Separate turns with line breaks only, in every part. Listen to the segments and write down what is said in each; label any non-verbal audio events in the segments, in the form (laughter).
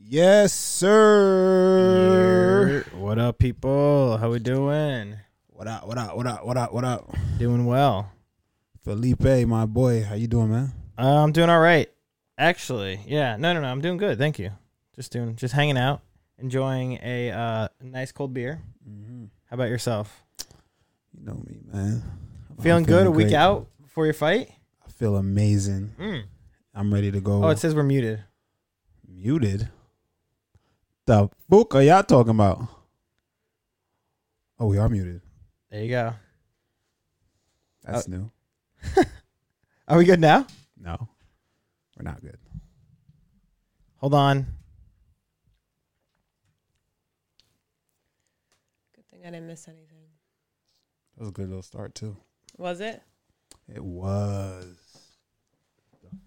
Yes, sir.
What up, people? How we doing?
What up? What up? What up? What up? What up?
Doing well.
Felipe, my boy, how you doing, man?
Uh, I'm doing all right, actually. Yeah, no, no, no. I'm doing good. Thank you. Just doing, just hanging out, enjoying a uh, nice cold beer. How about yourself?
You know me, man. I'm
Feeling, good? A week
great.
out before your fight?
I feel amazing.
Mm.
I'm ready to go.
Oh, it says we're muted.
muted. The book are y'all talking about? Oh, we are muted.
There you go.
That's new.
Are we good now?
No, we're not good.
Hold on.
Good thing I didn't miss anything.
That was a good little start too.
Was it?
It was.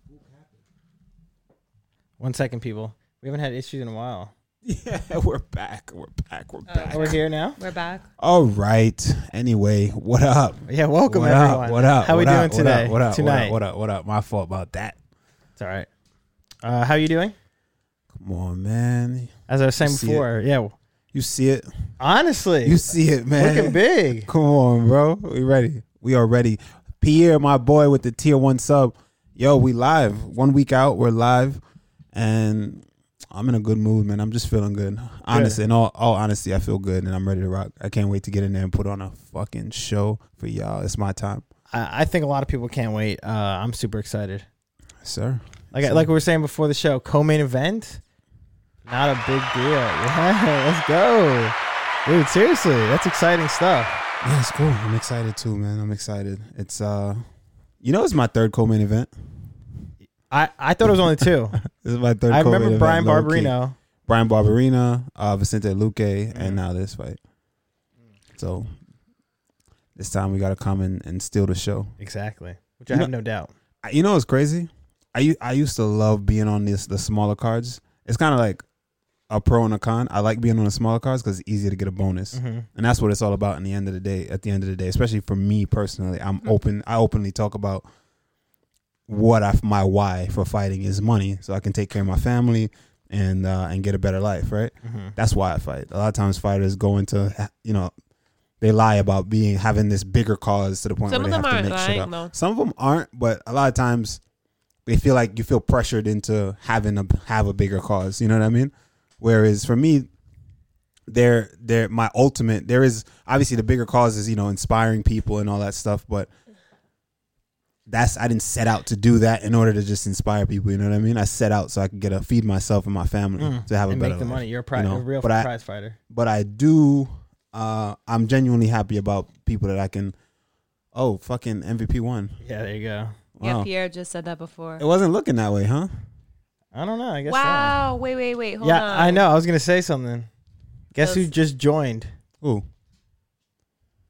(laughs)
One second, people. We haven't had issues in a while.
Yeah, we're back. We're back. We're
back.
Oh, we're here now.
We're back.
All right. Anyway, what up?
Yeah, welcome
what
everyone.
up? What up?
How
what
we
up,
doing
what up,
today?
What up?
Tonight.
What up? What up? What up? My fault about that.
It's all right. Uh, how you doing?
Come on, man.
As I was saying
See it.
before, yeah.
You see it.
Honestly,
You see it, man.
looking big.
Come on, bro. We ready. We are ready. Pierre, my boy with the tier one sub. Yo, we live. One week out, we're live. And I'm in a good mood, man. I'm just feeling good. Honestly, in all, all honesty, I feel good and I'm ready to rock. I can't wait to get in there and put on a fucking show for y'all. It's my time.
(laughs) I, I think a lot of people can't wait. Uh, I'm super excited.
Sir.
Like like we were saying before the show, co-main event, not a big deal. (laughs) Yeah, let's go, dude. Seriously, that's exciting stuff.
Yeah, it's cool. I'm excited too, man. I'm excited. It's uh you know it's my third co main event.
I I thought it was
(laughs)
only two.
This is my third
I
co-main
remember
event,
Brian
low-key.
Barberino.
Brian Barberina, uh, Vicente Luque, and now this fight. So this time we got to come and, and steal the show.
Exactly, which
You
I have no doubt.
I- You know what's crazy? I u- I used to love being on this the smaller cards. It's kind of like a pro and a con. I like being on the smaller cards because it's easier to get a bonus,
Mhm.
and that's what it's all about. In the end of the day, at the end of the day, especially for me personally, I'm
Mm-hmm.
open. I openly talk about what I, my why for fighting is money, so I can take care of my family and uh, and get a better life, right?
Mhm.
That's why I fight. A lot of times fighters go into you know they lie about being having this bigger cause to the point
Some
where they
of them
have to
aren't
make shit
lying,
up.
though.
Some of them aren't, but a lot of times they feel like you feel pressured into having a have a bigger cause. You know what I mean? Whereas for me, they're they're my ultimate. There is obviously the bigger cause is you know inspiring people and all that stuff, but that's I didn't set out to do that in order to just inspire people. You know what I mean? I set out so I could get a feed myself and my family
Mm.
Mm-hmm. to have a
and
better
make the
life
money. You're a, pri-
you know,
a real
but I-
prize fighter.
but I do. Uh, I'm genuinely happy about people that I can. Oh, fucking MVP one.
Yeah, there you go.
Wow.
Yeah, Pierre just said that before.
It wasn't looking that way, huh?
I don't know. I guess. so.
Wow. Wait, wait, wait. Hold
yeah,
on.
I know. I was gonna say something. Guess who
Those-
just joined?
Ooh,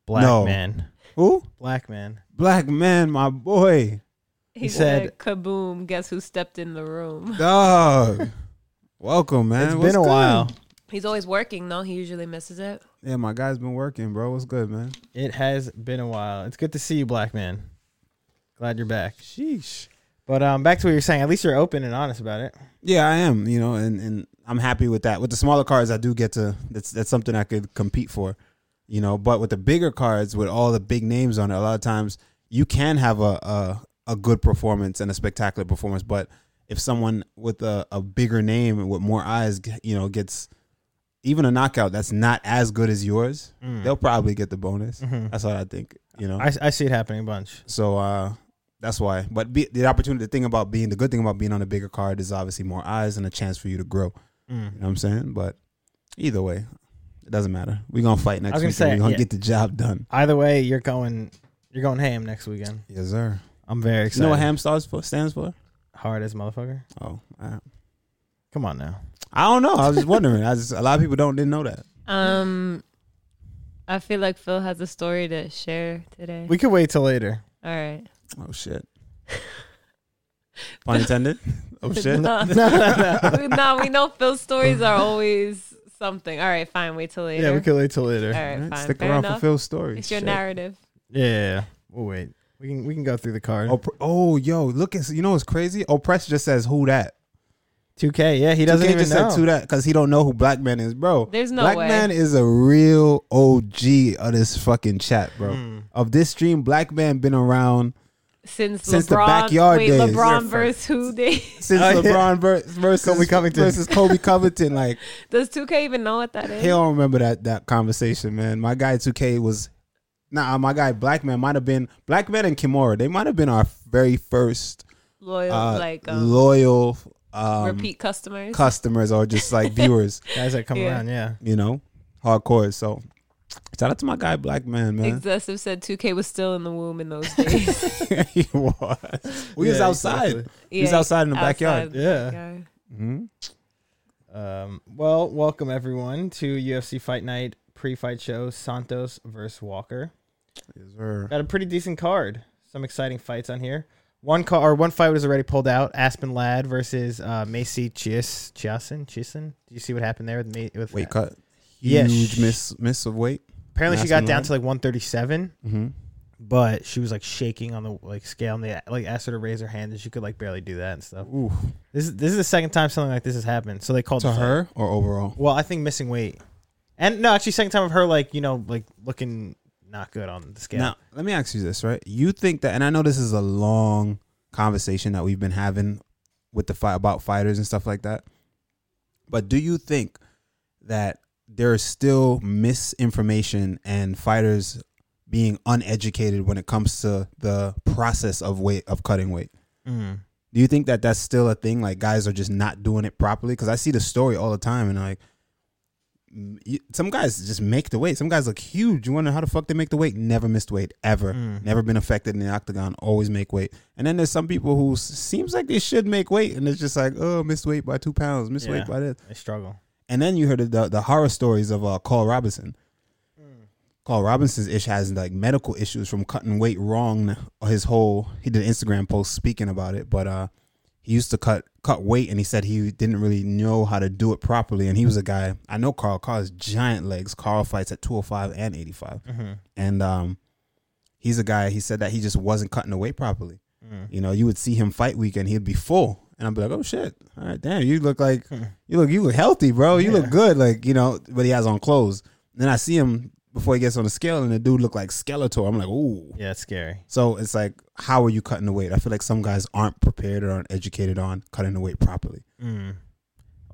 Black
No.
man.
ooh,
Black man.
black man, my boy,
He,
He
said, kaboom. Guess who stepped in the room? (laughs)
dog. Welcome, man.
it's
What's
been a
good?
while.
He's always working, though. He usually misses it.
Yeah, my guy's been working, bro. What's good, man?
It has been a while. It's good to see you, black man. Glad you're back.
Sheesh.
But um, back to what you're saying. At least you're open and honest about it.
Yeah, I am. You know, and and I'm happy with that. With the smaller cards, I do get to. That's that's something I could compete for. You know, but with the bigger cards, with all the big names on it, a lot of times you can have a a, a good performance and a spectacular performance. But if someone with a, a bigger name and with more eyes, g- you know, gets even a knockout that's not as good as yours, they'll probably get the bonus. That's what I think. You know,
I, I see it happening a bunch.
so uh, that's why. But be, the opportunity, the thing about being, the good thing about being on a bigger card is obviously more eyes and a chance for you to grow.
Mm.
You know what I'm saying? But either way, it doesn't matter. We're gonna fight next
was
week.
gonna
and
say,
we're gonna
yeah.
get the job done.
Either way, you're going. You're going ham next weekend.
Yes, sir.
I'm very
You
excited.
know what ham stands for? Stands for?
Hard as a motherfucker.
Oh, all right.
Come on now.
I don't know. I was just wondering. I just a lot of people don't didn't know that.
Um, I feel like Phil has a story to share today.
We could wait till later.
All right.
Oh shit.
(laughs)
Pun intended. Oh shit.
no, no, we know Phil's stories are always something. All right, fine. Wait till later.
Yeah, we could wait till later.
All
Yeah,
right,
All right,
fine.
Stick
Fair
around for
enough.
Phil's story.
It's your
Shit.
narrative.
yeah, yeah. We'll wait. We can we can go through the card.
Oh, pr- oh, yo, look at you know what's crazy? Oppress just says who that.
2K. Yeah, he doesn't
He
even
just
know.
said to that because he don't know who Black Man is, bro.
There's no
Black
way.
Man is a real OG of this fucking chat, bro.
Hmm.
Of this stream, Black Man been around
Since,
Since
LeBron,
the backyard
wait,
days.
LeBron
You're
versus who? Day?
since
Oh, yeah.
LeBron
(laughs)
ver- versus
Kobe Covington.
versus
(laughs)
Kobe Covington. Like
(laughs) Does 2K even know what that is?
he don't remember that that conversation, man. My guy 2K was nah. My guy Black Man might have been Black Man and Kimura. They might have been our very first
Loyal,
uh,
like um,
loyal um,
repeat customers.
customers or just
(laughs)
like viewers.
Guys that come
Yeah.
around, yeah.
you know, hardcore. So shout out to my guy Black Man, man.
Excessive said 2K was still in the womb in those days.
(laughs) he was. We was
Yeah,
outside.
exactly.
He was outside in the backyard.
outside.
Yeah.
(laughs) Yeah.
hmm
Um, well, welcome everyone to UFC Fight Night pre-fight show Santos versus Walker. Got a pretty decent card. Some exciting fights on here. One car or one fight was already pulled out. Aspen Ladd versus uh, Macy Chias Chiasen Chiasen. Do you see what happened there with Ma- with
Weight cut.
Yeah,
Huge
sh-
miss miss of weight.
Apparently she got
Aspen
down
Ladd?
to like 137,
Mm-hmm.
but she was like shaking on the like scale and they like asked her to raise her hand and she could like barely do that and stuff.
Ooh.
This is this is the second time something like this has happened. So they called
To
the fight.
her or overall?
Well, I think missing weight, and no, actually, second time of her like you know like looking not good on the scale.
Now, let me ask you this, right? You think that, and I know this is a long conversation that we've been having with the fight about fighters and stuff like that, but do you think that there is still misinformation and fighters being uneducated when it comes to the process of weight of cutting weight?
Mm.
Do you think that that's still a thing? Like guys are just not doing it properly? Because I see the story all the time, and like m- you- some guys just make the weight. Some guys look huge. You wonder how the fuck they make the weight. Never missed weight ever.
Mm.
Never been affected in the octagon. Always make weight. And then there's some people who s- seems like they should make weight, and it's just like oh, missed weight by two pounds, missed
Yeah.
weight by this.
I struggle.
And then you heard the the horror stories of uh, Carl Robinson. Carl Robinson's ish has like medical issues from cutting weight wrong. His whole he did an Instagram post speaking about it, but uh, he used to cut cut weight, and he said he didn't really know how to do it properly. And he was a guy I know. Carl Carl has giant legs. Carl fights at two hundred five and eighty five,
Mhm.
and um, he's a guy. He said that he just wasn't cutting the weight properly.
Mm.
You know, you would see him fight weekend, he'd be full. And I'd be like, oh shit. All right, damn, you look
(laughs)
like you look you look healthy, bro. You
Yeah.
look good. Like, you know, but he has on clothes. Then I see him before he gets on the scale and the dude look like Skeletor. I'm like, ooh.
Yeah, it's scary.
So it's like, how are you cutting the weight? I feel like some guys aren't prepared or aren't educated on cutting the weight properly.
Mm.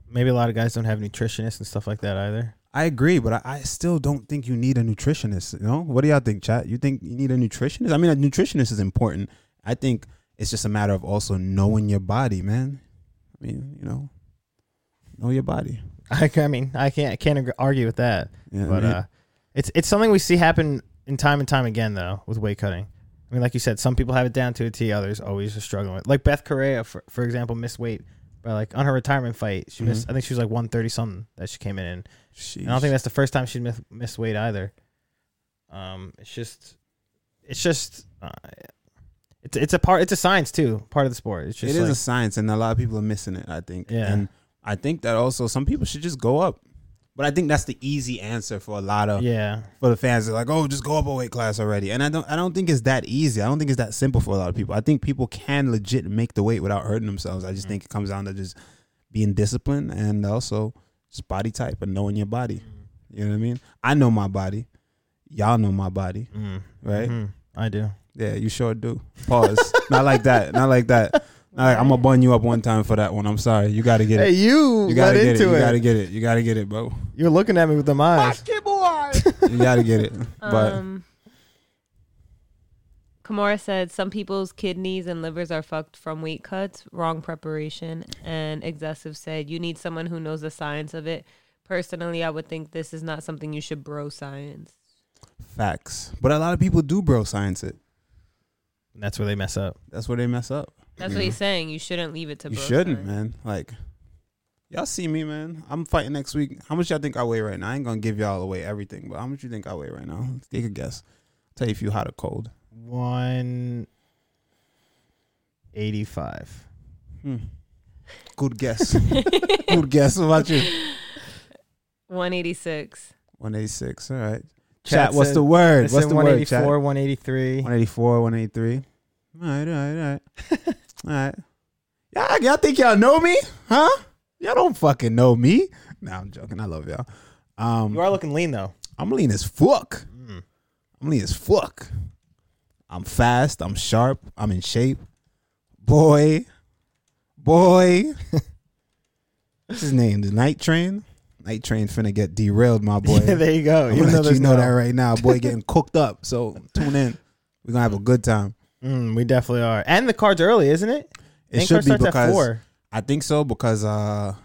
Maybe a lot of guys don't have nutritionists and stuff like that either. (laughs)
I agree, but I, I still don't think you need a nutritionist. You know, what do y'all think, chat? You think you need a nutritionist? I mean, a nutritionist is important. I think it's just a matter of also knowing your body, man. I mean, you know, know your body.
I, I mean, I can't I can't ag- argue with that.
Yeah,
but
I mean,
uh, it's it's something we see happen in time and time again though with weight cutting. I mean, like you said, some people have it down to a T, others always are struggling with. Like Beth Correa, for, for example, missed weight by like on her retirement fight, she
Mm-hmm.
missed. I think she was like one thirty something that she came in, and I don't think that's the first time she miss, missed weight either. Um, it's just, it's just, uh, it's it's a part, it's a science too, part of the sport. It's
It
just
is
like,
a science, and a lot of people are missing it. I think.
Yeah.
And I think that also some people should just go up, but I think that's the easy answer for a lot of
yeah,
for the fans. They're like, oh, just go up a weight class already. And I don't, I don't think it's that easy. I don't think it's that simple for a lot of people. I think people can legit make the weight without hurting themselves. I just think it comes down to just being disciplined and also just body type and knowing your body. You know what I mean? I know my body. Y'all know my body,
mm,
right?
mm, I do.
Yeah, you sure do. Pause. Not like that. Not like that. Not like, I'm gonna bun you up one time for that one. I'm sorry. You gotta get it.
you,
you gotta get it. You gotta get it. You gotta get it, bro.
You're looking at me with the eyes.
You gotta get it. But
Um, Kamora said some people's kidneys and livers are fucked from weight cuts, wrong preparation, and excessive said you need someone who knows the science of it. Personally, I would think this is not something you should bro science.
facts. But a lot of people do bro science it.
That's where they mess up.
That's where they mess up.
That's
Mhm.
what he's saying. You shouldn't leave it to.
You
bro
shouldn't,
science.
man. Like, y'all see me, man. I'm fighting next week. How much y'all think I weigh right now? I ain't gonna give y'all away everything, but how much you think I weigh right now? Take a guess. Tell you if you hot or cold.
One eighty-five.
Hmm. Good guess.
(laughs)
(laughs) Good guess. What about you?
186.
186. All right.
Chat
Chat, what's
said-
the word?
That's
What's the
one
word, chat?
eighty-four, one eighty-three.
184, 183.
(laughs)
All right, all right, all right. all right. Y'all, y'all think y'all know me? Huh? Y'all don't fucking know me. Nah, I'm joking. I love y'all. Um,
You are looking lean
(laughs)
though.
I'm lean as fuck. I'm lean as fuck. I'm fast. I'm sharp. I'm in shape. Boy, boy. (laughs) What's his name? The Night Train. Night Train finna get derailed, my
(laughs)
boy.
there you go.
I'm
You
gonna
know
let
there's
you know
no-
that right now. Boy, getting (laughs) cooked up. So tune in. We're gonna have a good time.
Mm, we definitely are. And the card's early, isn't it?
It
Main
should
card
be
starts at
because
four.
I think so because uh,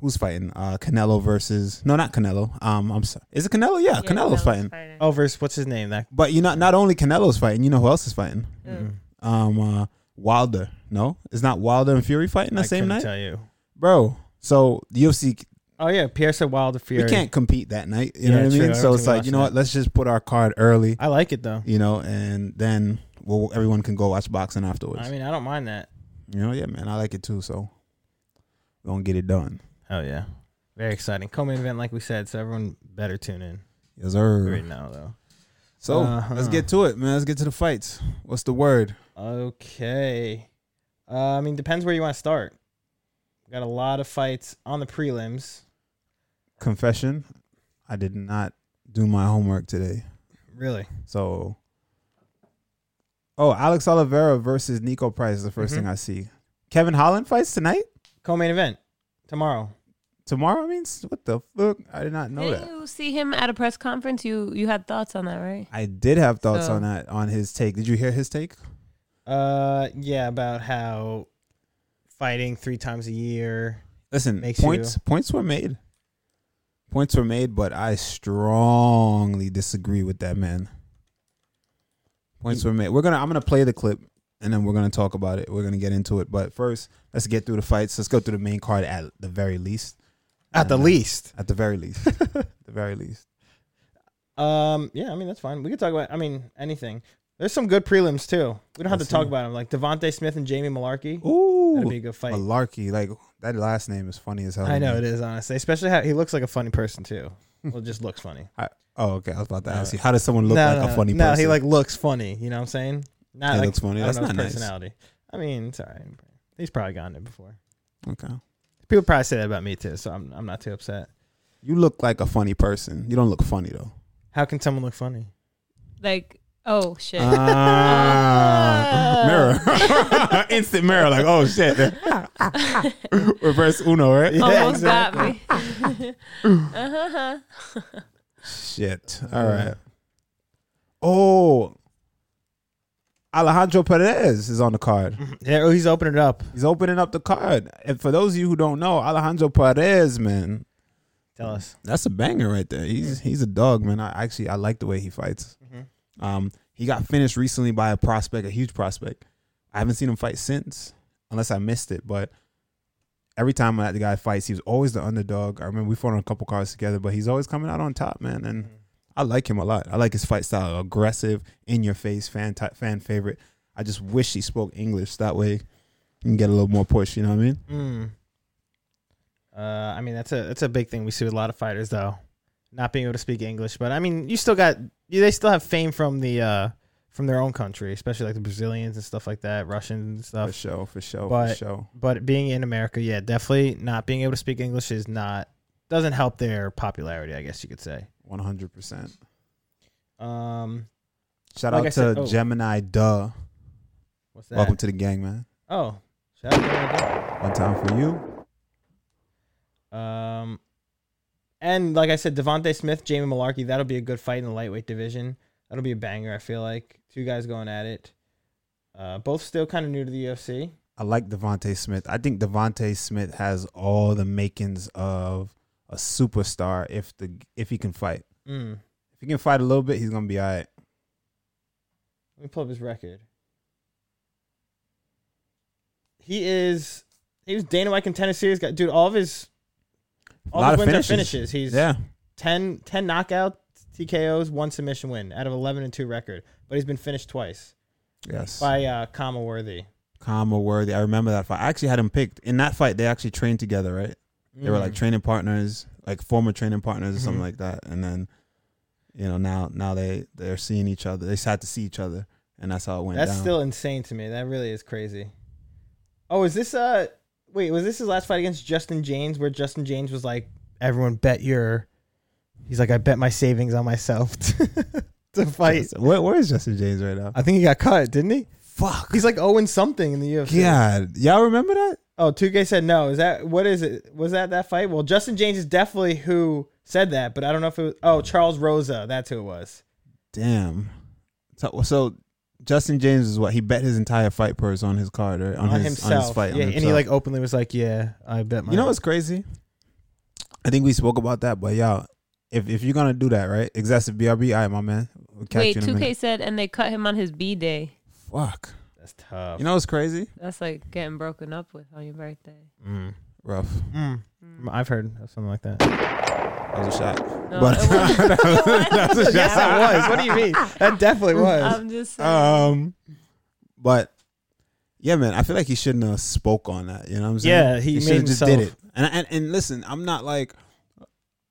who's fighting? Uh, Canelo versus no, not Canelo. Um, I'm sorry. Is it Canelo? Yeah, Canelo's fighting.
Oh, versus what's his name? That
But you know, not only Canelo's fighting, you know who else is fighting?
Who?
Mm.
Um, uh, Wilder. No, it's not Wilder and Fury fighting the
I
same
couldn't
night,
Tell you.
bro. So the UFC,
Oh yeah, Pierre said Wilder Fury.
we can't compete that night. You
Yeah,
know what I
true.
mean?
I
So
don't
it's
think we
like, you
watched
know
that.
what? Let's just put our card early,
I like it though.
you know, and then we'll everyone can go watch boxing afterwards.
I mean, I don't mind that.
you know, yeah, man, I like it too. So we're gonna get it done.
Hell yeah, very exciting. Coming event, like we said, so everyone better tune in
Yes, sir.
right now though.
So let's
Uh-huh.
get to it, man. Let's get to the fights. What's the word?
Okay. Uh, I mean, depends where you want to start. We got a lot of fights on the prelims.
Confession. I did not do my homework today.
Really?
So, oh, Alex Oliveira versus Nico Price is the 1st
Mhm.
thing I see. Kevin Holland fights tonight,
Co-main event tomorrow.
tomorrow. I mean, s- what the fuck? I did not know
Didn't
that.
you see him at a press conference? You you had thoughts on that, right?
I did have thoughts
So-
on that on his take. Did you hear his take?
Uh, yeah, about how fighting three times a year.
Listen,
Makes
points points were made. Points were made, but I strongly disagree with that man. Points were made. We're gonna I'm gonna play the clip and then we're gonna talk about it. We're gonna get into it. But first, let's get through the fights. Let's go through the main card at the very least.
At the
Yeah.
least.
At the very least. At the very least.
Um, yeah, I mean that's fine. We could talk about. I mean anything. There's some good prelims too. We don't have
Let's
to talk
see.
about them. Like Devonte Smith and Jamie Malarkey. That'd be a
Ooh.
good fight.
Malarkey. Like that last name is funny as hell.
I
to
know
me.
it is honestly, especially how he looks like a funny person too. Well, just looks funny.
Oh, okay. I was about to
No.
ask you. How does someone (laughs) look like a funny
no,
person?
he like looks funny. You know what I'm saying? Not
He
like,
looks funny.
I
That's
don't know his
not nice.
personality. I mean, it's all right. He's probably gotten it before.
Okay.
People probably say that about me too, so I'm I'm not too upset.
You look like a funny person. You don't look funny though.
How can someone look funny? (clears throat)
Like, oh shit. (laughs)
Ah, mirror. (laughs) Instant mirror. Like, oh shit. (laughs) Reverse Uno, right? (laughs)
Almost got me. (laughs) uh-huh.
Shit. All right. Oh. Alejandro Perez is on the card.
Yeah, oh, he's opening it up.
He's opening up the card. And for those of you who don't know, Alejandro Perez, man,
Tell us.
that's a banger right there. He's he's a dog, man. I actually I like the way he fights.
Mhm.
Um, he got finished recently by a prospect, a huge prospect. I haven't seen him fight since, unless I missed it. But every time that the guy fights, he was always the underdog. I remember we fought on a couple cards together, but he's always coming out on top, man. And I like him a lot. I like his fight style, aggressive, in your face, fan type, fan favorite. I just wish he spoke English. That way, you can get a little more push. You know what I mean?
Mm. Uh, I mean that's a that's a big thing we see with a lot of fighters though, not being able to speak English. But I mean, you still got you- they still have fame from the uh from their own country, especially like the Brazilians and stuff like that, Russians and
For
stuff.
sure, for sure, for
But-
sure.
But being in America, yeah, definitely not being able to speak English is not doesn't help their popularity, I guess you could say.
One hundred percent.
Um,
Shout
Like
out
I
to
said- oh.
Gemini Duh.
what's that?
Welcome to the gang, man.
oh, shout out to Gemini
One time for you.
Duh. Um, and like I said, Devonte Smith, Jamie Malarkey, that'll be a good fight in the lightweight division. That'll be a banger. I feel like two guys going at it. Uh, both still kind of new to the UFC.
I like Devonte Smith. I think Devonte Smith has all the makings of a superstar if the if he can fight.
Mm.
If he can fight a little bit, he's gonna be all right.
Let me pull up his record. He is. He was Dana White contender series guy, dude. All of his, all
Lot
his
of
wins are
finishes.
finishes. He's
Yeah,
10, 10 knockouts, TKOs, one submission win out of eleven and two record. But he's been finished twice
yes.
by uh, Kama Worthy.
Kama Worthy. I remember that fight. I actually had him picked in that fight. They actually trained together, right? They were
Hmm. Mm-hmm.
like training partners, like former training partners or something
Mhm.
like that. And then, you know, now now they they're seeing each other. They just had to see each other, and that's how it went.
That's
down.
still insane to me. That really is crazy. Oh, is this uh? Wait, was this his last fight against Justin James, where Justin James was like, "Everyone bet your," he's like, "I bet my savings on myself (laughs) to fight."
Where, where is Justin James right now?
I think he got cut, didn't he?
Fuck.
He's like owing something in the UFC.
God, y'all remember that?
Oh, 2K said no. Is that what is it? Was that that fight? Well, Justin James is definitely who said that, but I don't know if it was. Oh, Charles Rosa. That's who it was.
Damn. So, so Justin James is what he bet his entire fight purse on his card, right? On, his on his fight. on
yeah, and he
himself.
like openly was like, "Yeah, I bet my."
You know what's crazy? I think we spoke about that, but y'all, if if you're gonna do that, right? Excessive BRB, all right, my man. We'll catch
Wait,
you in a
two K
minute.
said, and they cut him on his B day.
Fuck.
That's tough.
You know what's crazy?
That's like getting broken up with on your birthday.
Mm.
Rough.
Mm. I've heard of something like that. (laughs)
That was a shot.
No,
But- (laughs)
it wasn't- it wasn't
That's a
that
shout
one.
out.
What do you (laughs) mean? That definitely was.
I'm just saying.
Um, but yeah, man, I feel like he shouldn't have spoke on that. You know what I'm saying?
Yeah, he made
shoulda did it.
himself-
And, and and listen, I'm not like,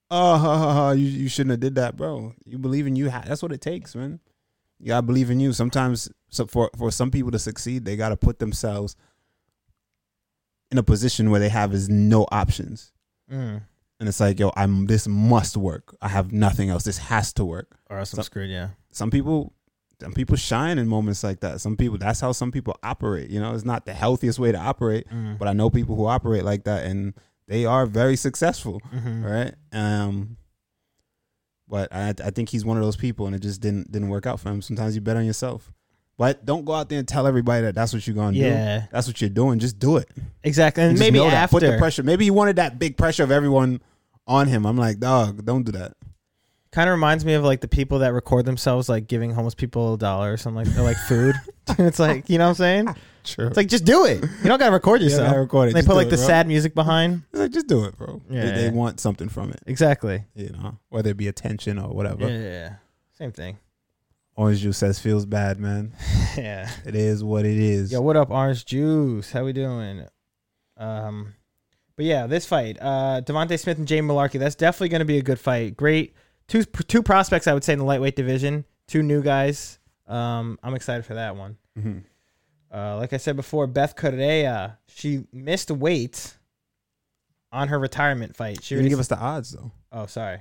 oh, ha, ha, ha, you you shouldn't have did that, bro. You believe in you. ha- That's what it takes, man. You gotta believe in you. Sometimes, so for for some people to succeed, they gotta put themselves in a position where they have is no options,
Mm.
and it's like, yo, I'm this must work. I have nothing else. This has to work
Or else I'm
So-
screwed. Yeah.
some people some people shine in moments like that some people that's how some people operate you know it's not the healthiest way to operate
Mm.
but i know people who operate like that and they are very successful
Mhm.
right um but I, I think he's one of those people and it just didn't didn't work out for him sometimes you bet on yourself but don't go out there and tell everybody that that's what you're gonna do
Yeah.
that's what you're doing just do it
Exactly. And
Just
maybe
know that.
after.
put the pressure maybe he wanted that big pressure of everyone on him i'm like dog don't do that
Kind of reminds me of like the people that record themselves like giving homeless people a dollar or something like or like food. (laughs) it's like you know what I'm saying.
(laughs) true
It's like just do it. You don't gotta record yourself.
gotta record it.
And they
Just
put
do
like
it,
the
bro.
sad music behind.
It's like just do it, bro. They-
Yeah.
they, want something from it,
Exactly.
you know, whether it be attention or whatever.
Yeah. Same thing. (laughs)
Orange juice says feels bad, man.
yeah.
It is what it is.
Yo, what up, Orange Juice? How we doing? Um, but yeah, this fight, uh, Devonte Smith and Jay Malarkey, that's definitely going to be a good fight. Great two two prospects, I would say, in the lightweight division. Two new guys. Um, I'm excited for that one.
Mhm.
Uh, like I said before, Beth Correa, she missed weight on her retirement fight. She
You didn't
already
give us the odds though.
oh, sorry.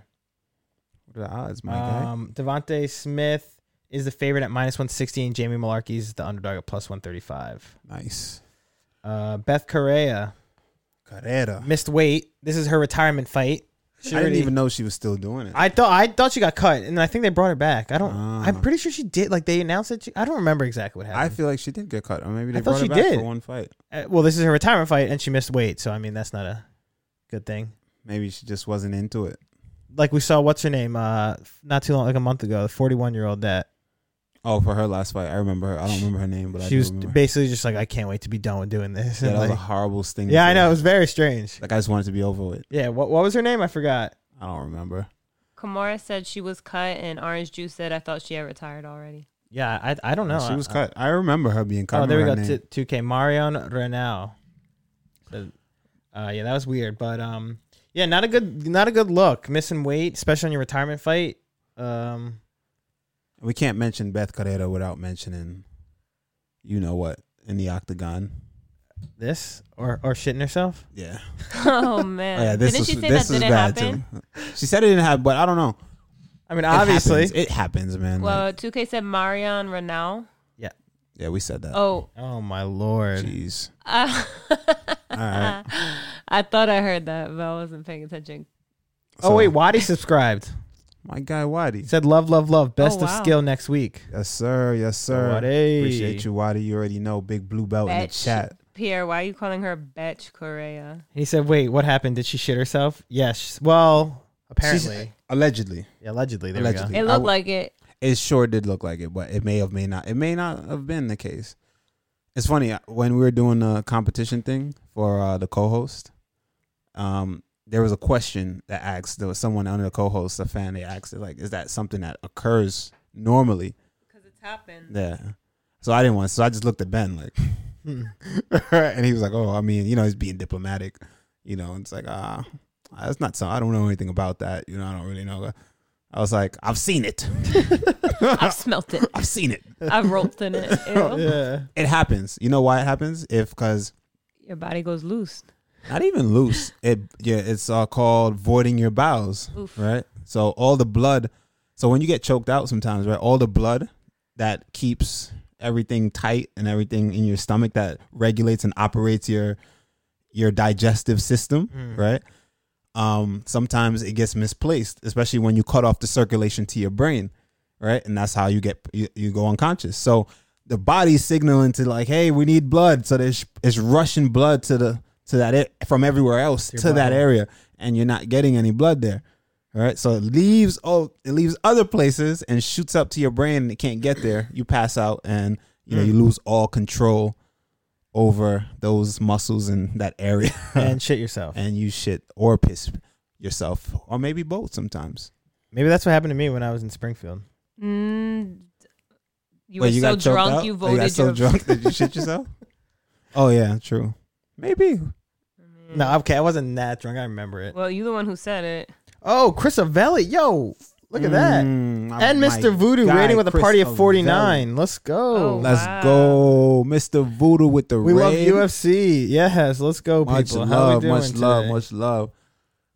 What are the odds, my guy?
Um, Devonte Smith is the favorite at minus 160, and Jamie Malarkey is the underdog at plus 135.
Nice.
Uh, Beth Correa.
Carrera.
missed weight. This is her retirement fight. She
I didn't
already-
even know she was still doing it.
I thought I thought she got cut, and I think they brought her back. I don't.
Ah.
I'm pretty sure she did. Like they announced that. She, I don't remember exactly what
I
happened.
feel like she did get cut, or maybe they
thought
brought her
she
back
did.
for one fight.
Uh, well, this is her retirement fight, and she missed weight. So I mean, that's not a good thing.
Maybe she just wasn't into it.
Like we saw, what's her name? Uh, f- not too long, like a month ago, the 41 year old that
Oh, for her last fight, I remember her. I don't remember her name, but I
she
do
was
remember.
basically just like, I can't wait to be done with doing this.
yeah,
And,
that was a
(laughs) like-
horrible thing. to
yeah, I
say.
know. It was very strange.
Like I just wanted to be over with.
Yeah. What What was her name? I forgot.
I don't remember.
Kamara said she was cut, and Orange Juice said, I thought she had retired already.
(laughs)
(laughs)
Yeah, I I don't know.
she was
I-
cut. I remember her being cut. I
Oh, there we
remember
go.
her
T-
name.
2K. Marion Renau. So, uh, yeah, that was weird, but um, yeah, not a good, not a good look. Missing weight, especially on your retirement fight. Um,
We can't mention Beth Carrera without mentioning, you know what, in the octagon.
this or or shitting herself.
Yeah.
Oh,
Oh
man.
yeah. This
Didn't
was
she say
this
that
was
didn't
bad
happen?
too. Mm-hmm. She said it didn't happen, but I don't know.
I mean,
It
obviously.
happens. it happens, man. Like,
Well, 2K said Marion Renau.
yeah, we said that.
Oh,
Oh my lord.
jeez.
uh, (laughs)
All right.
I thought I heard that, but I wasn't paying attention.
oh wait, Wadi subscribed.
my guy
He
Wadi.
said, "Love, love, love. Best
Oh,
of
wow.
skill next week."
Yes sir. Yes sir.
Wadi.
Appreciate you, Wadi. You already know, big blue belt in the
Bitch.
chat.
Pierre, why are you calling her Betch Correa?
He said, "Wait, what happened? Did she shit herself?" Yes. Well,
She's-
apparently,
allegedly,
yeah, allegedly. There
allegedly.
we
It
I
looked
w-
like it.
it sure did look like it, but it may have may not. It may not have been the case. It's funny uh, when we were doing the competition thing for uh, the co-host. Um, there was a question that asked. There was someone under the co-host, a fan. They asked, it, like, "Is that something that occurs normally?"
Because it's happened.
Yeah. So I didn't want. So I just looked at Ben like, (laughs)
go. Hmm.
and he was like, "Oh, I mean, you know, he's being diplomatic, you know." And it's like, ah, that's not so. I don't know anything about that. You know, I don't really know. I was like, I've seen it.
I've smelt it.
I've seen it. (laughs)
I've roped in it. Ew.
Oh,
Hmm. (laughs) Yeah.
It happens. You know why it happens? If because
your body goes loose.
Not even loose. It yeah, it's uh, called voiding your bowels,
Oof.
right? So all the blood. So when you get choked out, sometimes right, all the blood that keeps everything tight and everything in your stomach that regulates and operates your your digestive system,
Mm.
right? Um, sometimes it gets misplaced, especially when you cut off the circulation to your brain, right? And that's how you get you, you go unconscious. So the body's signaling to like, hey, we need blood, so there's it's rushing blood to the to that a- from everywhere else
your
to that
body.
area, and you're not getting any blood there. All right, so it leaves oh it leaves other places and shoots up to your brain and it can't get there. You pass out and you
Mm.
know you lose all control over those muscles in that area
and shit yourself.
and you shit or piss yourself or maybe both sometimes.
Maybe that's what happened to me when I was in Springfield.
Mm, you
Wait,
were so
got choked
drunk
out? Oh,
you
you
voted
got so
your
drunk that you shit yourself? Oh yeah, true. Maybe.
No,
Mm.
okay, I wasn't that drunk. I remember it.
(laughs) Well, you the one who said it.
Oh, Chris Avelli, yo, look at that.
Mm, oh,
And
my
Mr. Voodoo
guy,
rating with a
Chris
party of forty nine.
Avelli.
Let's go.
Oh,
Let's
Wow.
go, Mr. Voodoo with the
we love
raid.
UFC. Yes, let's go,
Much
people.
love,
How we doing
much love,
today?
much love.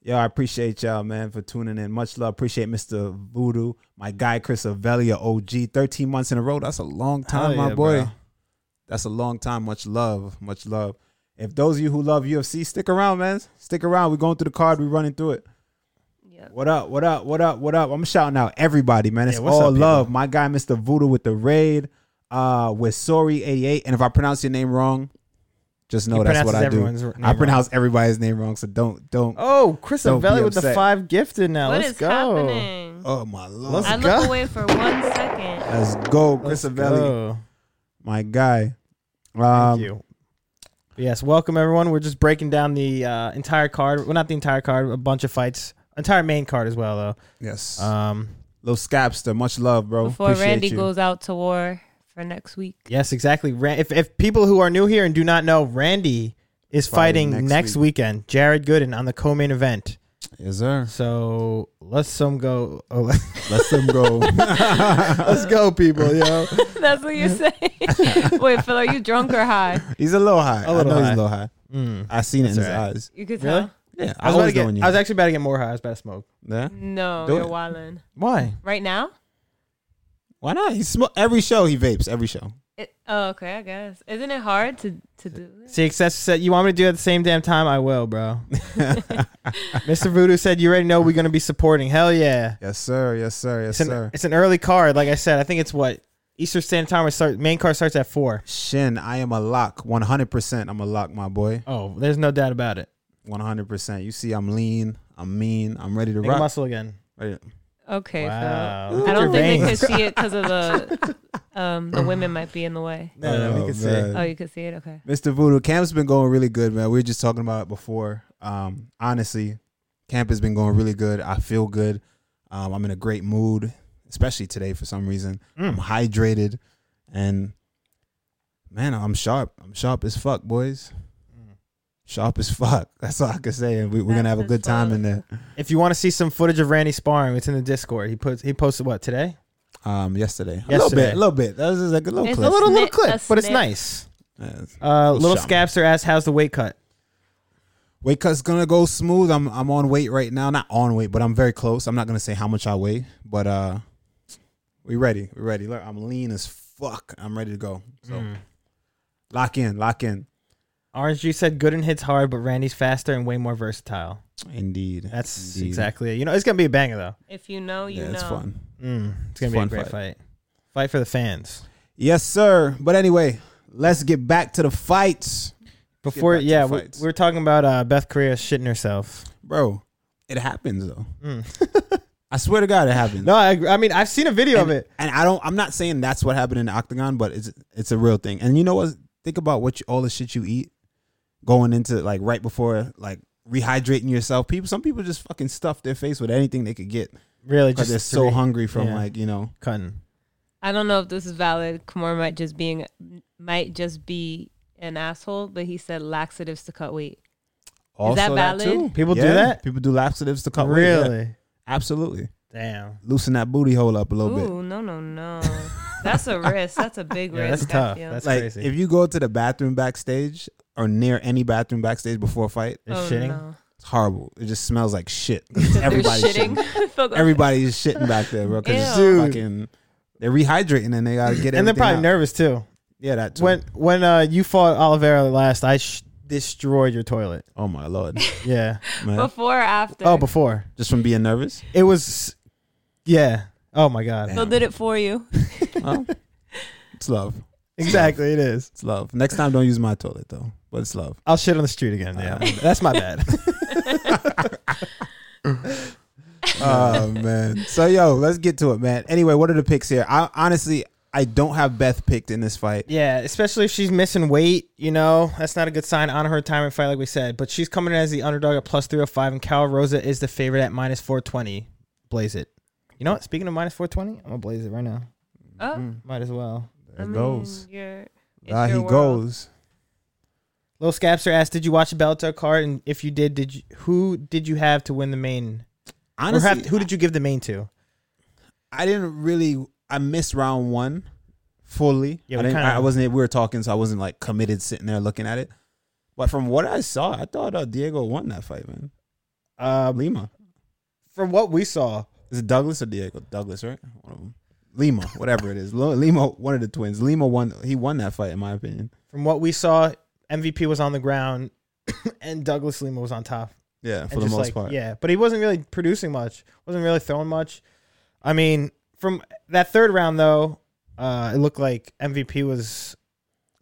Yo, I appreciate y'all, man, for tuning in. Much love. Appreciate Mr. Voodoo, my guy Chris Avelia, OG. 13 months in a row. That's a long time,
Hell
my
yeah,
boy.
bro.
That's a long time. Much love. Much love. If those of you who love UFC, stick around, man. Stick around. We're going through the card. We're running through it.
Yeah.
What up? What up? What up? What up? I'm shouting out everybody, man. It's
Yeah, what's
all
up, people?
love. My guy, Mr. Voodoo with the raid, uh, with Sorry88. And if I pronounce your name wrong, just know
He
Oh, that's what
pronounces
I do.
everyone's r- name
I
wrong.
pronounce everybody's name wrong, so don't don't. Oh,
Oh, Chris
Don't be
Avelli with the
upset.
five gifted now.
What is
let's go.
my
happening?
lord!
I
Oh, Let's,
Let's-
look
go.
away for one
(laughs)
second.
go, Chris
Let's
Avelli,
go.
my guy.
Thank
Um,
you. But yes, welcome everyone. We're just breaking down the uh, entire card. Well, not the entire card, a bunch of fights. Entire main card as well,
Yes,
though. Um,
little Scapster, much love, bro.
Before
Oh, Appreciate
Randy
you.
goes out to war for next week.
yes, exactly. Ran- if, if people who are new here and do not know, Randy is
Fighting
fighting next,
next
weekend. Jared Gooden on the co-main event.
yes, sir.
So let's some go. (laughs) Oh,
Let them
(laughs)
go.
let's go, people. Yo,
(laughs) That's (laughs) what you're saying. Wait, Phil, are you drunk or high?
he's a little high.
little
I know he's
high.
a little high.
Mm.
I seen it in
That's
his
all right.
eyes.
You could
Really?
tell.
Yeah,
I was, about to
always
get,
go in you.
I was actually about to get more high. I was about to smoke.
yeah.
No,
Do
you're
it.
wildin'.
Why?
Right now?
Why not? He sm- every show he vapes. Every show.
It, oh, okay, I guess. Isn't it hard to, to do this?
See, Excess said, "You want me to do it at the same damn time? I
(laughs)
will, bro." Mr. Voodoo said, "You already know we're gonna be supporting. Hell yeah!
Yes, sir. Yes, sir. Yes,
It's an
sir.
it's an early card. Like I said, I think it's what Eastern Standard Time. It start main card starts at four.
Shin, I am a lock. One hundred percent. I'm a lock, my boy.
Oh, there's no doubt about it.
One hundred percent. You see, I'm lean. I'm mean. I'm ready to
Make a
rock.
muscle again.
Ready to-
Okay,
Wow.
Phil.
Look
I
at
don't
your
think
veins.
they could see it because
(laughs)
of the um, the women might be in the way.
No, no,
Oh,
we can
man.
see.
Oh, you could see it? Okay.
Mr. Voodoo, camp's been going really good, man. We were just talking about it before. Um, honestly, camp has been going really good. I feel good. Um, I'm in a great mood, especially today for some reason. I'm
Mm.
hydrated, and man, I'm sharp. I'm sharp as fuck, boys.
Hmm.
Sharp as fuck. (laughs) That's all I can say. And we, we're gonna have a
That's
good
as fuck.
time in there.
If you want to see some footage of Randy sparring, it's in the Discord. He puts he posted what today?
Um, yesterday, a little
Yesterday.
bit, a little bit. That was just like a little
It's
clip.
A little little
snip-
clip,
a
but it's
snip.
nice.
Yeah.
Uh, little
shot.
Scapster asked, "How's the weight cut?"
Weight cut's gonna go smooth. I'm I'm on weight right now. Not on weight, but I'm very close. I'm not gonna say how much I weigh, but uh we ready. We ready. Look, I'm lean as fuck. I'm ready to go. So
Mm.
lock in, lock in.
Orange Juice said, "Gooden hits hard, but Randy's faster and way more versatile."
Indeed.
That's
Indeed.
exactly it. You know, it's gonna be a banger though.
If you know, you
Yeah,
know.
it's fun.
Mm, it's gonna
It's
be a
fun
great
fight.
fight. fight. for the fans.
Yes, sir. But anyway, let's get back to the fights.
Before,
back to
yeah,
the
we,
fights.
we were talking about uh, Beth Korea shitting herself.
Bro, it happens though.
Mm.
(laughs) I swear to God it happens.
No, I, agree. I mean I've seen a video
and,
of it.
And I don't. I'm not saying that's what happened in the octagon, but it's it's a real thing. And you know what? Think about what you, all the shit you eat going into like right before like rehydrating yourself. People, some people just fucking stuff their face with anything they could get
Really,
because
just
they're so
to re-
hungry from
yeah.
like you know.
cutting.
I don't know if this is valid. Kamor might just being might just be an asshole, but he said laxatives to cut weight.
Also
that valid?
too.
People do
Yeah,
that?
People do laxatives to cut weight, yeah.
really?
absolutely.
Damn.
Loosen that booty hole up a little bit.
Ooh, no, no, no.
(laughs)
That's a risk. That's a big
Yeah,
risk.
that's tough.
I feel.
That's
like
crazy.
if you go to the bathroom backstage, or near any bathroom backstage before a fight.
It's
oh,
shitting.
No.
It's horrible. It just smells like
(laughs)
shit. (laughs)
They're
Everybody's shitting.
(laughs) shitting.
Everybody's shitting back there, bro. Because
Ew.
fucking, they're rehydrating and they gotta get.
And they're
everything
probably
out.
nervous too.
Yeah, that too.
When when uh, you fought Oliveira last, I sh- destroyed your toilet.
oh my lord,
Yeah.
man!
Before or after?
oh, before
Just from being nervous.
it was, yeah. Oh my god.
Still did it for you.
Well, it's love.
Exactly, it is.
It's love. Next time, don't use my toilet though. But it's love.
I'll shit on the street again. Yeah, (laughs)
Uh,
that's my bad.
(laughs) oh man. So yo, let's get to it, man. Anyway, what are the picks here? I honestly I don't have Beth picked in this fight.
Yeah, especially if she's missing weight, you know, that's not a good sign on her retirement fight, like we said. But she's coming in as the underdog at plus 305, and Cal Rosa is the favorite at minus 420. Blaze it. You know what? Speaking of minus 420, I'm going to blaze it right now.
Oh,
Might as well.
Mm, There goes.
you
Ah, he goes.
Lil Scapster asked, Did you watch the Bellator card? And if you did, did you, who did you have to win the main? Or
Honestly,
have, who did you give the main to?
I didn't really I missed round one fully.
Yeah,
I,
we
didn't,
kinda-
I wasn't we were talking, so I wasn't like committed sitting there looking at it. But from what I saw, I thought uh, Diego won that fight, man.
Uh,
Lima.
from what we saw,
Is it Douglas or Diego? Douglas, right? One of them. Lima, whatever it is. Lo- Lima, one of the twins. Lima won. He won that fight, in my opinion.
from what we saw, MVP was on the ground (coughs) and Douglas Lima was on top.
Yeah, for
and
the
just,
most
like,
part.
Yeah, but he wasn't really producing much. wasn't really throwing much. I mean, from that third round though, uh, it looked like MVP was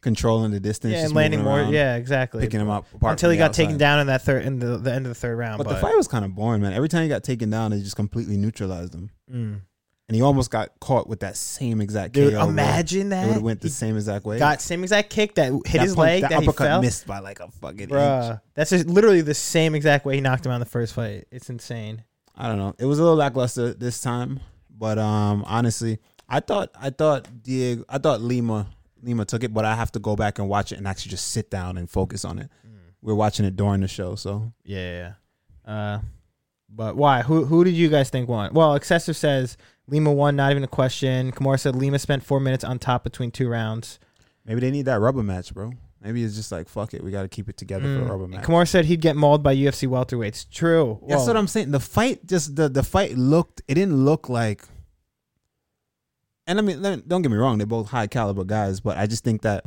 Controlling the distance.
yeah,
just
and landing
moving
more.
around.
Yeah, exactly.
picking him up apart
Until
from
he
the
got taken
outside.
down in that third in the, the end of the third round.
But,
But,
the fight was kind of boring, man. Every time he got taken down, they just completely neutralized him,
Mm.
and he almost got caught with that same exact.
dude,
KO
imagine
where it would
that.
have went the
He
same exact way.
got same exact kick that hit
That
his
punch-
leg that,
That,
he
uppercut
fell.
missed by like a fucking inch.
Bruh, that's just literally the same exact way he knocked him out in the first fight. It's insane.
I don't know. It was a little lackluster this time, but um, honestly, I thought I thought Diego, I thought Lima Lima took it, but I have to go back and watch it and actually just sit down and focus on it.
Mm.
We're watching it during the show, so
Yeah. Uh, but why? Who who did you guys think won? Well, excessive says Lima won, not even a question. Kimura said Lima spent four minutes on top between two rounds.
maybe they need that rubber match, bro. Maybe it's just like fuck it, we got to keep it together
Mm.
for a rubber match.
Kimura said he'd get mauled by UFC welterweights. True.
That's
Whoa.
what I'm saying. The fight just the the fight looked it didn't look like. And I mean, let- don't get me wrong, they're both high caliber guys, but I just think that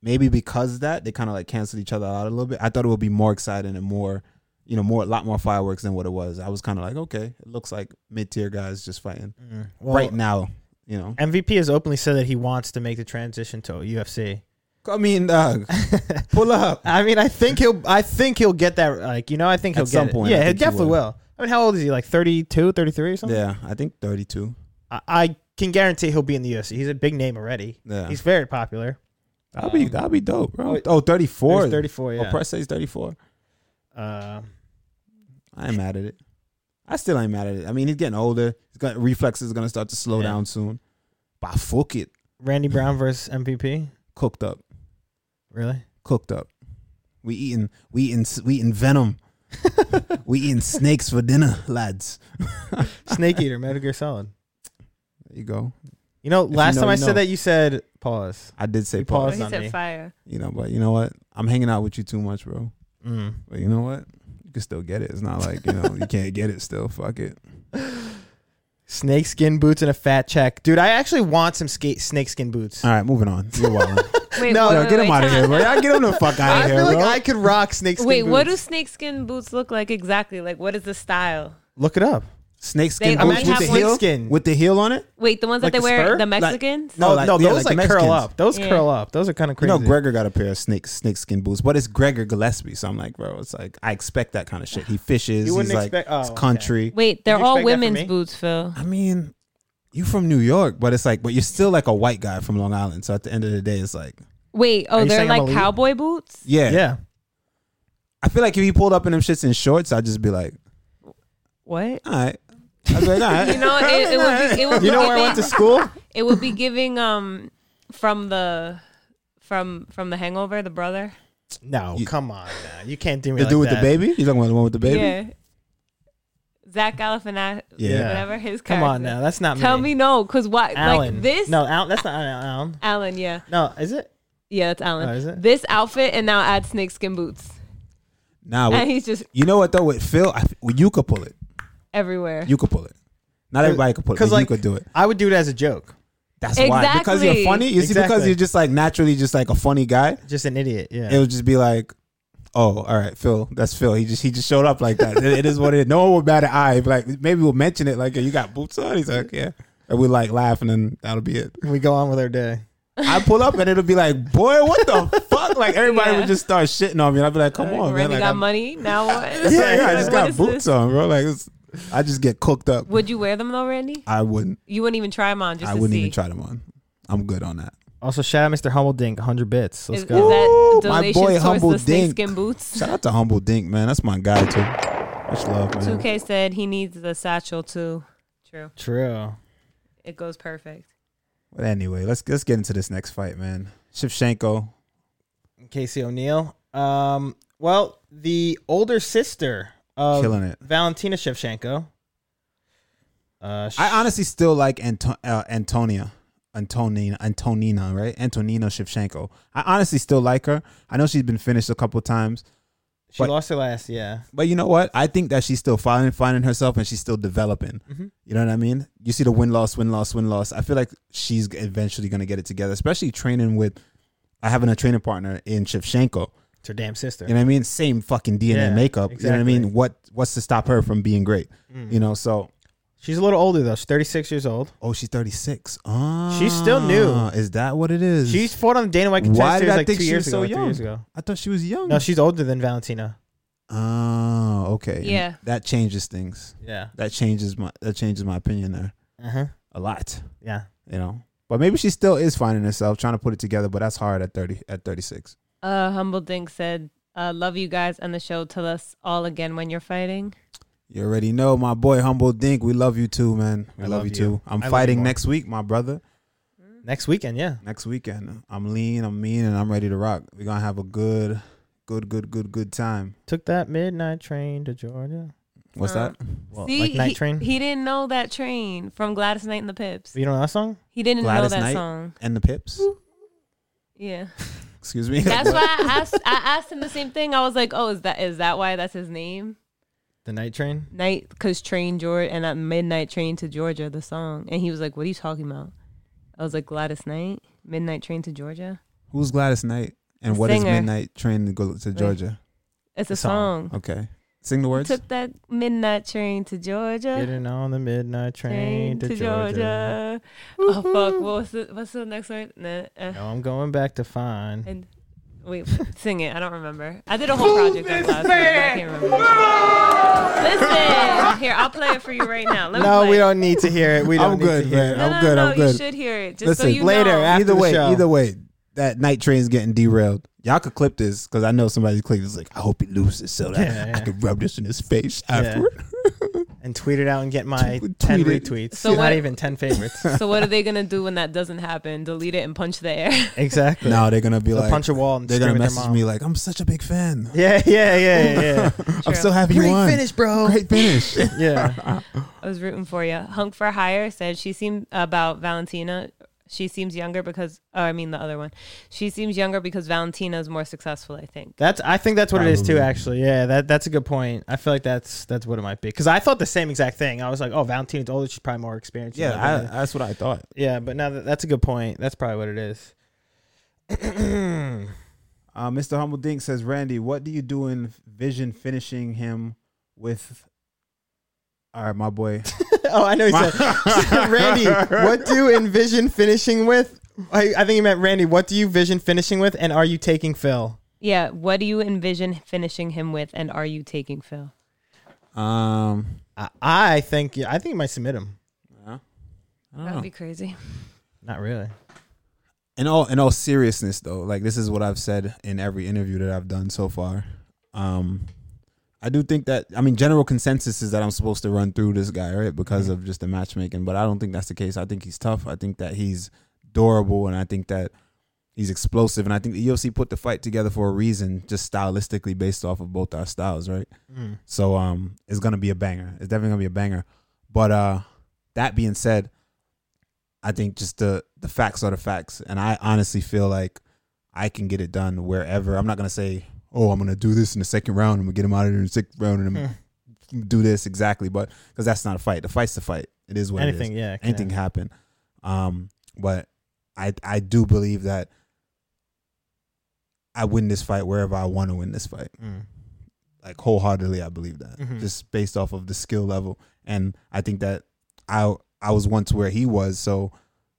maybe because of that they kind of like canceled each other out a little bit. I thought it would be more exciting and more, you know, more a lot more fireworks than what it was. I was kind of like, okay, it looks like mid tier guys just fighting
Mm. Well,
right now. You know,
MVP has openly said that he wants to make the transition to UFC.
I mean, uh, (laughs) dog, pull up.
I mean, I think he'll. I think he'll get that. Like you know, I think he'll
At
get
some
it.
point, I
Yeah, he
think he
definitely
will.
will. I mean, how old is he? Like 32, 33 or something.
Yeah, I think thirty two.
I, I can guarantee he'll be in the UFC. He's a big name already.
Yeah,
He's very popular. Um,
that'd be that'd be dope, bro. Oh, 34.
He's thirty four. Yeah.
Oh, press says thirty four.
Uh,
I ain't mad at it. I still ain't mad at it. I mean, he's getting older. His got reflexes gonna start to slow
Yeah.
down soon. But fuck it,
Randy Brown versus MVP.
cooked up,
Really?
cooked up. We eating, we eating, we eating
(laughs)
venom. we eating snakes for dinner, lads.
Snake Eater, Metal Gear Solid.
There you go.
You know,
If you
last
know,
time I
you know.
said that, you said pause.
I did say
We
pause.
Oh,
paused.
he
on
said
me.
fire.
You know, but you know what? I'm hanging out with you too much, bro.
Mm.
But you know what? You can still get it. It's not like you know you can't get it. Still, fuck it.
Snake skin boots and a fat check, dude. I actually want some skate snake skin boots.
All right, moving on. You're wild.
(laughs)
Wait,
No,
wait,
Yo,
wait,
get
wait,
him out of
time
here,
(laughs)
bro. Y'all get him the fuck out
(laughs) I
of
feel
here,
like
bro.
I could rock snake skin
Wait,
boots.
what do snakeskin boots look like exactly? Like, what is the style?
Look it up.
Snake skin
They-
boots
Imagine
with the
having
heel
skin.
with the heel on it.
Wait, the ones
Like
that
the
they wear,
spur?
the
Like-
Mexicans?
No,
No,
like-
Oh, no,
yeah,
those
like
like, curl
Mexicans.
up. Those
Yeah.
curl up. Those are kind of crazy.
You know, Gregor got a pair of snake snake skin boots, but it's Gregor Gillespie, so I'm like, bro, it's like I expect that kind of shit.
(sighs)
He fishes.
You wouldn't
he's like
expect- oh,
it's
okay.
country.
Wait,
Did
they're
you
all
expect that from me?
women's boots, Phil.
I mean, you from New York, but it's like, but you're still like a white guy from Long Island. So at the end of the day, it's like,
Wait,
Are
oh,
you
they're
saying I'm
like
elite?
cowboy boots?
yeah,
yeah.
I feel like if he pulled up in them shits in shorts, I'd just be like,
What?
all right. I'd be like, all right.
(laughs)
(laughs)
You know, it, it would be, it would be
You know where I went to
giving, (laughs)
school?
it would be giving um from the from from the Hangover, the brother.
No,
You-
come on, now. you can't do me
the
like
dude with the
that.
baby? You talking about the one with the baby?
Yeah. Zach Galifianakis,
Yeah.
whatever his
Come on
character.
now, that's not
Tell me no, cause why?
Alan.
Like this,
No, Alan. That's not Alan.
Alan, yeah.
No, is it?
Yeah, that's Alan.
Oh, is it?
This outfit, and now add snakeskin boots,
Now,
and he's just
you know what though? With Phil, I, well, you could pull it.
everywhere.
You could pull it. Not everybody could pull it, but
Because like
you could do it.
I would do it as a joke.
That's why because you're
Exactly.
funny. You see, because
Exactly.
you're just like naturally just like a funny guy.
Just an idiot. Yeah.
It would just be like, oh, all right, Phil. That's Phil. He just he just showed up like that. it it is what it is. No one would bat an eye. But like maybe we'll mention it. Like, "Yo, you got boots on. He's like, yeah. And we like laugh, and then that'll be
(laughs)
it.
we go on with our day.
I pull up, and it'll be like, boy, what the fuck? Like everybody
Yeah.
would just start shitting on me. And I'd be like, come
Like,
on, Oh, man.
already
Like,
got
I'm-
money. Now
(laughs)
what?
yeah, yeah, I just
Like, what
got
is
boots
this?
on, bro. Like it's, I just get cooked up.
Would you wear them though, Randy?
I wouldn't.
You wouldn't even try them on just
I
to
wouldn't
see.
even try them on. I'm good on that.
Also, shout out Mr. Hummeldink, 100 bits. Let's
Is, is
go.
Ooh,
that
my
donation
boy
source
Humble
the
Dink. (laughs)
snakeskin boots?
Shout out to Humble Dink, man. That's my guy too. Much love, man.
2K said he needs the satchel too. True.
True.
It goes perfect.
But anyway, let's let's get into this next fight, man. Shevchenko.
Casey O'Neill. Um, well, the older sister of
Killing it.
Valentina Shevchenko. Uh, sh-
I honestly still like Anto- uh, Antonia. Antonina, Antonina, right? Antonina Shevchenko. I honestly still like her. I know she's been finished a couple times,
she
but-
lost her last, yeah.
but you know what? I think that she's still finding finding herself and she's still developing.
Mhm.
You know what I mean? You see the win loss, win loss, win loss. I feel like she's eventually gonna get it together, especially training with I having a training partner in Shevchenko.
It's her damn sister.
You know what I mean? Same fucking DNA
Yeah,
makeup. You know what I
exactly. Mm.
mean? What what's to stop her from being great? You know, so
She's a little older, though. She's 36 years old.
oh she's thirty six. Ah,
She's still new.
Is that what it is?
She fought on the Dana White
Why did
Contender Series
I
like
think
two
she
years
was so
ago, like three
young?
years ago.
I thought she was young.
No, she's older than Valentina.
oh, okay.
Yeah.
That changes things.
Yeah.
That changes my that changes my opinion there
Uh huh.
a lot.
Yeah.
You know? But maybe she still is finding herself, trying to put it together, but that's hard at thirty at thirty six.
Uh, Humble Dink said, uh, "Love you guys and the show. Tell us all again when you're fighting."
You already know, my boy Humble Dink. We love you too, man. We
I
love,
love
you
you.
too. I'm
I love you
fighting
more.
next week, my brother.
Next weekend, yeah.
next weekend. I'm lean, I'm mean, and I'm ready to rock. We're gonna have a good, good, good, good, good time.
Took that midnight train to Georgia.
What's
Uh,
that?
Well, like Night
he,
Train.
He didn't know that train from Gladys Knight and the Pips.
You know that song?
He didn't
Gladys
know that
Knight?
song.
And the pips?
(laughs)
Yeah,
Excuse me.
that's why I asked. I asked him the same thing. I was like, "Oh, is that is that why that's his name?
The Night Train?
Night because train Georgia and that midnight train to Georgia, the song." And he was like, "What are you talking about?" I was like, "Gladys Knight, midnight train to Georgia.
(laughs) Who's Gladys Knight? And what is
Singer.
midnight train to go to Georgia?
It's a,
The
song.
song.
Okay, sing the words.
Took that midnight train to Georgia."
Getting on the midnight train, to, Georgia.
Oh fuck! What was the, what's the next word? Nah, uh,
No, I'm going back to find.
And wait, sing it. I don't remember. I did a whole project on class, but I can't remember. Listen, here I'll play it for you right now. Let me
No,
play
we
it.
don't need to hear (laughs) it. We don't
I'm
need
good,
to hear
man.
it.
No,
I'm
no,
good,
No,
I'm
you
good.
should hear it. Just so
Listen,
you
later,
Know.
after
either
the
way,
show.
either way, that night train's getting derailed. Y'all could clip this because I know somebody's clipped. It's like I hope he loses so that
Yeah,
I
yeah.
can rub this in his face
Yeah.
afterward.
And tweet it out and get my
Tweet
10
it.
retweets.
So
Not
what-
even 10 (laughs) favorites.
so what are they gonna do when that doesn't happen? Delete it and punch the air. (laughs)
exactly.
now they're gonna be
They'll
like,
punch a wall and
they're gonna
scream at their
message
mom.
me like, I'm such a big fan.
Yeah, yeah, yeah, yeah, (laughs) yeah.
I'm so happy you
Great
won.
finish, bro.
Great
(laughs)
finish.
Yeah.
I was rooting for you. Hunk for Hire said she seemed about Valentina. She seems younger because, oh, I mean the other one. She seems younger because Valentina is more successful. I think.
That's I think that's what it is too
Probably.
actually. Yeah, that that's a good point. I feel like that's that's what it might be cuz I thought the same exact thing. I was like, "Oh, Valentina's older, she's probably more experienced."
Yeah, I, that's what I thought.
yeah, but now that, that's a good point. That's probably what it is.
(clears throat)
(laughs)
Uh, Mr. Humble Dink says, Randy, what do you do in vision finishing him with? All right, my
(laughs)
boy.
oh, I know he
My-
said, (laughs) Randy, what do you envision finishing with? I, I think he meant Randy. What do you vision finishing with, and are you taking Phil?
Yeah. What do you envision finishing him with, and are you taking Phil?
Um,
I, I think yeah, I think you might submit him.
I don't
That'd
know.
be crazy.
Not really.
in all in all seriousness, though, like this is what I've said in every interview that I've done so far. Um, I do think that I mean general consensus is that I'm supposed to run through this guy, right? Because of just the matchmaking, but I don't think that's the case. I think he's tough. I think that he's durable, and I think that he's explosive. And I think the UFC put the fight together for a reason, just stylistically based off of both our styles, right?
Mm.
So um, it's gonna be a banger. It's definitely gonna be a banger. But uh, that being said, I think just the the facts are the facts, and I honestly feel like I can get it done wherever. I'm not gonna say, oh, I'm gonna do this in the second round. I'm gonna get him out of there in the sixth round
Hmm.
and I'm do this exactly, but because that's not a fight. The fight's the fight. It is what it is
Anything, yeah. it can
anything happen. Um, but I I do believe that I win this fight wherever I want to win this fight.
happen.
Like wholeheartedly, I believe that
Mhm.
just based off of the skill level, and I think that I I was once where he was, so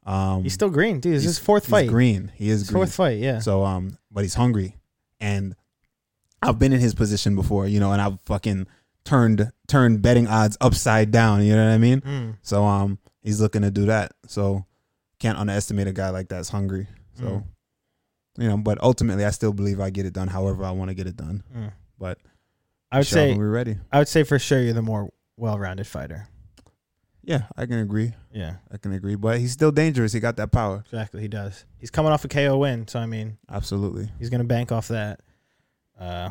um,
Mm. He's still green, dude. It's
he's-
his fourth
he's
fight.
green. He is
His
green.
fourth fight, yeah.
So um, but he's hungry, and I've been in his position before, you know, and I've fucking turned turned betting odds upside down. You know what I mean?
Mm.
So um, he's looking to do that. So can't underestimate a guy like that's hungry. So
Mm.
you know, but ultimately, I still believe I get it done. However, I want to get it done.
Mm.
But
I would
show up
say
when we're ready.
I would say for sure you're the more well-rounded fighter.
Yeah, I can agree.
Yeah,
I can agree. But he's still dangerous. He got that power.
exactly. He does. He's coming off a KO win, so I mean,
Absolutely.
he's gonna bank off that. Uh,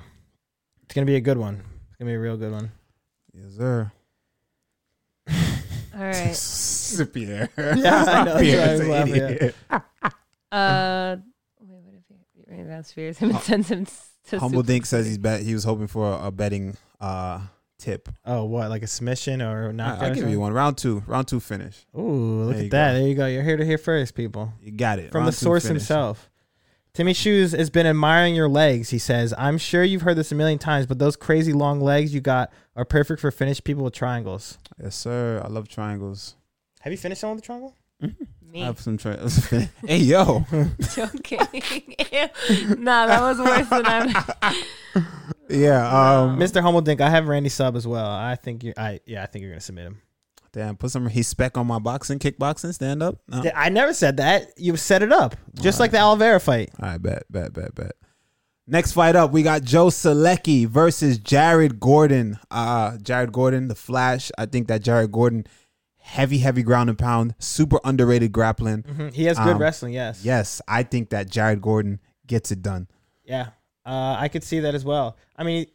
it's gonna be a good one. It's gonna be a real good one.
Yes, sir.
All
(laughs)
right.
Sippy air.
(laughs) Yeah, I know, that's why I was laughing, yeah.
Uh, wait, what if he ran down Spears (laughs) him and sends him s- to
Humble
Super-
Dink says he's bet. He was hoping for a, a betting uh tip.
Oh, what like a submission or a knockout?
I, will
or
give you
something?
one. Round two. Round two finish.
Ooh, look
There you
at that.
go.
There you go. You're here to hear first, people.
You got it
From
Round
the
two
source
finish.
himself. Timmy Shoes has been admiring your legs, he says. I'm sure you've heard this a million times, but those crazy long legs you got are perfect for finished people with triangles.
Yes, sir. I love triangles.
Have you finished someone with a triangle?
Me.
I have some triangles. (laughs) hey,
(laughs)
yo.
(laughs)
(laughs)
joking. Ew. nah, that was worse than I.
(laughs) Yeah. Um.
Mr. Hummeldink, I have Randy Sub as well. I think you I yeah, I think you're gonna submit him.
Damn. Put some respect on my boxing, kickboxing, stand up. No.
Th- I never said that. You set it up. Just like the Oliveira fight.
All right, bet, bet, bet, bet. Next fight up, we got Joe Selecki versus Jared Gordon. Uh Jared Gordon, the Flash. I think that Jared Gordon, heavy, heavy ground and pound, super underrated grappling.
Mhm. He has good
Um,
wrestling, yes.
Yes, I think that Jared Gordon gets it done.
Yeah, uh, I could see that as well. I mean,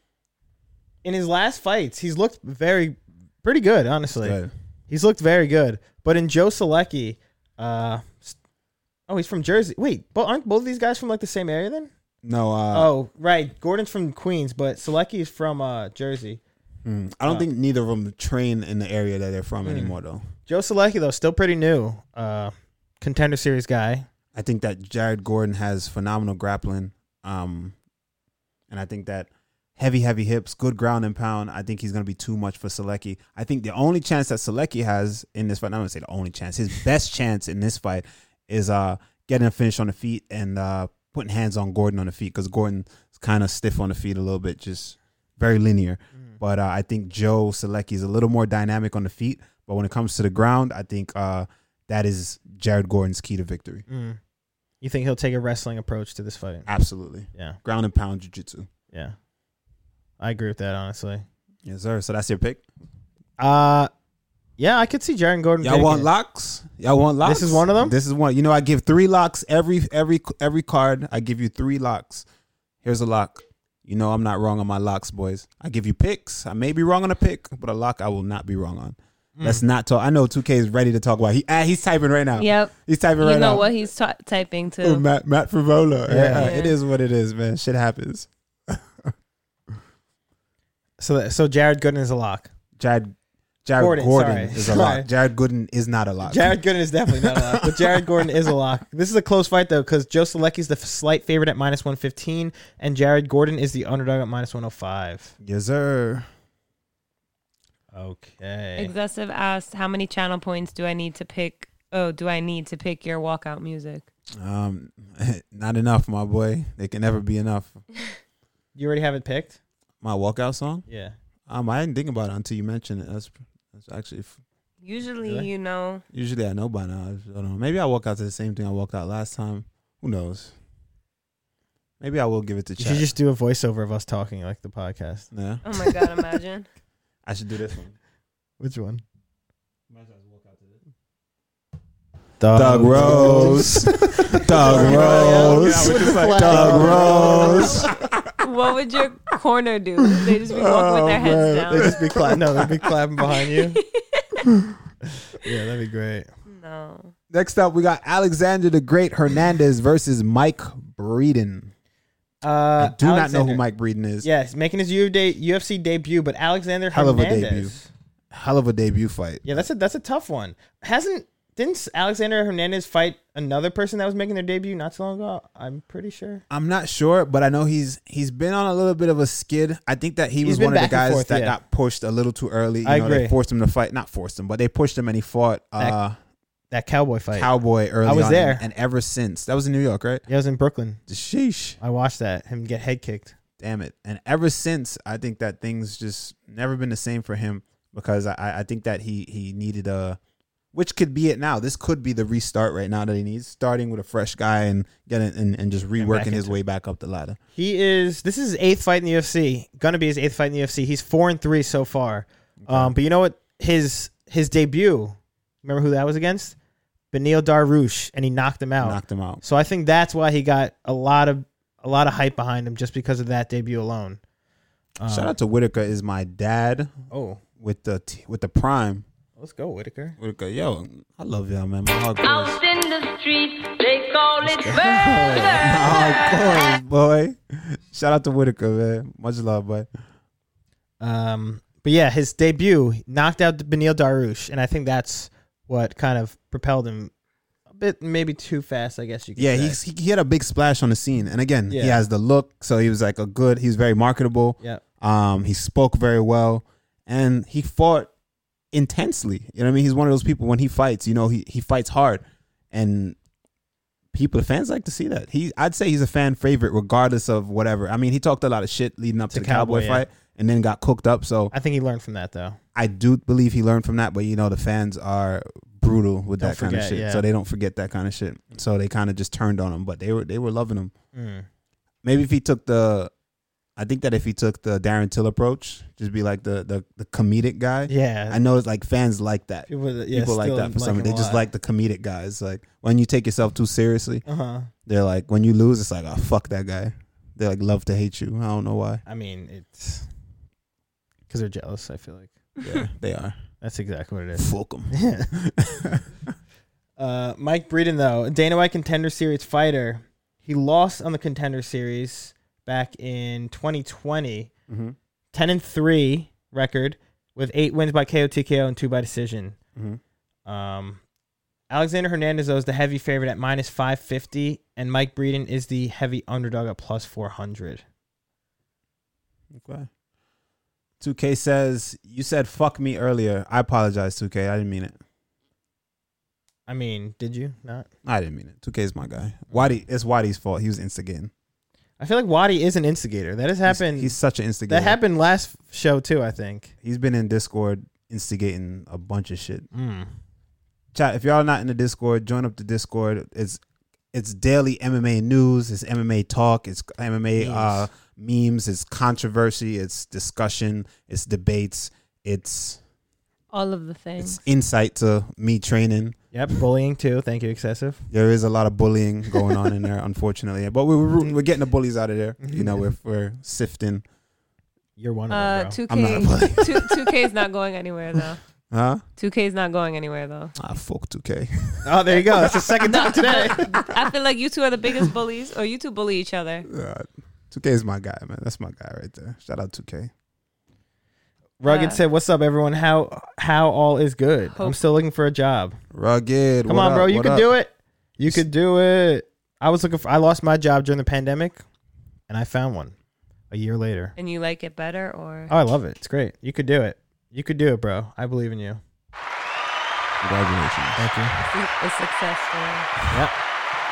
in his last fights, he's looked very, pretty good. Honestly,
Good.
he's looked very good. But in Joe Selecki, uh, s- oh, he's from Jersey. Wait, but aren't both of these guys from like the same area then?
No, uh,
oh, right. Gordon's from Queens, but Selecki is from uh, Jersey.
mm, I don't think neither of them train in the area that they're from anymore, though.
Joe Selecki though, still pretty new. Uh, contender series guy.
I think that Jared Gordon has phenomenal grappling. Um, and I think that heavy, heavy hips, good ground and pound. I think he's going to be too much for Selecki. I think the only chance that Selecki has in this fight, I'm going to say the only chance, his best chance in this fight is uh, getting a finish on the feet and uh, putting hands on Gordon on the feet because Gordon's kind of stiff on the feet a little bit, just very linear. But uh, I think Joe Selecki is a little more dynamic on the feet. But when it comes to the ground, I think uh, that is Jared Gordon's key to victory.
Mm. You think he'll take a wrestling approach to this fight?
Absolutely.
Yeah,
Ground and pound jujitsu.
yeah. I agree with that honestly.
Yes, sir. So that's your pick.
Uh, yeah, I could see Jaron Gordon.
Y'all
taking
want
it.
locks? Y'all want locks?
This is one of them?
This is one. You know, I give three locks every every every card. I give you three locks. Here's a lock. You know I'm not wrong on my locks, boys. I give you picks. I may be wrong on a pick, but a lock I will not be wrong on. Let's not talk. I know 2K is ready to talk about. He ah, he's typing right now.
Yep.
he's typing
You
right
know
now.
what he's ta- typing
Oh,
too.
Matt Matt Favola.
Yeah.
it is what it is, man. Shit happens.
So, that, so Jared Gooden is a lock.
Jared Jared Gordon,
Gordon, sorry.
is a
Sorry.
lock. Jared Gooden is not a lock.
Jared Gooden is definitely not a lock, but Jared Gordon is a lock. (laughs) This is a close fight though, because Joe Selecki's the f- slight favorite at minus one fifteen, and Jared Gordon is the underdog at minus one hundred five.
yes, sir.
Okay.
Excessive asked, "How many channel points do I need to pick? Oh, do I need to pick your walkout music?
Um, (laughs) not enough, my boy. They can never be enough.
You already have it picked.
My walkout song.
Yeah.
Um, I didn't think about it until you mentioned it. That's that's actually f-
Usually,
Really?
you know,
usually I know by now. I don't know. Maybe I walk out to the same thing I walked out last time. Who knows? Maybe I will give it to
You
Chad.
should just do a voiceover of us talking like the podcast.
yeah,
oh my god,
(laughs)
imagine
I should do this one.
Which one?
Doug Rose.
(laughs)
(laughs)
Doug Rose. Doug Rose. (laughs)
what would your corner do? They just be walking with their heads
Oh, man.
(laughs)
down.
They just be clapping. No, they'd be clapping behind you. Yeah, that'd be great.
No.
Next up, we got Alexander the Great Hernandez versus Mike Breeden.
Uh,
I do not know
Alexander.
who Mike Breeden is.
Yes, making his U de- UFC debut, but Alexander
Hell of a
Hernandez.
debut. Hell of a debut fight.
Yeah, that's a that's a tough one. Hasn't didn't Alexander Hernandez fight another person that was making their debut not so long ago? I'm pretty sure.
I'm not sure, but I know he's he's been on a little bit of a skid. I think that he
He's
was
been
one of the
back and
guys
forth,
that
yeah.
got pushed a little too early. You
I
know,
agree.
they forced him to fight, not forced him, but they pushed him and he fought uh,
That cowboy fight.
Cowboy early.
was
on,
there.
and ever since that was in New York, right?
yeah, I was in Brooklyn.
Sheesh,
I watched that him get head kicked.
damn it! And ever since, I think that things just never been the same for him because I I think that he he needed a. Which could be it now. This could be the restart right now that he needs, starting with a fresh guy and getting and, and just reworking his
into
way back up the ladder.
He is this is his eighth fight in the UFC. Gonna be his eighth fight in the UFC. He's four and three so far. Um, but you know what? His his debut. Remember who that was against? Benil Darush, and he knocked him out.
Knocked him out.
So I think that's why he got a lot of a lot of hype behind him just because of that debut alone. Um,
Shout out to Whitaker is my dad.
Oh,
with the t- with the prime.
let's go, Whitaker.
Whitaker, yo, I love y'all, man. My hard boys. (laughs)
Out in the street, they call it murder.
My hard boys, boy. Shout out to Whitaker, man. Much love, boy.
Um, but yeah, his debut knocked out Benil Darush, and I think that's what kind of propelled him a bit, maybe too fast. I guess you. Could
Yeah,
say.
he's, he he had a big splash on the scene, and again,
Yeah.
he has the look, so he was like a good. He's very marketable.
yeah.
Um, he spoke very well, and he fought intensely. You know what I mean? He's one of those people when he fights, you know, he he fights hard, and people, the fans like to see that. He, I'd say he's a fan favorite, regardless of whatever. I mean, he talked a lot of shit leading up to, the Cowboy,
Cowboy, yeah.
fight, and then got cooked up. So
I think he learned from that though.
I do believe he learned from that, but you know the fans are brutal with
Don't
that kind of
forget,
shit,
yeah.
so they don't forget that kind of shit. So they kind of just turned on him, but they were they were loving him.
Mm.
Maybe if he took the, I think that if he took the Darren Till approach, just be like the the, the comedic guy.
Yeah,
I know it's like fans like that. People,
people, yeah,
like
still
that for some.
him
They
a
just
lot.
like the comedic guys. Like when you take yourself too seriously,
Uh-huh.
they're like when you lose, it's like oh fuck that guy. They like love to hate you. I don't know
(laughs)
why.
I mean, it's because they're jealous. I feel like
Yeah, they are.
that's exactly what it
(laughs)
is.
Fuck
(laughs)
'em.
Yeah. Uh, Mike Breeden, though, Dana White Contender Series fighter. He lost on the Contender Series back in 2020.
Mhm.
10 and 3 record with eight wins by KO, TKO, and two by decision.
Mhm.
Um, Alexander Hernandez, though, is the heavy favorite at minus 550, and Mike Breeden is the heavy underdog at plus 400.
Okay. 2K says, You said fuck me earlier. I apologize, 2K. I didn't mean it.
I mean, did you not?
I didn't mean it. 2K is my guy. Waddy, it's Waddy's fault. He was instigating.
I feel like Wadi is an instigator. That has happened.
He's, he's such an instigator.
that happened last show, too, I think.
He's been in Discord instigating a bunch of shit.
Mm.
Chat, if y'all not in the Discord, join up the Discord. It's it's daily MMA news, it's MMA talk, it's MMA uh memes, it's controversy, it's discussion, it's debates, it's
All of the things.
it's insight to me training.
Yep, bullying, too. Thank you, excessive.
there is a lot of bullying going on in there, (laughs) unfortunately. But we're we're, we're getting the bullies out of there. You know, we're we're sifting.
You're one of them,
Uh,
bro.
two
I'm not a
K.
bully.
(laughs) Two K is not going anywhere though.
Huh?
Two K is not going anywhere though.
Ah, fuck 2K.
Oh, there you go. That's the second time today.
I feel like you two are the biggest bullies, or you two bully each other.
Uh, 2K is my guy, man. That's my guy right there. Shout out 2K.
Rugged
(laughs) Yeah.
said, "What's up, everyone? How how all is good? I'm
Hope-
still looking for a job.
Rugged.
Come on, bro. You could do it. You could do it. I was looking for. I lost my job during the pandemic, and I found one a year later.
And you like it better, or
Oh, I love it. It's great. You could do it. You could do it, bro. I believe in you.
Congratulations.
Thank you.
Ah.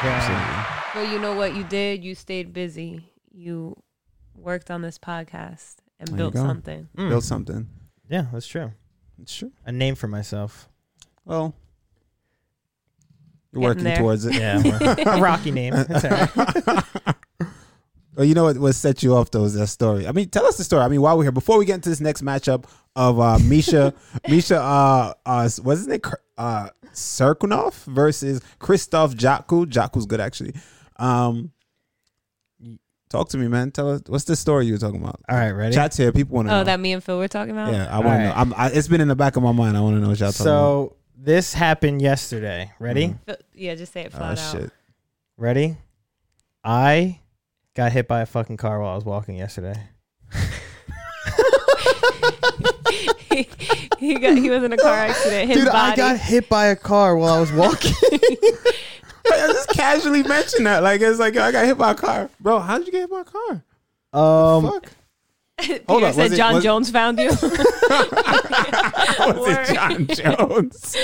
it's
Yep.
successful.
Yeah.
Absolutely.
Well, you know what you did. You stayed busy. You worked on this podcast and
There you
built
go.
something.
Mm.
Build something.
Yeah, that's true.
Sure.
A name for myself.
Well, you're working
Getting there.
towards
(laughs)
it.
Yeah, a rocky name. That's all right.
Well, you know what, what set you off though is that story. I mean, tell us the story. I mean, while we're here, before we get into this next matchup of uh,
(laughs)
Misha, Misha, uh, uh, what's his name? Kr- Uh, Serkunov versus Christoph Jaku. Jaku's good actually. Um, talk to me, man. Tell us what's the story you were talking about.
All right, ready.
Chat's here. People want to.
Oh,
know.
that me and Phil were talking about.
Yeah, I want
All
to
right.
know. I'm, I, it's been in the back of my mind. I want to know what y'all talking about.
So This happened yesterday. Ready?
F- Yeah, just say it
Oh
flat out.
shit.
Ready? I got hit by a fucking car while I was walking yesterday.
(laughs) he, he got he was in a car accident. His
Dude,
body.
I got hit by a car while I was walking.
(laughs)
(laughs)
I just casually mentioned that. Like it's like yo, I got hit by a car, bro. How did you get hit by a car?
(laughs) um,
Fuck. (laughs) (laughs) Hold
Peter
on, was
said
it-
John
was-
Jones found you (laughs)
(laughs)
Was it John Jones?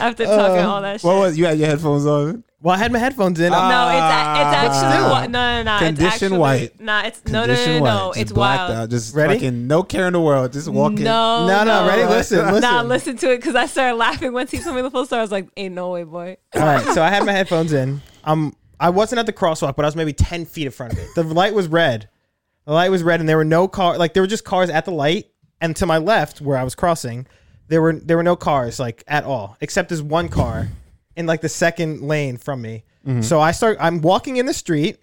after talking
Um,
all that shit.
what was you had your headphones on?
well, I had my headphones in.
Ah.
I'm-
no, it's a, it's actually
Ah.
whi- no no no. it's
Condition
actually,
white.
Nah, it's no no no no. no.
Just
It's
blacked
wild.
Out. Just
Ready?
fucking no care in the world. Just walking.
No,
no, no, ready? Listen, listen.
Nah, listen to it because I started laughing once he told me the full story. I was like, "Ain't no way, boy."
All right, so I had my headphones in. Um, I wasn't at the crosswalk, but I was maybe ten feet in front of it. The light was red. The light was red, and there were no car. Like there were just cars at the light, and to my left, where I was crossing, there were there were no cars like at all, except this one car in like the second lane from me. So I start. I'm walking in the street.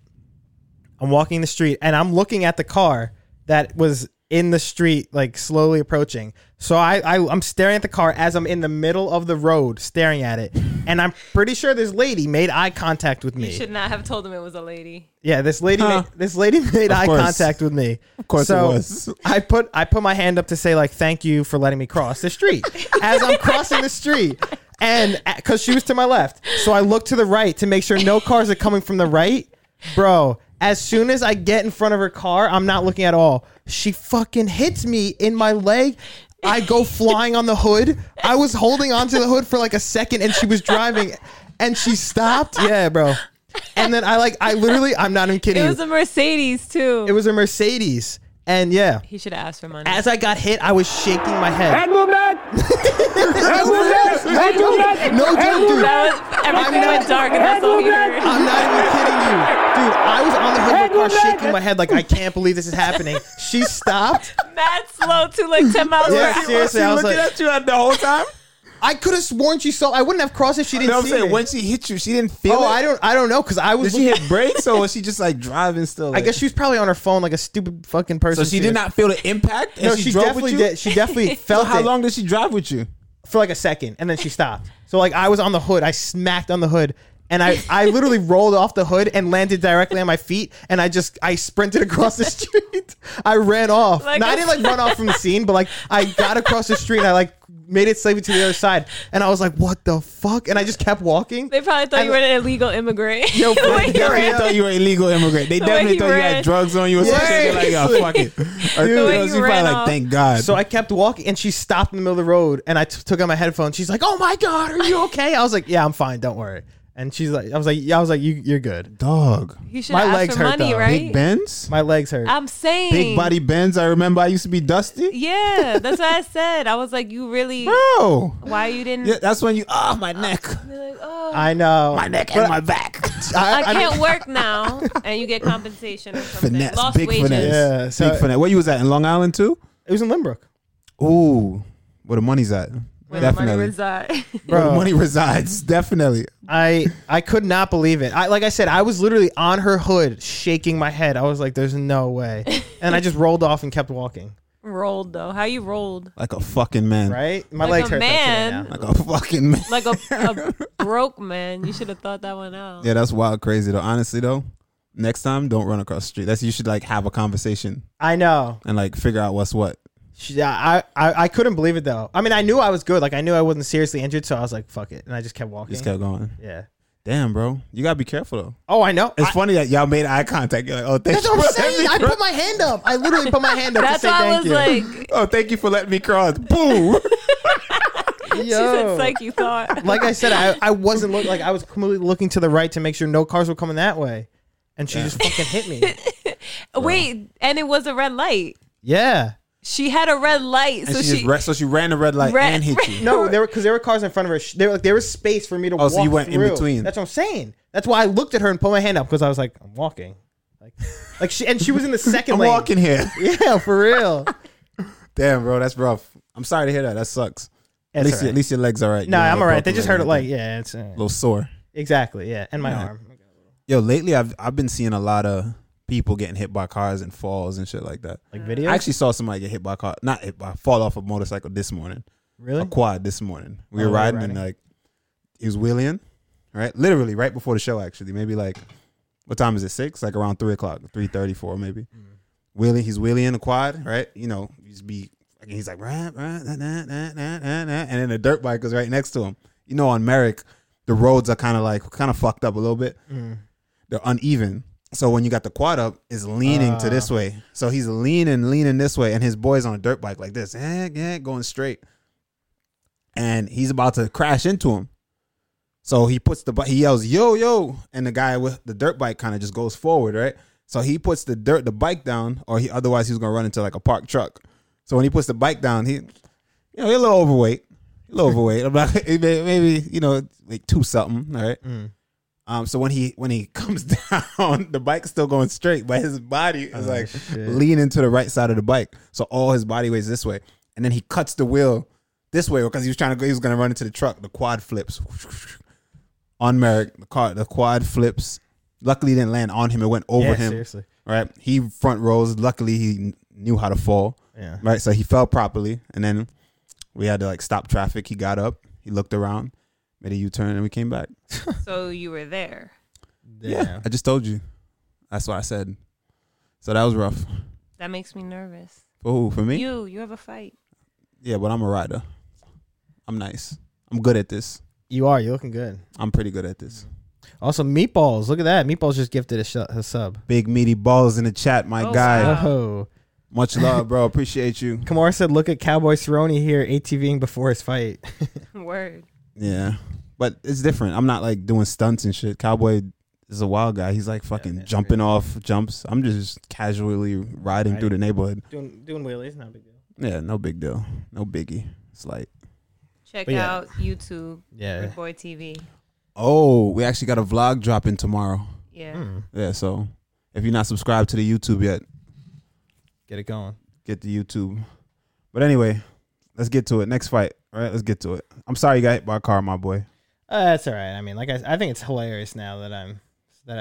I'm walking the street, and I'm looking at the car that was in the street, like slowly approaching. So I, I I'm staring at the car as I'm in the middle of the road, staring at it, and I'm pretty sure this lady made eye contact with me.
You should not have told him it was a lady.
Yeah, this lady,
Huh.
made, this lady (laughs) made eye
course.
contact with me. Of
course it was.
I put I put my hand up to say like thank you for letting me cross the street as I'm crossing the street, and because she was to my left, so I look to the right to make sure no cars are coming from the right, bro. As soon as I get in front of her car, I'm not looking at all. She fucking hits me in my leg. I go flying on the hood. I was holding onto the hood for like a second, and she was driving, and she stopped. Yeah, bro. And then I like I literally I'm not even kidding.
It
you.
was a Mercedes too.
It was a Mercedes. And yeah,
he should have asked for money.
as I got hit, I was shaking my head.
(laughs)
No joke, dude.
(laughs) that was, everything went dark, and that's all he heard. (laughs)
I'm not even kidding you. Dude, I was on the hood of the car shaking my head like, I can't believe this is happening. She stopped.
Mad slow too, like ten miles
Yeah,
per hour.
seriously. I was
looking
like,
at you at the whole time.
I could have sworn she saw. I wouldn't have crossed if
(laughs)
she
You
didn't
know what I'm
see
saying?
me.
When she hit you, she didn't feel
oh,
it.
I don't, I don't know, cause I was.
Did she hit brakes or was she just like driving still?
I
Like,
guess she was probably on her phone like a stupid fucking
so.
person.
She did not feel the impact. And
No,
she,
she,
drove
definitely
with you?
did. She
(laughs) So
definitely felt
how
it.
long did she drive with you?
for like a second and then she stopped. So like I was on the hood, I smacked on the hood and I, I literally (laughs) rolled off the hood and landed directly on my feet and I just I sprinted across the (laughs) street. I ran off.
Like
no, I didn't like run off from the scene, but like I got across the street and I like made it safely to the other side and I was like, what the fuck? And I just kept walking.
They probably thought
And-
you were an illegal immigrant. (laughs)
Yo,
The
bro,
way
they
you
definitely
uh,
ran.
thought you were an illegal immigrant. They
way
definitely
he
thought you
ran.
had drugs on you or
Yeah.
something. They're like, oh, fuck it. Or
The way
she
you
probably
ran
like,
off.
thank God.
So I kept walking, and she stopped in the middle of the road, and I t- took out my headphones. She's like, "Oh my god, are you okay?" I was like, "Yeah, I'm fine. Don't worry." And she's like, "I was like, yeah, I was like, you, you're good.
Dog.
You should
My
have asked
legs
for
hurt,
money,
though.
Big
right?
Benz?
My legs hurt."
I'm saying
Big body Benz. I remember I used to be dusty.
Yeah, that's what I said. I was like, you really
Bro.
why you didn't
Yeah, that's when you, oh, my neck.
be like, oh, I,
I know.
My neck and my (laughs) back.
I, I-
can't
(laughs)
work now, and you get compensation or something.
finesse.
Lost
big
wages.
finesse.
Yeah, so-
big finesse. Where you was at? In Long Island too?
It was in Limbrook.
Ooh. Where the money's at.
Where the money
Definitely.
reside. (laughs)
Where the
Bro.
money resides. Definitely.
I I could not believe it. I like I said, I was literally on her hood, shaking my head. I was like, "There's no way," and I just rolled off and kept walking.
rolled though. How you rolled?
Like a fucking man.
Right, my legs
Like a
hurt. Man.
man.
Like a fucking man.
Like a,
(laughs)
a broke man. You should have thought that one out.
Yeah, that's wild crazy though. Honestly though, next time don't run across the street. That's you should like have a conversation
I know.
and like figure out what's what.
She, I, I I couldn't believe it though. I mean, I knew I was good. Like I knew I wasn't seriously injured, so I was like, "Fuck it," and I just kept walking.
Just kept going.
yeah.
Damn, bro. You gotta be careful though.
Oh, I know.
It's
I-
funny that y'all made eye contact. You're like, oh thank
that's
you. (laughs)
what I'm
for letting
saying.
me
I
cross.
put my hand up. I literally put my hand up
That's
to say
why I
thank
was
you.
like, (laughs)
Oh, thank you for letting me cross.
(laughs)
Boom.
Yo.
it's like you
(laughs)
thought.
like I said, I, I wasn't look, like I was completely looking to the right to make sure no cars were coming that way, and she just fucking hit
(laughs)
me.
Wait, and it was a red light.
Yeah.
She had a red light,
and
so
she,
she,
just ra- so she ran the red light
Ra-
and hit
(laughs)
you.
No, there were because there were cars in front of her. Sh- There, like, there was space for me to.
Oh, so you
walk
went in
through.
between.
That's what I'm saying. That's why I looked at her and put my hand up because I was like, I'm walking. Like, like she and she was in
(laughs)
the 2nd
I'm
lane.
walking here.
(laughs)
(laughs)
Yeah, for real.
Damn, bro, that's rough. I'm sorry to hear that. That sucks. at
That's
least,
all right.
at least your legs are right.
no,
You don't have a
I'm all right. They
broken
just
leg
heard it
or
like,
anything.
yeah, it's uh,
a little sore.
exactly, yeah, and my
Yeah.
arm.
Yo, lately I've I've been seeing a lot of people getting hit by cars and falls and shit like that.
Like video.
I actually saw somebody get hit by a car, not hit by, fall off a motorcycle this morning.
Really?
a quad this morning. We were
Oh, you were
riding, and
riding.
like he was wheeling, right? Literally right before the show, actually. Maybe like what time is it? Six? Like around three o'clock, three thirty four maybe.
Mm-hmm.
Wheeling, he's wheeling the quad, right? You know, he's be and he's like rah, rah, nah, nah, nah, nah, nah, nah. and then the dirt bike is right next to him. You know, on Merrick, the roads are kind of like kind of fucked up a little bit.
Mm-hmm.
They're uneven. So when you got the quad up, it's leaning to
Ah.
this way. So he's leaning, leaning this way, and his boy's on a dirt bike like this, eh, eh, going straight and he's about to crash into him. So he puts the bi- he yells yo yo, and the guy with the dirt bike kind of just goes forward, right? So he puts the dirt the bike down, or he otherwise he was gonna run into like a parked truck. So when he puts the bike down, he you know he's a little overweight, a little overweight. I'm not (laughs) maybe you know like two something, all right?
Mm.
Um, so when he when he (laughs) comes down, the bike's still going straight, but his body is
Oh,
like
shit.
leaning to the right side of the bike. So all his body weighs this way, and then he cuts the wheel this way because he was trying to go. He was going to run into the truck. The quad flips on Merrick. The car, the quad flips. Luckily, it didn't land on him. It went over
Yeah,
him.
seriously.
Right, he front rows. Luckily, he kn- knew how to fall.
Yeah.
Right, so he fell properly, and then we had to like stop traffic. He got up. He looked around, made a U turn, and we came back.
So you were there.
Yeah.
Damn.
I just told you. That's what I said. So that was rough.
That makes me nervous.
Oh, for me?
You, you have a fight. (laughs)
yeah, but I'm a rider. I'm nice. I'm good at this.
You are. You're looking good.
I'm pretty good at this.
Also, meatballs. Look at that. Meatballs just gifted a, sh- a sub.
Big meaty balls in the chat, my
Oh,
guy.
wow.
Oh.
Much love, bro. Appreciate you.
Kamara said, "Look at Cowboy Cerrone here ATVing before his fight."
Word.
Yeah. But it's different. I'm not like doing stunts and shit. Cowboy is a wild guy. He's like fucking
man,
jumping off jumps. I'm just casually riding through the neighborhood.
doing doing wheelies, not a big deal.
Yeah, no big deal. No biggie. It's like
Check
But yeah.
out YouTube,
Yeah.
Boy TV.
Oh, we actually got a vlog dropping tomorrow.
Yeah.
Hmm.
Yeah, so if you're not subscribed to the YouTube yet,
Get it going.
get the YouTube. But anyway, let's get to it. Next fight, all right? Let's get to it. I'm sorry you got hit by a car, my boy.
Uh, that's all right. I mean, like I, I think it's hilarious now that I'm that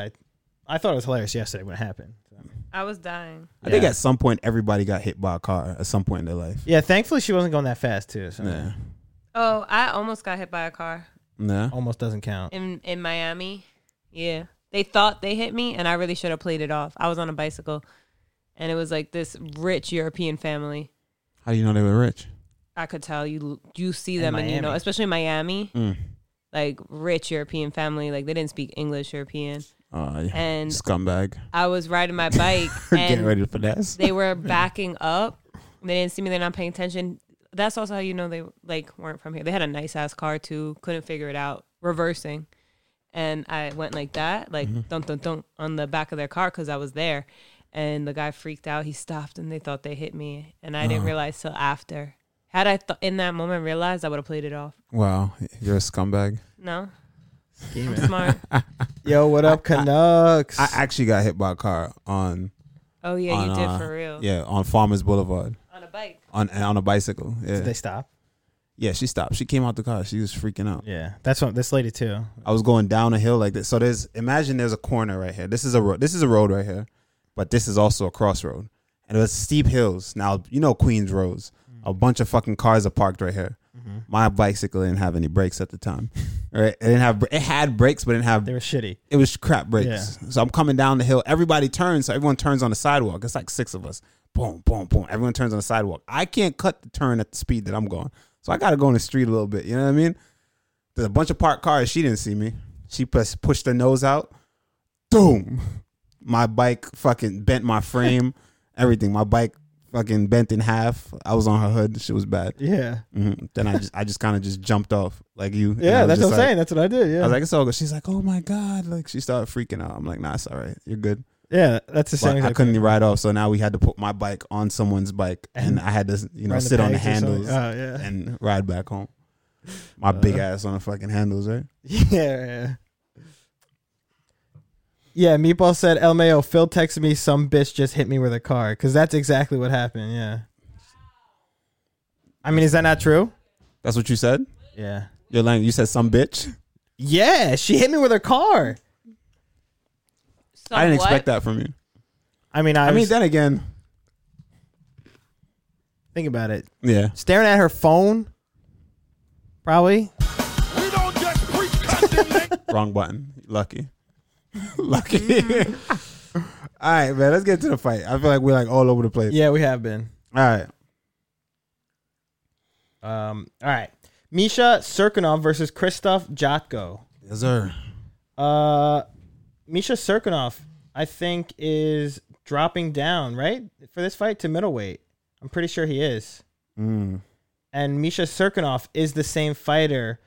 I, I thought it was hilarious yesterday when it happened. So.
I was dying.
I think
Yeah.
at some point everybody got hit by a car at some point in their life.
Yeah, thankfully she wasn't going that fast too. So
Nah,
Oh, I almost got hit by a car
nah.
almost doesn't (laughs) count.
in in Miami. Yeah. They thought they hit me and I really should have played it off. I was on a bicycle and it was like this rich European family.
How do you know they were rich?
I could tell you you see them and you know,
Miami.
especially Miami,
Mm.
like rich European family, like they didn't speak English European.
Uh, yeah.
And (laughs)
scumbag.
I was riding my bike
Getting
and
ready to finesse.
they were backing up. They didn't see me. They're not paying attention. That's also how you know they like weren't from here. They had a nice ass car too. Couldn't figure it out. Reversing, and I went like that, like
Mm-hmm.
dun dun dun on the back of their car because I was there. And the guy freaked out. He stopped, and they thought they hit me, and I
Uh-huh.
didn't realize till after. Had I th- in that moment realized, I would have played it off.
wow, you're a scumbag.
No,
(laughs)
I'm smart.
Yo, what up, Canucks?
I actually got hit by a car on
Oh yeah,
on,
you did
uh,
for real.
Yeah, on Farmers Boulevard
On a bike.
on on a bicycle. Yeah,
Did they stop?
yeah. She stopped. She came out the car. She was freaking out.
Yeah, that's what this lady too.
I was going down a hill like this. So there's imagine there's a corner right here. This is a road. This is a road right here, but this is also a crossroad. And there's steep hills. Now you know Queens roads. A bunch of fucking cars are parked right here. My bicycle didn't have any brakes at the time. (laughs) Right? It didn't have. br- It had brakes, but it didn't have
They were shitty.
it was crap brakes. So I'm coming down the hill. Everybody turns, so everyone turns on the sidewalk. It's like six of us. Boom, boom, boom. Everyone turns on the sidewalk. I can't cut the turn at the speed that I'm going. So I gotta go in the street a little bit. You know what I mean? There's a bunch of parked cars. She didn't see me. She pus- pushed her nose out. Boom. My bike fucking bent my
(laughs)
frame. everything. My bike fucking bent in half. I was on her hood. Shit was bad.
Yeah,
Mhm. Then
(laughs)
I just I just kind of just jumped off like you. And I
yeah,
was
that's
just
what I'm
like-
saying. That's what I did. Yeah,
I was like, it's all good. She's like, oh my god, like she started freaking out. I'm like, nah, it's all right, you're good.
yeah, that's the
But
same.
I
exact-
couldn't ride off, so now we had to put my bike on someone's bike, and,
And
I had to, you know,
Run
sit on the
pegs or
handles
something. Oh yeah, Uh.
and ride back home. My big ass on the fucking handles, right?
yeah, yeah. Yeah, Meatball said, LMAO, Phil texted me, some bitch just hit me with a car. Because that's exactly what happened, yeah. I mean, is that not true?
That's what you said.
Yeah.
Your language. You said some bitch.
Yeah, she hit me with her car.
Some
I didn't
what?
expect that from you.
I mean,
I
I,
mean,
mean,
then again,
think about it.
yeah,
Staring at her phone, Probably.
We don't just preach condemnation.
Wrong button. Lucky. (laughs)
(laughs)
Lucky. all right, man. Let's get to the fight. I feel like we're like all over the place.
Yeah, we have been.
All right.
Um, all right. Misha Serkinov versus Christoph Jotko.
Yes, sir.
Uh, Misha Serkinov, I think, is dropping down, right? For this fight to middleweight. I'm pretty sure he is.
Mm.
and Misha Serkinov is the same fighter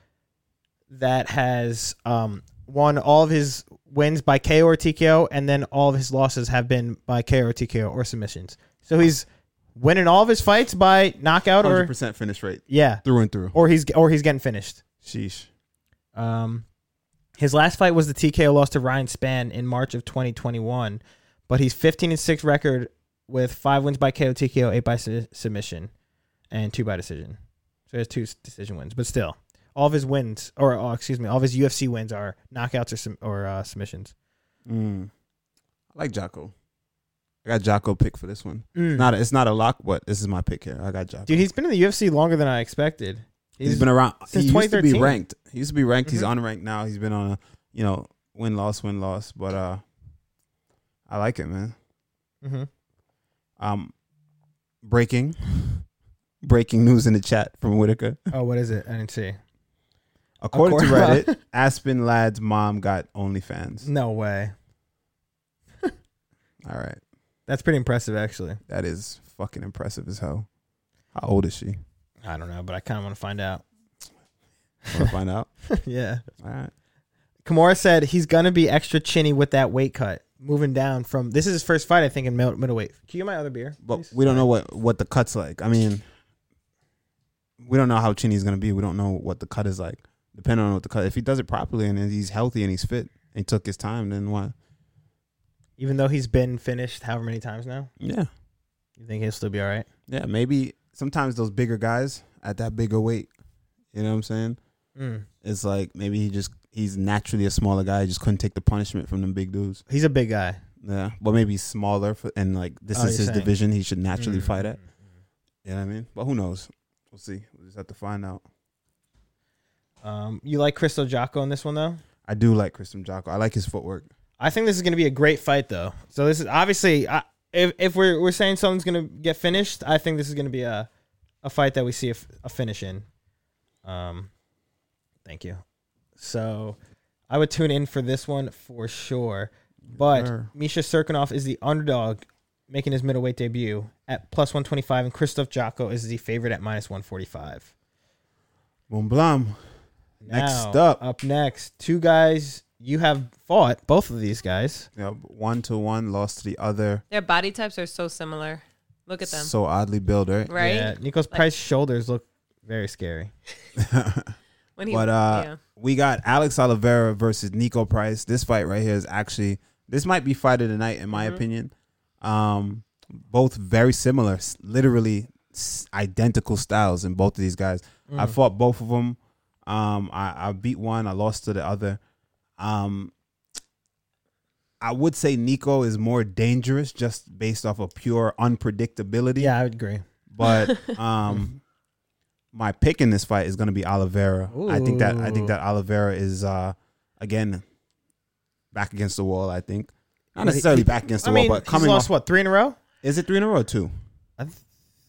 that has um, won all of his wins by KO or TKO, and then all of his losses have been by KO or TKO or submissions. So he's winning all of his fights by knockout or
100% finish rate.
yeah,
Through and through.
or he's or he's getting finished.
Sheesh.
Um, his last fight was the TKO loss to Ryan Spann in March of 2021, but he's 15 and six record with five wins by KO, TKO, eight by su- submission, and two by decision. So he has two s- decision wins, but still, all of his wins, or oh, excuse me, all of his UFC wins are knockouts or sum- or uh, submissions.
Mm. I like Jocko. I got Jocko pick for this one.
Mm.
Not a, it's not a lock, but this is my pick here. I got Jocko.
Dude, he's been in the UFC longer than I expected.
he's been around
since
he used to be
2013.
ranked. He used to be ranked. He's
Mhm.
unranked now. He's been on a you know win loss win loss, but uh, I like it, man.
hmm
Um, breaking, (laughs) breaking news in the chat from Whitaker.
(laughs) Oh, what is it? I didn't see.
According to
According- (laughs)
Reddit, Aspen Lad's mom got OnlyFans.
No way.
All right,
That's pretty impressive, actually.
that is fucking impressive as hell. How old is she?
I don't know, but I kind of want to find out. (laughs)
Want to find out?
yeah.
All right.
Kimura said he's gonna be extra chinny with that weight cut, moving down from this is his first fight, I think, in middle, middleweight. Can you get my other beer?
But
please?
we don't know what what the cut's like. I mean, we don't know how Chinny's gonna be. We don't know what the cut is like. Depending on what the cut, if he does it properly and he's healthy and he's fit and he took his time, then what?
Even though he's been finished however many times now,
Yeah,
you think he'll still be all right?
yeah. Maybe sometimes those bigger guys at that bigger weight, you know what I'm saying?
Mm.
It's like maybe he just he's naturally a smaller guy. He just couldn't take the punishment from them big dudes.
He's a big guy.
Yeah, but maybe he's smaller for, and like this
Oh,
is
you're
his
saying.
division. He should naturally
Mm.
fight at. You know what I mean? But who knows? We'll see. We'll just have to find out.
Um, you like Crystal Jocko in this one though?
I do like Christian Jocko. I like his footwork.
I think this is gonna be a great fight though. So this is obviously, I, if if we're we're saying something's gonna get finished, I think this is gonna be a a fight that we see a, f- a finish in. Um, thank you. So I would tune in for this one for sure. But
Sure.
Misha Serkinov is the underdog making his middleweight debut at plus 125, and Christoph Jocko is the favorite at minus 145.
Boom blam. Next up.
Up next, two guys you have fought, both of these guys.
Yeah, one to one, lost to the other.
Their body types are so similar. Look at them,
So oddly built, right?
right?
Yeah, Nico's Price's shoulders look very scary.
When he,
But uh
yeah.
we got Alex Oliveira versus Nico Price. This fight right here is actually this might be fight of the night in my opinion. Um both very similar, s- literally s- identical styles in both of these guys. I fought both of them. Um I, I beat one, I lost to the other. Um I would say Nico is more dangerous just based off of pure unpredictability.
Yeah, I would agree.
But
(laughs)
um my pick in this fight is gonna be Oliveira. I think that I think that Oliveira is uh again back against the wall, I think. Not necessarily back against the
I
wall,
mean,
but
he's
coming
lost
off
what three in a row,
is it three in a row or two?
I
I
th-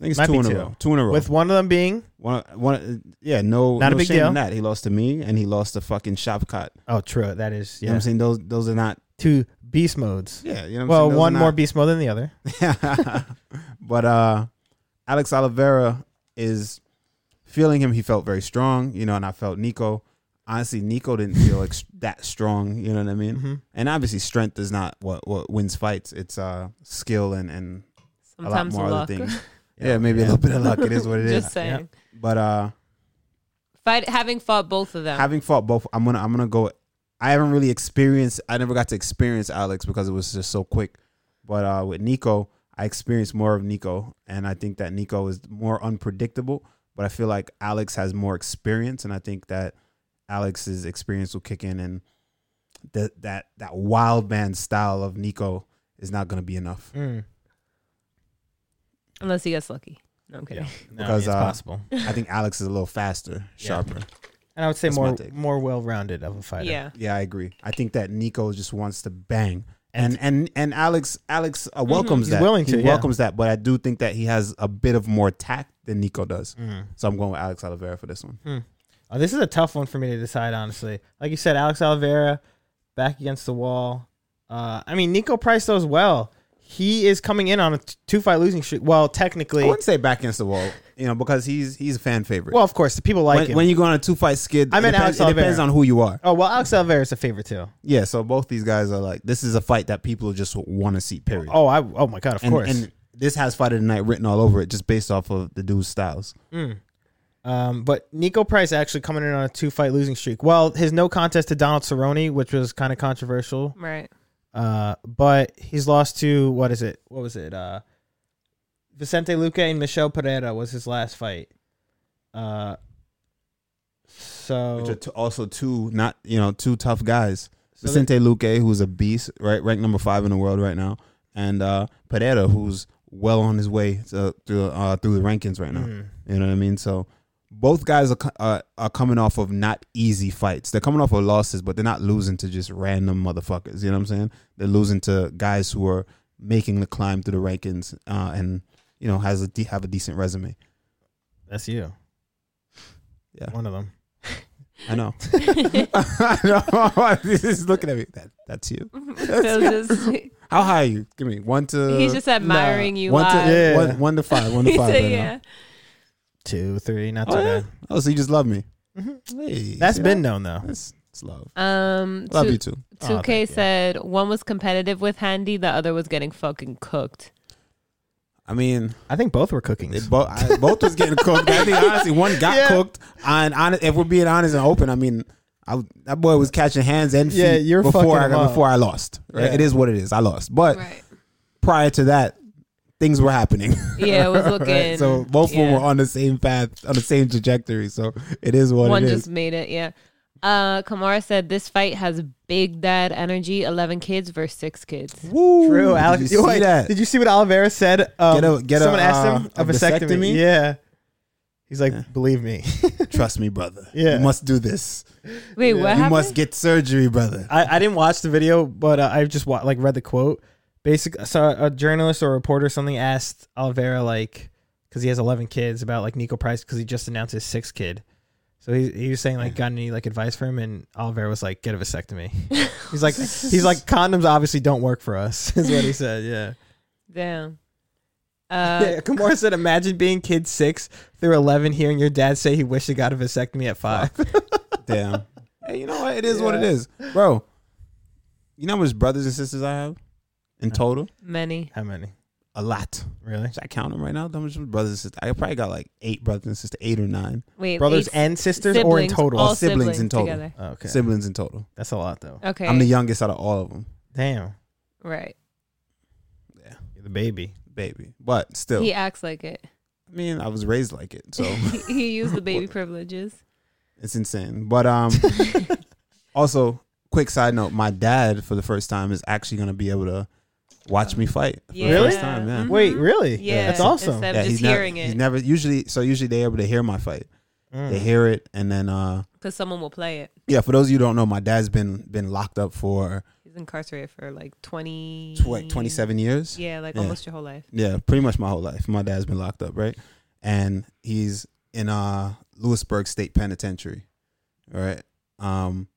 think it's
Might
two
be
in a
two.
row. Two in a row.
with one of them being
one, one, yeah, no,
Not a
no
big
shame
deal.
in that. He lost to me and he lost to fucking Shopcott.
oh, true. That is
You know what
yeah.
I'm saying? Those those are not
Two beast modes.
yeah, you know what I'm
well,
saying? Those are
one
not-
more beast mode than the other.
(laughs) but uh Alex Oliveira is feeling him. He felt very strong, you know, and I felt Nico. Honestly, Nico didn't feel ex- that strong, you know what I mean?
Mm-hmm.
Mm-hmm.
And obviously, strength is not what what wins fights. It's uh skill and and
sometimes
a lot more
luck.
other things. Yeah, maybe a little bit of luck. It is what it is.
(laughs) Just saying,
But uh
fight having fought both of them.
having fought both, I'm gonna I'm gonna go. I haven't really experienced. I never got to experience Alex because it was just so quick. But uh, with Nico, I experienced more of Nico, and I think that Nico is more unpredictable. But I feel like Alex has more experience, and I think that Alex's experience will kick in, and that that that wild man style
(laughs)
of Nico is not gonna be enough.
Mm.
unless he gets lucky. No, I'm kidding.
No,
Because,
it's
uh,
possible.
I think Alex is a little faster, sharper.
And I would say
that's my
more
take.
more well rounded of a fighter.
Yeah.
Yeah, I agree. I think that Nico just wants to bang, and and and Alex Alex uh, welcomes
Mm-hmm. He's
that.
willing
He
to, yeah.
welcomes that, but I do think that he has a bit of more tact than Nico does.
Mm.
So I'm going with Alex Oliveira for this one.
Uh, this is a tough one for me to decide, honestly. Like you said, Alex Oliveira back against the wall. Uh, I mean, Nico Price though as well. He is coming in on a two fight losing streak. Well,
I
technically,
wouldn't say back against the wall, you know, because he's he's a fan favorite.
well, of course, the people like
when,
him.
when you go on a two fight skid,
I meant
it depends,
Alex
it depends
Oliveira.
on who you are.
oh well, Alex Oliveira is a favorite too.
Yeah, so both these guys are like, this is a fight that people just want to see. Period.
Oh, I oh my god, of
and,
course.
and this has fight of the night written all over it, just based off of the dude's styles.
Um, but Nico Price actually coming in on a two fight losing streak. Well, his no contest to Donald Cerrone, which was kind of controversial.
(laughs)
Right. (laughs)
Uh, but he's lost to what is it? What was it? Uh, Vicente Luque and Michelle Pereira was his last fight. Uh, so Oh.
which are t- also two not you know two tough guys.
So
Vicente Luque, who's a beast, right, ranked number five in the world right now, and uh, Pereira, who's well on his way to, to uh, through the rankings right
Mm.
now.
Hmm,
You know what I mean? So both guys are co- uh, are coming off of not easy fights. They're coming off of losses, but they're not losing to just random motherfuckers. You know what I'm saying? They're losing to guys who are making the climb through the rankings uh, and you know has a de- have a decent resume.
that's you.
Yeah.
one of them.
I know. (laughs) I know. (laughs) He's just looking at me. That, that's you.
Phil's just,
How high are you? Give me one to.
(laughs) he's just admiring you
one
live.
to
(laughs)
Yeah.
one, one to five. One to
He
five.
said,
right
yeah.
Two, three, not
now.
too
Oh, yeah?
bad.
Oh, so you just love me. Mm-hmm. Hey,
That's
see
been
that?
known though.
That's, that's love.
Um,
Love
two,
you too.
Oh,
2K
thank you.
said one was competitive with Handy, the other was getting fucking cooked.
I mean,
I think both were
(laughs)
cooking.
they both I, both was getting cooked. I think honestly, one got
Yeah.
cooked. And honest, if we're being honest and open, I mean, I, that boy was catching hands and feet
Yeah, you're fucking
before I
him up.
before I lost. Right,
Yeah.
it is what it is. I lost, but prior to that, things were happening.
(laughs) Yeah, it was
(laughs)
looking.
Right, so both of
yeah.
them were on the same path, on the same trajectory. So it is what
One
it
just
is.
made it, yeah. Uh, Kamara said this fight has big dad energy. Eleven kids versus six kids.
Woo!
True,
Did
Alex.
you see
wait,
that?
Did you see what Oliveira said? Um,
Get a- get a,
someone asked him
uh, a
a, vasectomy.
vasectomy?
Yeah, he's like,
Yeah.
believe
(laughs)
me.
Trust me, brother.
Yeah.
you must do this.
Wait,
you
what happened?
must get surgery, brother.
I, I didn't watch the video, but uh, I just wa- like read the quote. Basically, so a journalist or reporter or something asked Oliveira like, because he has eleven kids, about like Nico Price because he just announced his sixth kid. So he, he was saying like, got any like advice for him? And Oliveira was like, get a vasectomy. he's like, he's like, condoms obviously don't work for us, (laughs) is what he said. Yeah.
(laughs)
Damn. Uh,
Yeah, Kamora said, imagine being kid six through 11, hearing your dad say he wished he got a vasectomy at five.
Damn. (laughs) hey, you know what? It is what it is, bro. You know how much brothers and sisters I have in total?
Many.
How many?
A lot.
Really?
Should I count them right now? How much brothers and sisters? I probably got like eight brothers and sisters, eight or nine
Wait,
Brothers
eight
and sisters
siblings,
or in total? Oh,
All
siblings in total.
Together.
okay.
siblings in total.
That's a lot, though.
Okay.
I'm the youngest out of all of them,
Damn.
right.
You're the baby.
baby. But still,
He acts like it.
I mean, I was raised like it, so (laughs)
(laughs) he used the baby privileges.
It's insane. But
(laughs)
um also, quick side note, my dad for the first time is actually gonna be able to watch me fight for
Yeah.
the first time. Yeah.
Mhm.
Wait, really?
Yeah.
That's awesome.
Instead
Yeah,
of just
he's nev-
hearing
He's
it
never usually so usually they're able to hear my fight.
Mm.
They
Hmm.
hear it and then uh
because someone will play it.
yeah, for those of you who don't know, my dad's been been locked up for
He's incarcerated for like 20.
tw- twenty seven years.
Yeah, like
Yeah.
almost your whole life.
Yeah, pretty much my whole life. My dad's been locked up, right? And he's in uh Lewisburg State Penitentiary. All right. Um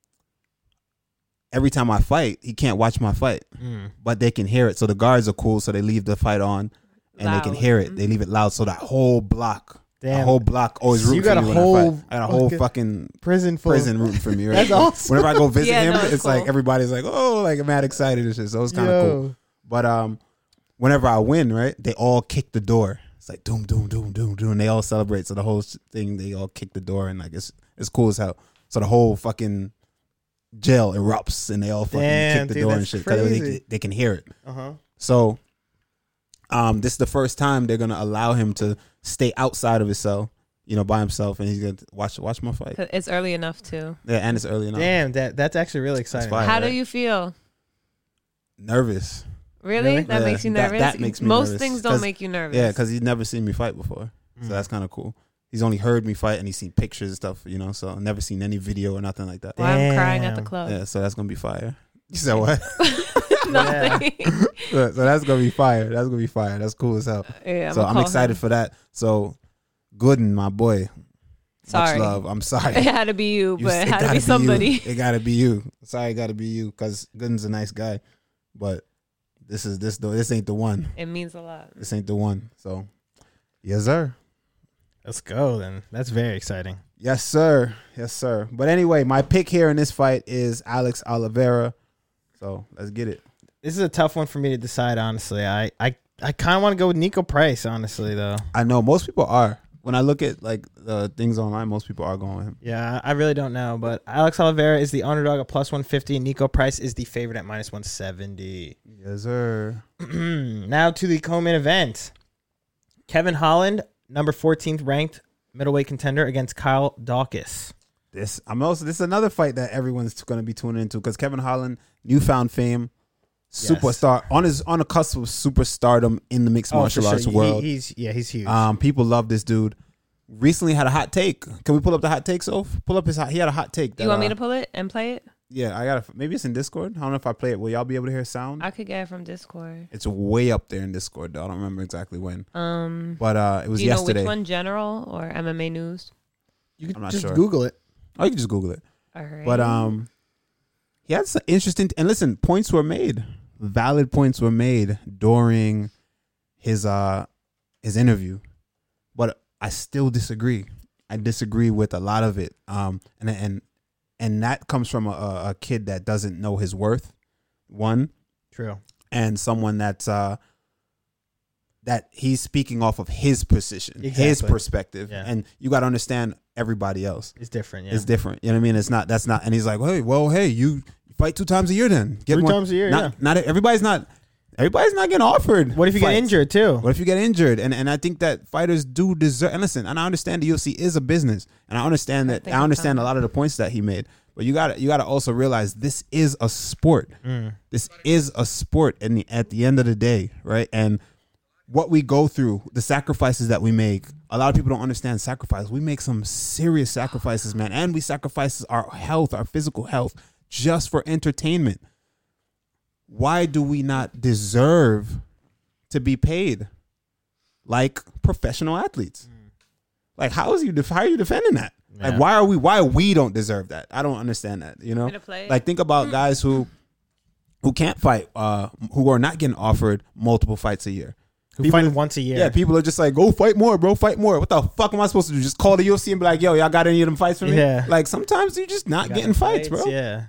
every time I fight, he can't watch my fight,
Mm.
but they can hear it. So the guards are cool, so they leave the fight on and they can
Loud. Mm-hmm.
hear it. They leave it loud so that whole block the
Damn.
whole block always
So
rooting
you got
for
a
me when I
whole
fight. I got a whole
fucking-
fucking
Prison full.
prison rooting for me. Right?
That's awesome.
Whenever I go visit
Yeah,
him,
no,
it's,
it's
like
cool.
everybody's like, "Oh, like I'm mad excited and shit." So it's kind of cool. But um, whenever I win, right, they all kick the door. It's like doom, doom, doom, doom, doom. And they all celebrate. So the whole s- thing, they all kick the door, and like it's it's cool as hell. So the whole fucking jail erupts, and they all fucking
Damn,
kick the
dude,
door and
that's
shit 'cause they- they,
crazy.
they can hear it.
Uh huh.
So, um, this is the first time they're gonna allow him to stay outside of his cell, you know, by himself, and he's gonna watch watch my fight.
'Cause It's early enough too.
Yeah, and it's early enough.
Damn, that that's actually really exciting.
fire. Right,
How do
right.
you feel?
Nervous.
Really?
Really?
That
Yeah,
makes you
that-
nervous.
that makes me
Most
nervous.
things
'Cause-
don't make you nervous. Mm.
Yeah, because he's never seen me fight before.
Mm.
So that's kind of cool. He's only heard me fight and he's seen pictures and stuff, you know. So I've never seen any video or nothing like that.
Why I'm crying at the
Damn.
club.
Yeah, so that's gonna be fire. (laughs) You said what?
(laughs) Nothing.
so
Yeah,
that's gonna be fire. That's gonna be fire. That's cool as hell.
I'ma
so I'm
call
excited
him.
for that. So Gooden, my boy.
Sorry.
Much love. I'm sorry.
(laughs) It had to be you,
You-
but it had to
gotta
be
you.
somebody. (laughs)
It gotta be you. Sorry, it gotta be you. Cause Gooden's a nice guy, but this is this though. This ain't the one.
It means a lot.
This ain't the one. So, yes, sir.
Let's go then. That's very exciting.
Yes, sir. Yes, sir. But anyway, my pick here in this fight is Alex Oliveira. So let's get it.
This is a tough one for me to decide. Honestly, I I, I kind of want to go with Nico Price. Honestly, though.
I know most people are. When I look at like uh, things online, most people are going with him.
Yeah, I really don't know, but Alex Oliveira is the underdog at plus 150. and Nico Price is the favorite at minus 170.
Yes, sir.
(clears throat) now to the co-main event. Kevin Holland, number 14th ranked middleweight contender against Kyle Dawkins.
This I'm also this is another fight that everyone's going to be tuning into because Kevin Holland, newfound fame, superstar on his on the cusp of superstardom in the mixed
Oh,
martial arts world.
he's yeah, he's huge.
Um, people love this dude. Recently had a hot take. Can we pull up the hot take, Soph? Pull up his hot. He had a hot take.
You want me
uh,
to pull it and play it?
Yeah, I gotta. Maybe it's in Discord. I don't know if I play it. Will y'all be able to hear sound?
I could get it from Discord.
it's way up there in Discord. Though I don't remember exactly when,
Um,
but uh, it was
do you know
yesterday.
which one, General or MMA News?
you can
I'm not
just
sure.
Google it.
Oh, you can just Google it.
All right.
But um, he had some interesting. And listen, points were made. Valid points were made during his uh his interview, but I still disagree. I disagree with a lot of it. Um, and and and that comes from a, a a kid that doesn't know his worth. One.
True.
and someone that's uh that he's speaking off of his position, his
Exactly.
perspective,
Yeah.
and you got to understand everybody else
It's different, yeah.
is different. You know what I mean? It's not that's not. And he's like, hey, well, hey, you fight two times a year, then get
Three times a year,
Not,
yeah.
not everybody's not everybody's not getting offered.
what if you
fights.
get injured too?
What if you get injured? And and I think that fighters do deserve. And listen, and I understand the UFC is a business, and I understand that.
think
I,
it's
understand a lot of the points that he made, but you got to you got to also realize this is a sport. This is a sport, and the, at the end of the day, right? And what we go through, the sacrifices that we make. A lot of people don't understand sacrifice. We make some serious sacrifices, man, and we sacrifice our health, our physical health, just for entertainment. Why do we not deserve to be paid like professional athletes. Like how is you def- how are you defending that? Like
Mm. Yeah.
why are we why we don't deserve that? I don't understand that, you know?
Gonna play? Mm.
Like think about guys who who can't fight uh who are not getting offered multiple fights a year.
Who
people-
fight once a year?
Yeah, people are just like, go fight more, bro, fight more. What the fuck am I supposed to do? Just call the UFC and be like, yo, y'all got any of them fights for me?
Yeah.
Like sometimes you're just not
Got
getting fights, bro.
Yeah.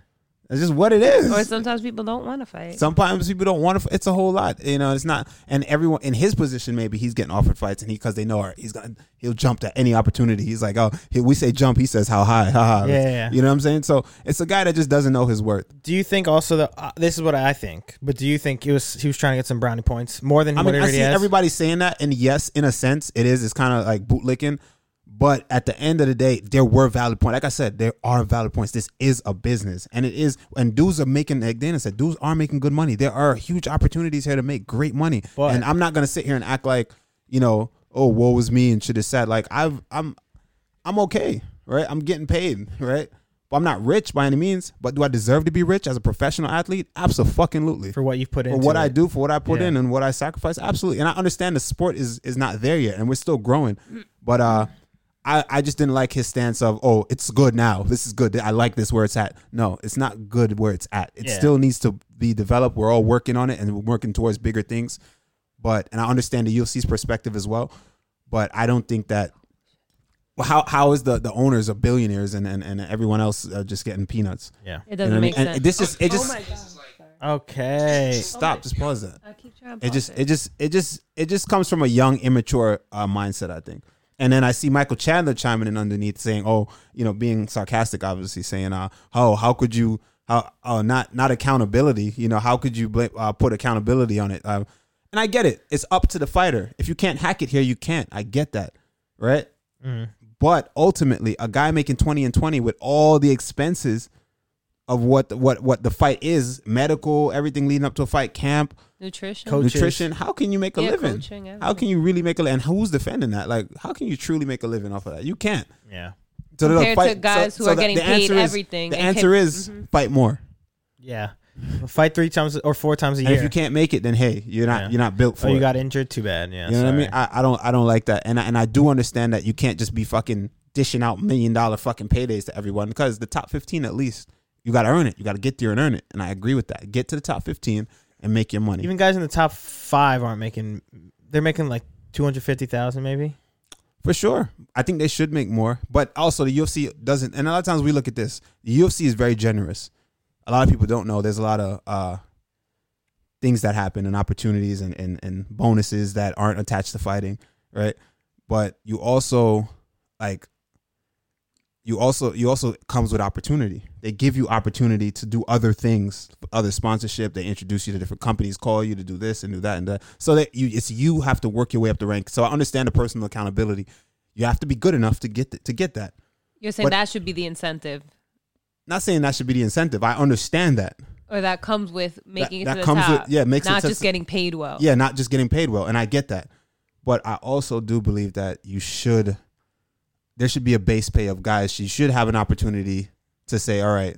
That's just what it is.
or sometimes people don't want to fight.
Sometimes people don't want to. It's a whole lot, you know. It's not, and everyone in his position, maybe he's getting offered fights, and he because they know all right, he's gonna he'll jump to any opportunity. He's like, oh, he, we say jump, he says how high, ha ha.
Yeah.
you know what I'm saying. So it's a guy that just doesn't know his worth.
Do you think also that uh, this is what I think? But do you think he was he was trying to get some brownie points more than
I mean,
what he
I
already
see
has?
everybody saying that, and yes, in a sense, it is. It's kind of like bootlicking, but at the end of the day, there were valid points. Like I said, there are valid points. This is a business, and it is. And dudes are making, like Dana said, dudes are making good money. There are huge opportunities here to make great money,
But-
and I'm not gonna sit here and act like you know, oh, woe was me and shit is sad. Like I've, I'm, I'm okay, right? I'm getting paid, right? But I'm not rich by any means. But do I deserve to be rich as a professional athlete? Absolutely
for what you've put in.
for what I do, for what I put
Yeah.
in, and what I sacrifice. Absolutely, and I understand the sport is is not there yet, and we're still growing.
Mm.
But uh, I I just didn't like his stance of oh, it's good now. This is good. I like this where it's at. No, it's not good where it's at. It
Yeah.
still needs to be developed. We're all working on it, and we're working towards bigger things. But and I understand the UFC's perspective as well. But I don't think that. Well, how how is the the owners of billionaires and and, and everyone else uh, just getting peanuts?
Yeah.
it
You
doesn't
know what I mean?
make sense.
And this just it just
oh my god! Oh
Okay.
stop. Just pause that
I keep trying. To
it just it just it just it just comes from a young immature uh, mindset i think and then i see michael chandler chiming in underneath saying oh you know being sarcastic obviously saying uh oh how could you how oh not not accountability you know how could you blame, uh, put accountability on it uh, and i get it it's up to the fighter if you can't hack it here you can't i get that right
Mm-hmm.
but ultimately a guy making 20 and 20 with all the expenses of what what what the fight is, medical, everything leading up to a fight, camp,
Nutrition.
Coach- Coaches.
nutrition. How can you make a
Yeah,
living?
coaching,
how can you really make a living? And who's defending that? Like, how can you truly make a living off of that? You can't.
Yeah.
So they'll
Compared to guys who are getting paid
answer is-
everything
The
and
answer
can- Mm-hmm.
is fight more.
Yeah. Fight three times or four times a
And
year.
if you can't make it, then hey, you're not
Yeah.
you're not built for
oh, you
it.
got injured? Too bad. Yeah.
you know what I mean?
sorry.
I, I don't I don't like that, and I, and I do understand that you can't just be fucking dishing out million dollar fucking paydays to everyone because the top fifteen at least you got to earn it. You got to get there and earn it, and I agree with that. Get to the top fifteen and make your money.
Even guys in the top five aren't making. They're making like two hundred fifty thousand, maybe.
For sure. I think they should make more. But also the UFC doesn't and a lot of times we look at this. The UFC is very generous. A lot of people don't know. There's a lot of uh things that happen and opportunities and, and, and bonuses that aren't attached to fighting, right? But you also like you also you also comes with opportunity. They give you opportunity to do other things, other sponsorship. They introduce you to different companies, call you to do this and do that and that. So that you it's you have to work your way up the rank. So I understand the personal accountability. You have to be good enough to get th- to get that.
You're saying
But-
that should be the incentive,
Not saying that should be the incentive. I understand that.
or that comes with making
that
it to the
comes with-
top.
yeah, makes it
not
to-
just getting paid well.
Yeah, not just getting paid well, and I get that. But I also do believe that you should there should be a base pay of guys. You should have an opportunity to say, "All right,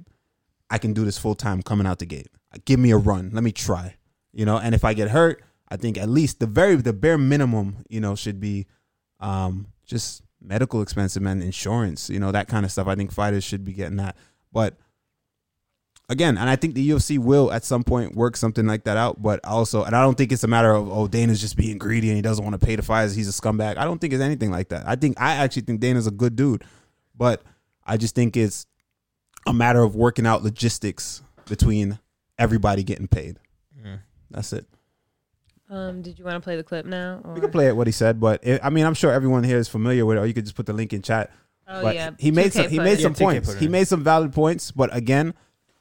I can do this full time coming out the gate. Give me a run. Let me try." You know, and if I get hurt, I think at least the very the bare minimum, you know, should be um just medical expenses and insurance, you know, that kind of stuff. I think fighters should be getting that. But again, and I think the UFC will at some point work something like that out. But also, and I don't think it's a matter of oh Dana's just being greedy and he doesn't want to pay the fighters. He's a scumbag. I don't think it's anything like that. I think I actually think Dana's a good dude, but I just think it's a matter of working out logistics between everybody getting paid. That's it.
Um, did you want to play the clip now?
We
or-
can play it what he said, but it, I mean, I'm sure everyone here is familiar with it. Or you could just put the link in chat.
Oh
But
yeah.
he made
2K
some he
put
made
it.
some
2K put
points.
it
He
in.
made some valid points, but again,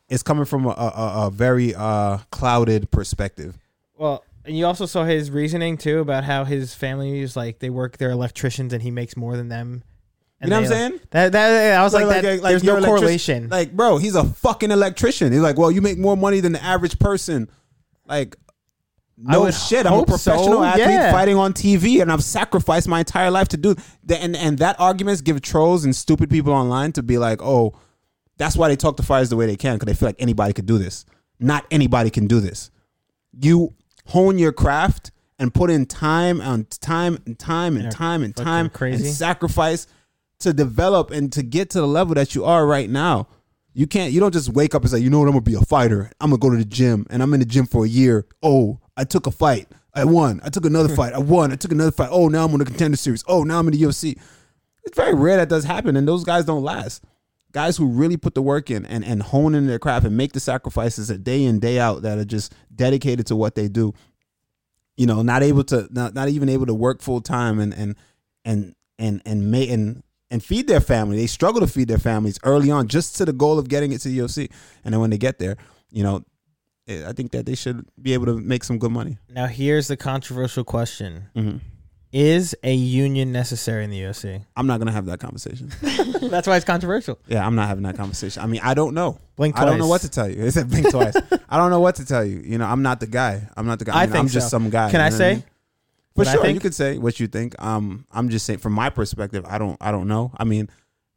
it's coming from a, a, a- a very uh, clouded perspective.
Well, and you also saw his reasoning too about how his family is like they work their electricians and he makes more than them. And
know what I'm
they,
saying?
like- That, that I was like, that, there's no
your electric-
correlation.
Like, bro, he's a fucking electrician. He's like, well, you make more money than the average person. Like,
I
no
would
shit. I'm a
hope
professional
so,
athlete
yeah.
fighting on TV, and I've sacrificed my entire life to do. The, and and that arguments give trolls and stupid people online to be like, oh, that's why they talk to fighters the way they can because they feel like anybody could do this. Not anybody can do this. You hone your craft and put in time on time and time and
Yeah,
time and
fucking
time
crazy.
and sacrifice to develop and to get to the level that you are right now. You can't. You don't just wake up and say, you know what, I'm gonna be a fighter. I'm gonna go to the gym and I'm in the gym for a year. Oh, I took a fight. I won. I took
(laughs)
another fight. I won. I took another fight. Oh, now I'm on the contender series. Oh, now I'm in the UFC. It's very rare that does happen, and those guys don't last. Guys who really put the work in and, and hone in their craft and make the sacrifices that day in, day out that are just dedicated to what they do you know, not able to not, not even able to work full time and and and and and may and and feed their family. They struggle to feed their families early on just to the goal of getting it to the UFC. And then when they get there, you know, eh, I think that they should be able to make some good money.
now here's the controversial question: Is a union necessary in the UFC?
I'm not gonna have that conversation.
(laughs)
(laughs)
That's why it's controversial.
yeah, I'm not having that conversation. I mean, I don't know.
Blink
I don't know
twice.
what to tell you. (laughs) It's said blink
(laughs)
twice. I don't know what to tell you. You know, I'm not the guy. I'm not the guy. I,
I
mean,
think
I'm just
so.
some guy.
Can
you
I
know what
say?
mean? For
what I
sure, you
think?
could say what you think. Um, I'm just saying from my perspective, I don't, I don't know. I mean,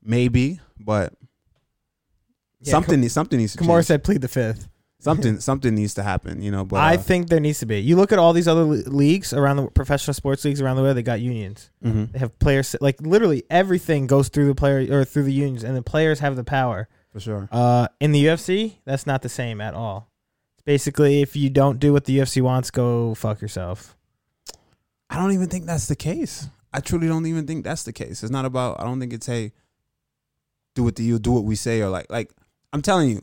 maybe, but
Yeah,
something, needs something needs to
Kamara
change.
said, (laughs) "Plead the fifth.
something, something needs to happen. You know, but
I
uh,
think there needs to be. You look at all these other le- leagues around the professional sports leagues around the world. They got unions.
mhm,
They have players. Like literally everything goes through the player or through the unions, and the players have the power.
for sure.
Uh, in the UFC, that's not the same at all. It's basically if you don't do what the UFC wants, go fuck yourself.
I don't even think that's the case. I truly don't even think that's the case. It's not about. I don't think it's hey, do what the you do what we say or like like. I'm telling you,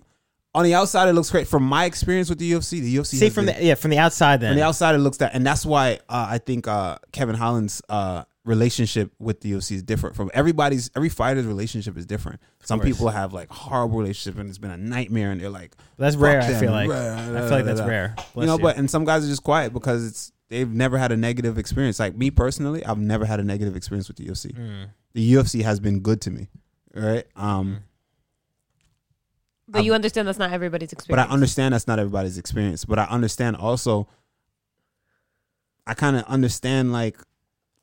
on the outside it looks great. From my experience with the UFC, the UFC
See
has
from
been-
the yeah from the outside then.
From the outside, it looks that, and that's why uh, I think uh, Kevin Holland's uh, relationship with the UFC is different from everybody's. Every fighter's relationship is different. Some
course.
people have like horrible relationship, and it's been a nightmare, and they're like,
that's rare.
"Fuck
I
them,"
feel like
rah,
I
rah,
feel like that's
rah, rah.
rare. Bless
You know, but and some guys are just quiet because it's they've never had a negative experience. Like me personally, I've never had a negative experience with the UFC.
Mm. Mm-hmm.
The UFC has been good to me, right? Um,
But you understand that's not everybody's
but I
experience.
understand that's not everybody's experience. But I understand also, I kind of understand like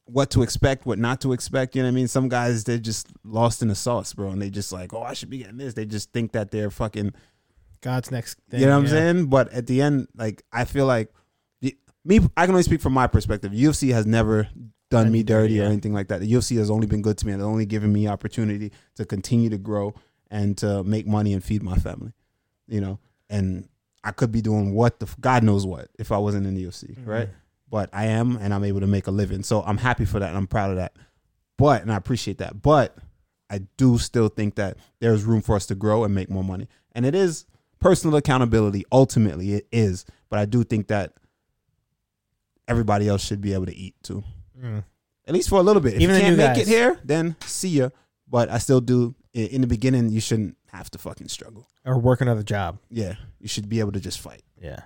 what to expect, what not to expect. You know what I mean? Some guys they're just lost in the sauce, bro, and they just like, oh, I should be getting this. They just think that they're fucking.
God's next thing.
you know what I'm
yeah.
saying? But at the end, like I feel like the- me, I can only speak from my perspective. UFC has never done me dirty or anything like that. The UFC has only been good to me and only given me opportunity to continue to grow and to make money and feed my family. You know, and I could be doing what the f- God knows what if I wasn't in the UFC,
Mm. Mm-hmm.
right? But I am, and I'm able to make a living. So I'm happy for that, and I'm proud of that. But and I appreciate that. But I do still think that there's room for us to grow and make more money. And it is personal accountability. Ultimately, it is. But I do think that everybody else should be able to eat too,
Mm.
at least for a little bit. If
Even the
you can't
new
make it
guys.
here, then see ya. But I still do. i- In the beginning, you shouldn't have to fucking struggle.
Or work another job.
Yeah, you should be able to just fight.
Yeah.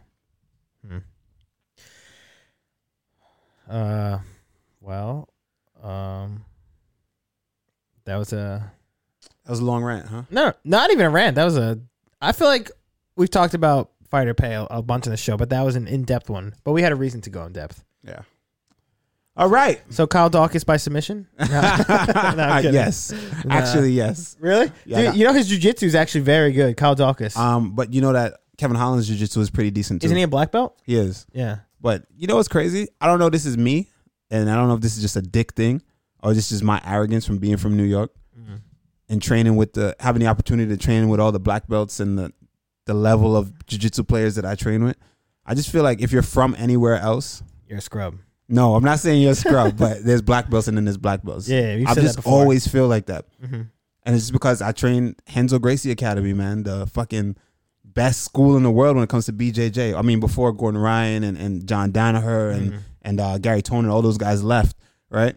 Hmm. Uh, well, um, that was a
That was a long rant, huh?
no, not even a rant. That was a. I feel like we've talked about fighter pay a, a bunch on the show, but that was an in-depth one. But we had a reason to go in depth.
Yeah. All right.
So Kyle Dawkins
(laughs)
by submission. No, no, (laughs) I'm kidding.
yes. Actually, yes.
Really?
Yeah,
Dude,
I got-
you know his jujitsu is actually very good. Kyle Dawkins.
Um, but you know that Kevin Holland's jiu-jitsu is pretty decent too.
Isn't he a black belt?
He is.
Yeah.
But you know what's crazy? I don't know. if This is me, and I don't know if this is just a dick thing or this is my arrogance from being from New York
Mm-hmm.
and training with the having the opportunity to train with all the black belts and the the level of jujitsu players that I train with. I just feel like if you're from anywhere else,
You're a scrub.
no, I'm not saying you're a scrub, but
(laughs)
there's black belts and then there's black belts.
Yeah, you've
I
said that
just
before.
always feel like that,
Mhm.
and it's just because I trained Henzo Gracie Academy, man, the fucking best school in the world when it comes to BJJ. I mean, before Gordon Ryan and, and John Danaher and
Mm-hmm.
and uh, Gary Tonin, all those guys left, right?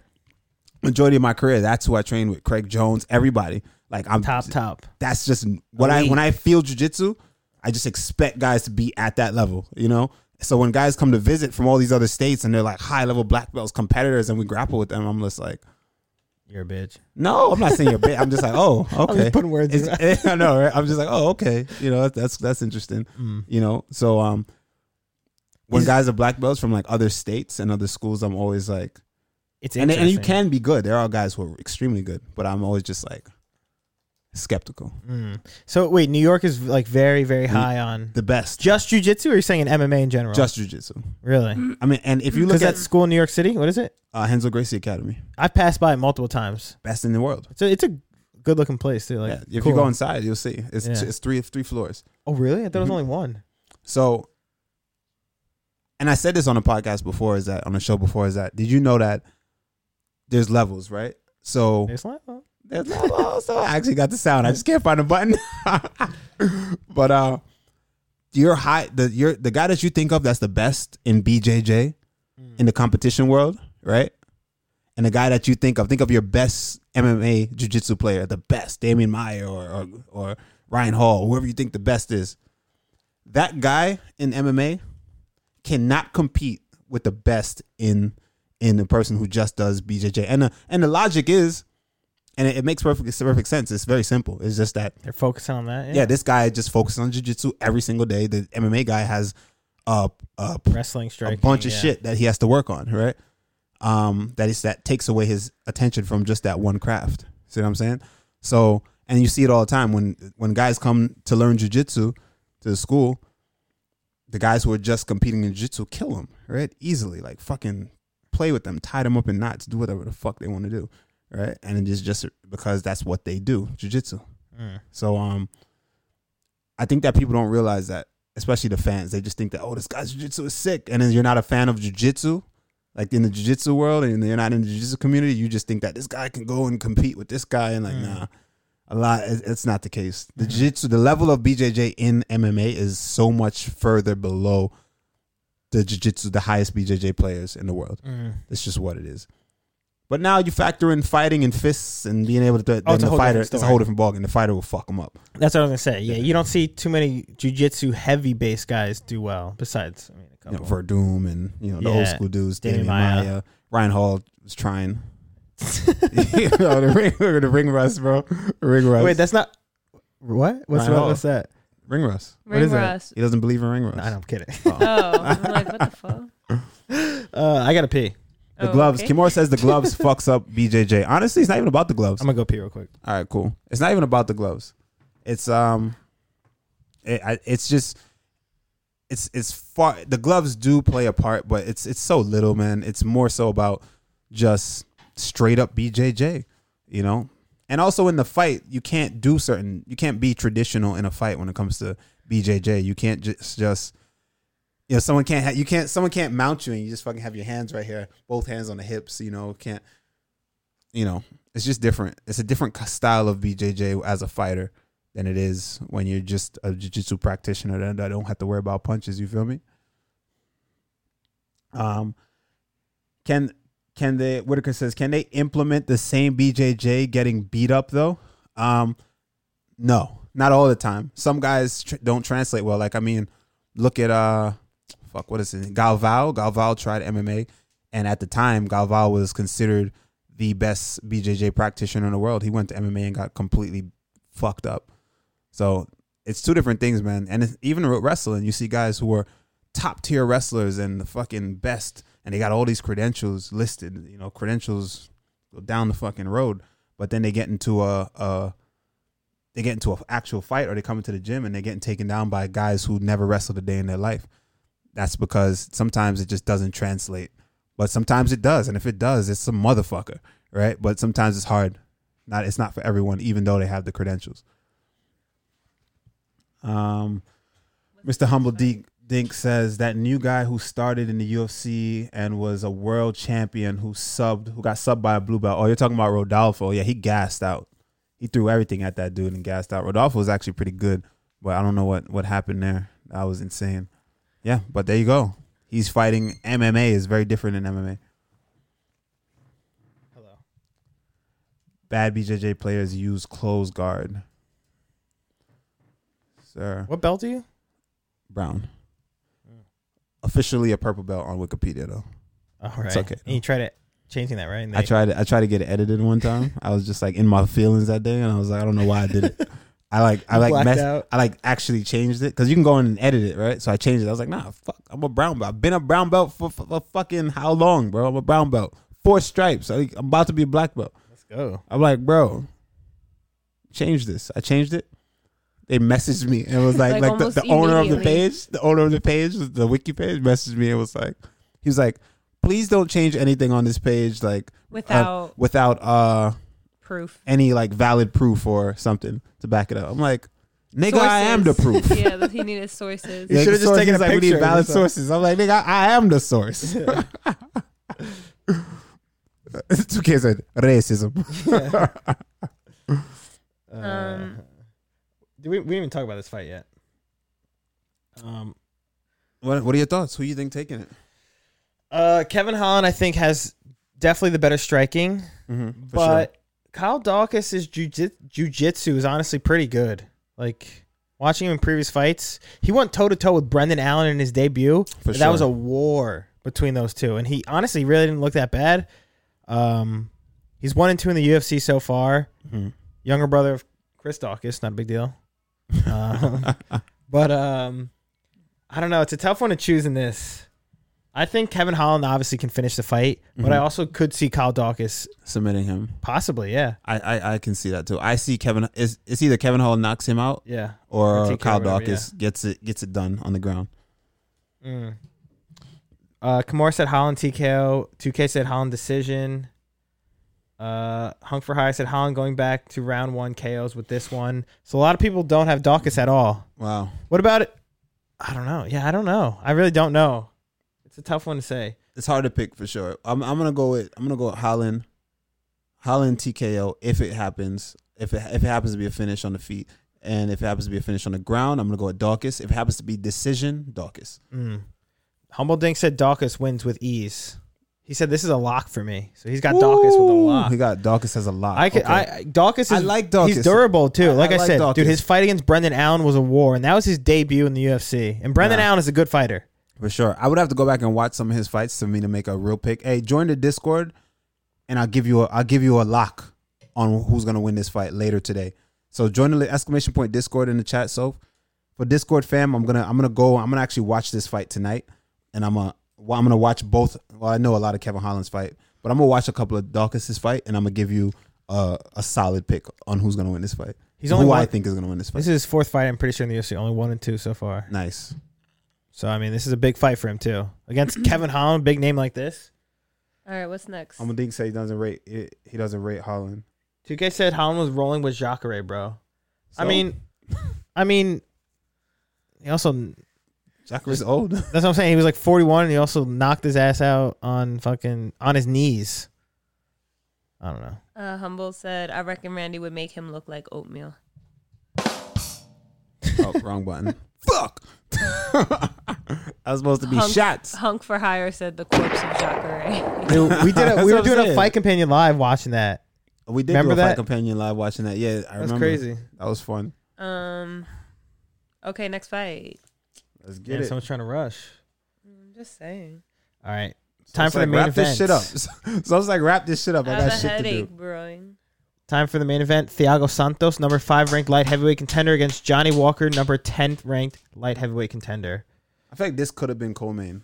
Majority of my career, that's who I trained with. Craig Jones, everybody. Like I'm
Top, top.
that's just what I
Elite.
when I feel jujitsu, I just expect guys to be at that level, you know. So when guys come to visit from all these other states and they're like high level black belts competitors and we grapple with them, I'm just like,
You're a bitch.
no, I'm not saying you're big. I'm just like,
(laughs)
oh, okay.
just putting words
(laughs)
in
It's- eh, I know, right? I'm just like, oh, okay. You know, that's that's interesting.
Mm.
You know, so um, when
Is-
guys are black belts from like other states and other schools, I'm always like,
It's
and and you
interesting.
can be good. There are guys who are extremely good, but I'm always just like skeptical.
Mm. So wait, New York is like very, very high on
The best,
just jujitsu. Or you're saying in MMA in general?
just jujitsu.
really?
I mean, and if you Mm. look
Because that
at
school in New York City, what is it?
uh, Hensel Gracie Academy,
I've passed by it multiple times.
best in the world.
So it's a good looking place too. Like,
Yeah, if
cool.
you go inside, you'll see it's
Yeah.
it's three three floors.
Oh really? I thought it was only
Mm-hmm.
one.
So, and I said this on a podcast before, is that on a show before, is that did you know that there's levels, right? So
It's like, oh,
there's levels. so I actually got the sound. I just can't find the button. (laughs) but uh, your high, the your the guy that you think of that's the best in BJJ in the competition world, right? And the guy that you think of, think of your best MMA jiu-jitsu player, the best, Damien Meyer or, or or Ryan Hall, whoever you think the best is that guy in MMA cannot compete with the best in in the person who just does BJJ. And the, and the logic is, and it, it makes perfect perfect sense. It's very simple. It's just that
they're focusing on that. Yeah.
yeah, this guy just focuses on jujitsu every single day. The MMA guy has a a,
Wrestling
a
strike.
bunch of shit that he has to work on, right? Um, that is that takes away his attention from just that one craft. See what I'm saying? So, and you see it all the time when when guys come to learn jujitsu to the school, the guys who are just competing in jiu-jitsu kill them right easily like fucking play with them tie them up in knots do whatever the fuck they want to do right and it is just because that's what they do jiu-jitsu
Mm,
so um i think that people don't realize that especially the fans they just think that oh this guy's jiu-jitsu is sick and then you're not a fan of jiu-jitsu like in the jiu-jitsu world and you're not in the jiu-jitsu community you just think that this guy can go and compete with this guy and like nah a lot it- it's not the case the jiu-jitsu the level of bjj in mma is so much further below the jiu-jitsu the highest bjj players in the world
mm.
it's just what it is but now you factor in fighting and fists and being able to th-
Oh,
then
it's a
the
whole
fighter
different
it's a
story.
whole different ballgame the fighter will fuck them up
That's what I was gonna say. Yeah, you don't see too many jujitsu heavy based guys do well. Besides, I mean, a
you
couple.
know, Verdum and you know the old
Yeah.
school dudes,
Damian
Damian Maya. Ryan Hall was trying. (laughs)
(laughs)
you (laughs) know, the ring, the ring rust, bro. Ring rust.
Wait, that's not what? What's
Ryan
wrong
Hall.
what's that?
Ring rust.
What
Ring
is that?
rust.
He doesn't believe in ring rust.
No, I don't, I'm kidding.
Oh, I'm like, what the fuck?
Uh, I gotta pee.
(laughs) The
Oh,
gloves.
okay.
Kimura says the
(laughs)
gloves fucks up BJJ. Honestly, it's not even about the gloves.
I'm gonna go pee real quick.
All right, cool. It's not even about the gloves. It's um, it, I, it's just, it's it's far. The gloves do play a part, but it's it's so little, man. It's more so about just straight up BJJ, you know. And also in the fight, you can't do certain. You can't be traditional in a fight when it comes to BJJ. You can't just just. You know, someone can't ha- you can't someone can't mount you and you just fucking have your hands right here, both hands on the hips. You know, can't you know, it's just different. It's a different c- style of BJJ as a fighter than it is when you're just a jiu-jitsu practitioner and I don't have to worry about punches. You feel me? Um, can can they? Whitaker says, can they implement the same BJJ getting beat up though? Um, no, not all the time. Some guys tr- don't translate well. Like I mean, look at uh, fuck, what is it? Galvao. Galvao tried MMA, and at the time, Galvao was considered the best BJJ practitioner in the world. He went to MMA and got completely fucked up. So it's two different things, man. And it's, even with wrestling, you see guys who are top tier wrestlers and the fucking best, and they got all these credentials listed. You know, credentials go down the fucking road, but then they get into a, a they get into an actual fight, or they come into the gym and they're getting taken down by guys who never wrestled a day in their life. That's because sometimes it just doesn't translate but sometimes it does and if it does it's a motherfucker right but sometimes it's hard not it's not for everyone even though they have the credentials um mr humble dink, dink says that new guy who started in the ufc and was a world champion who subbed who got subbed by a blue belt oh you're talking about rodolfo yeah he gassed out he threw everything at that dude and gassed out rodolfo was actually pretty good but i don't know what what happened there that was insane yeah, but there you go. He's fighting MMA is very different than MMA.
Hello.
Bad BJJ players use close guard. Sir
What belt do you?
Brown. Officially a purple belt on Wikipedia though.
All right.
okay.
Oh, And you tried to changing that right? And
I
they-
tried to, I tried to get it edited one time. I was just like in my feelings that day and I was like I don't know why I did it. I like I
You
like
blacked
messed,
out.
I like actually changed it cuz you can go in and edit it, right? So I changed it. I was like, "Nah, fuck. I'm a brown belt. I've been a brown belt for, for, for fucking how long, bro? I'm a brown belt. Four stripes. I, I'm about to be a black belt." (laughs)
Let's go.
I'm like, "Bro, change this." I changed it. They messaged me and was like,
Like,
like, the,
almost
the owner of the
immediately.
page, the owner of the page, the wiki page messaged me and was like, he was like, please don't change anything on this page, like
Without
uh, without uh
proof.
any like valid proof or something to back it up. I'm like, nigga, I am the
Sources.
(laughs) proof.
yeah, that he
(laughs)
needed sources.
You
Like,
should've just
sources
taken a
like, We
picture
need
or
valid
something.
sources. I'm like, nigga, I am the source. (laughs) Two kids said racism.
Uh,
Um,
do we we didn't even talk about this fight yet? Um.
What, what are your thoughts? Who you think taking it?
Uh, Kevin Holland, I think, has definitely the better striking,
Mm-hmm,
but Kyle Dawkins' jiu jitsu is honestly pretty good. Like watching him in previous fights, he went toe to toe with Brendan Allen in his debut.
For
that was
sure.
a war between those two, and he honestly really didn't look that bad. Um, he's one and two in the UFC so far.
Mhm.
Younger brother of Chris Dawkins, not a big deal. Um,
(laughs)
but um, I don't know. It's a tough one to choose in this. I think Kevin Holland obviously can finish the fight, but
Mm-hmm.
I also could see Kyle Dawkins
submitting him.
possibly. Yeah,
I, I I can see that too. I see Kevin. It's, it's either Kevin Hall knocks him out
yeah. Or
or
TKO,
Kyle
whatever,
Dawkins gets it gets it done on the ground.
Mm. Uh, Kimura said Holland TKO. 2K said Holland decision. Uh, Hunk for High said Holland going back to round one KOs with this one. So a lot of people don't have Dawkins at all.
Wow,
What about it? I don't know. Yeah, I don't know. I really don't know. It's a tough one to say.
it's hard to pick for sure. I'm I'm gonna go with I'm gonna go with Holland, Holland TKO if it happens. If it if it happens to be a finish on the feet, and if it happens to be a finish on the ground, I'm gonna go with Dawkins. If it happens to be decision, Dawkins.
Mm. Humble Dink said Dawkins wins with ease. He said this is a lock for me. So he's got Dawkins with a
Ooh,
lock.
He got Dawkins has a lot.
I could,
Okay.
I Dawkins. Is,
I like Dawkins.
He's durable too.
I-
Like
I
I,
like
said,
Dawkins.
dude, his fight against Brendan Allen was a war, and that was his debut in the UFC. And Brendan
Yeah.
Allen is a good fighter.
For sure. I would have to go back and watch some of his fights for me to make a real pick. Hey, join the Discord and I'll give you a I'll give you a lock on who's gonna win this fight later today. So join the exclamation point Discord in the chat, so for Discord fam, I'm gonna I'm gonna go. I'm gonna actually watch this fight tonight, and I'm gonna well, I'm gonna watch both. Well, I know a lot of Kevin Holland's fight, but I'm gonna watch a couple of Dawkins' fight, and I'm gonna give you a, a solid pick on who's gonna win this fight.
He's
who
only
I
one-
think is gonna win this fight.
This is his fourth fight. I'm pretty sure in the UFC, only one and two so far.
nice.
So I mean, this is a big fight for him too against Kevin Holland, big name like this.
All right, what's next?
I'm gonna think say he doesn't rate he, he doesn't rate Holland.
2K said Holland was rolling with Jacare, bro. I
So?
mean, I mean, he also that's
Jacare's old.
what I'm saying. He was like 41, and he also knocked his ass out on fucking on his knees. I don't know.
Uh, Humble said, I reckon Randy would make him look like oatmeal.
(laughs) oh, wrong button. (laughs) Fuck. I was supposed to be
Hunk,
shots.
Hunk for Hire said the corpse of Jacare.
we did. A,
That's
we
what
were
I'm
doing a
saying.
fight companion live watching that.
We did
Remember
do a
that?
fight companion live watching that. Yeah, I
That's
remember.
crazy.
That was fun.
(laughs) um, okay, next fight.
Let's get
Yeah,
it.
someone's trying to rush.
I'm just saying.
All right,
So
time
it's
for
like,
the main
wrap this
event.
shit up. (laughs) So I was like, wrap this shit up. I,
I
got
have a
shit to
headache
do.
brewing.
Time for the main event. Thiago Santos, number five ranked light heavyweight contender, against Johnny Walker, number 10th ranked light heavyweight contender.
I feel like this could have been Coleman.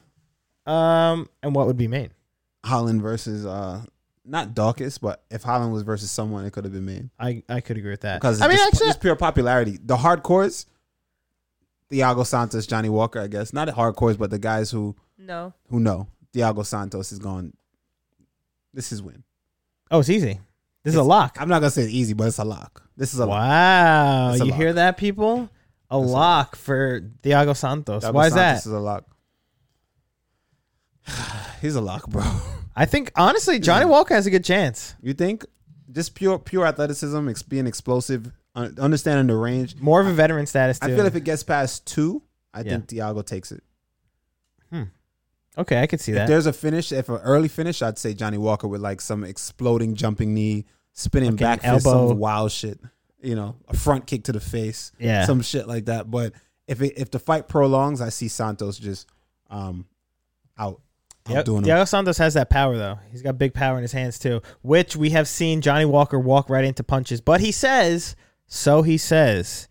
Um, and what would be main?
Holland versus uh not Dawkins, but if Holland was versus someone, it could have been me.
I, I could agree with that.
Because
I mean,
just,
actually,
just pure popularity. The hardcores, Thiago Santos, Johnny Walker, I guess. Not the hardcores, but the guys who
No.
who know. Thiago Santos is going this is win.
oh, it's easy. This is a lock.
I'm not gonna say it's easy, but it's a lock. This is a lock.
Wow,
It's a
you
lock.
hear that, people? A
It's a
lock for Thiago Santos.
Thiago
Why is
Santos
that?
is a lock. (sighs) He's a lock, bro. (laughs)
I think honestly, Johnny Walker has a good chance.
You think just pure pure athleticism, ex- being explosive, un- understanding the range.
More of a veteran status too.
I feel if it gets past two, I
Yeah.
think Thiago takes it.
okay, I could see
If
that.
there's a finish, if an early finish, I'd say Johnny Walker with like some exploding jumping knee, spinning
Fucking
back fist,
elbow.
some wild shit. You know, a front kick to the face,
Yeah.
some shit like that. But if it, if the fight prolongs, I see Santos just um out,
Yep.
outdoing him.
Thiago Santos has that power though. He's got big power in his hands too, which we have seen Johnny Walker walk right into punches. But he says, so he says,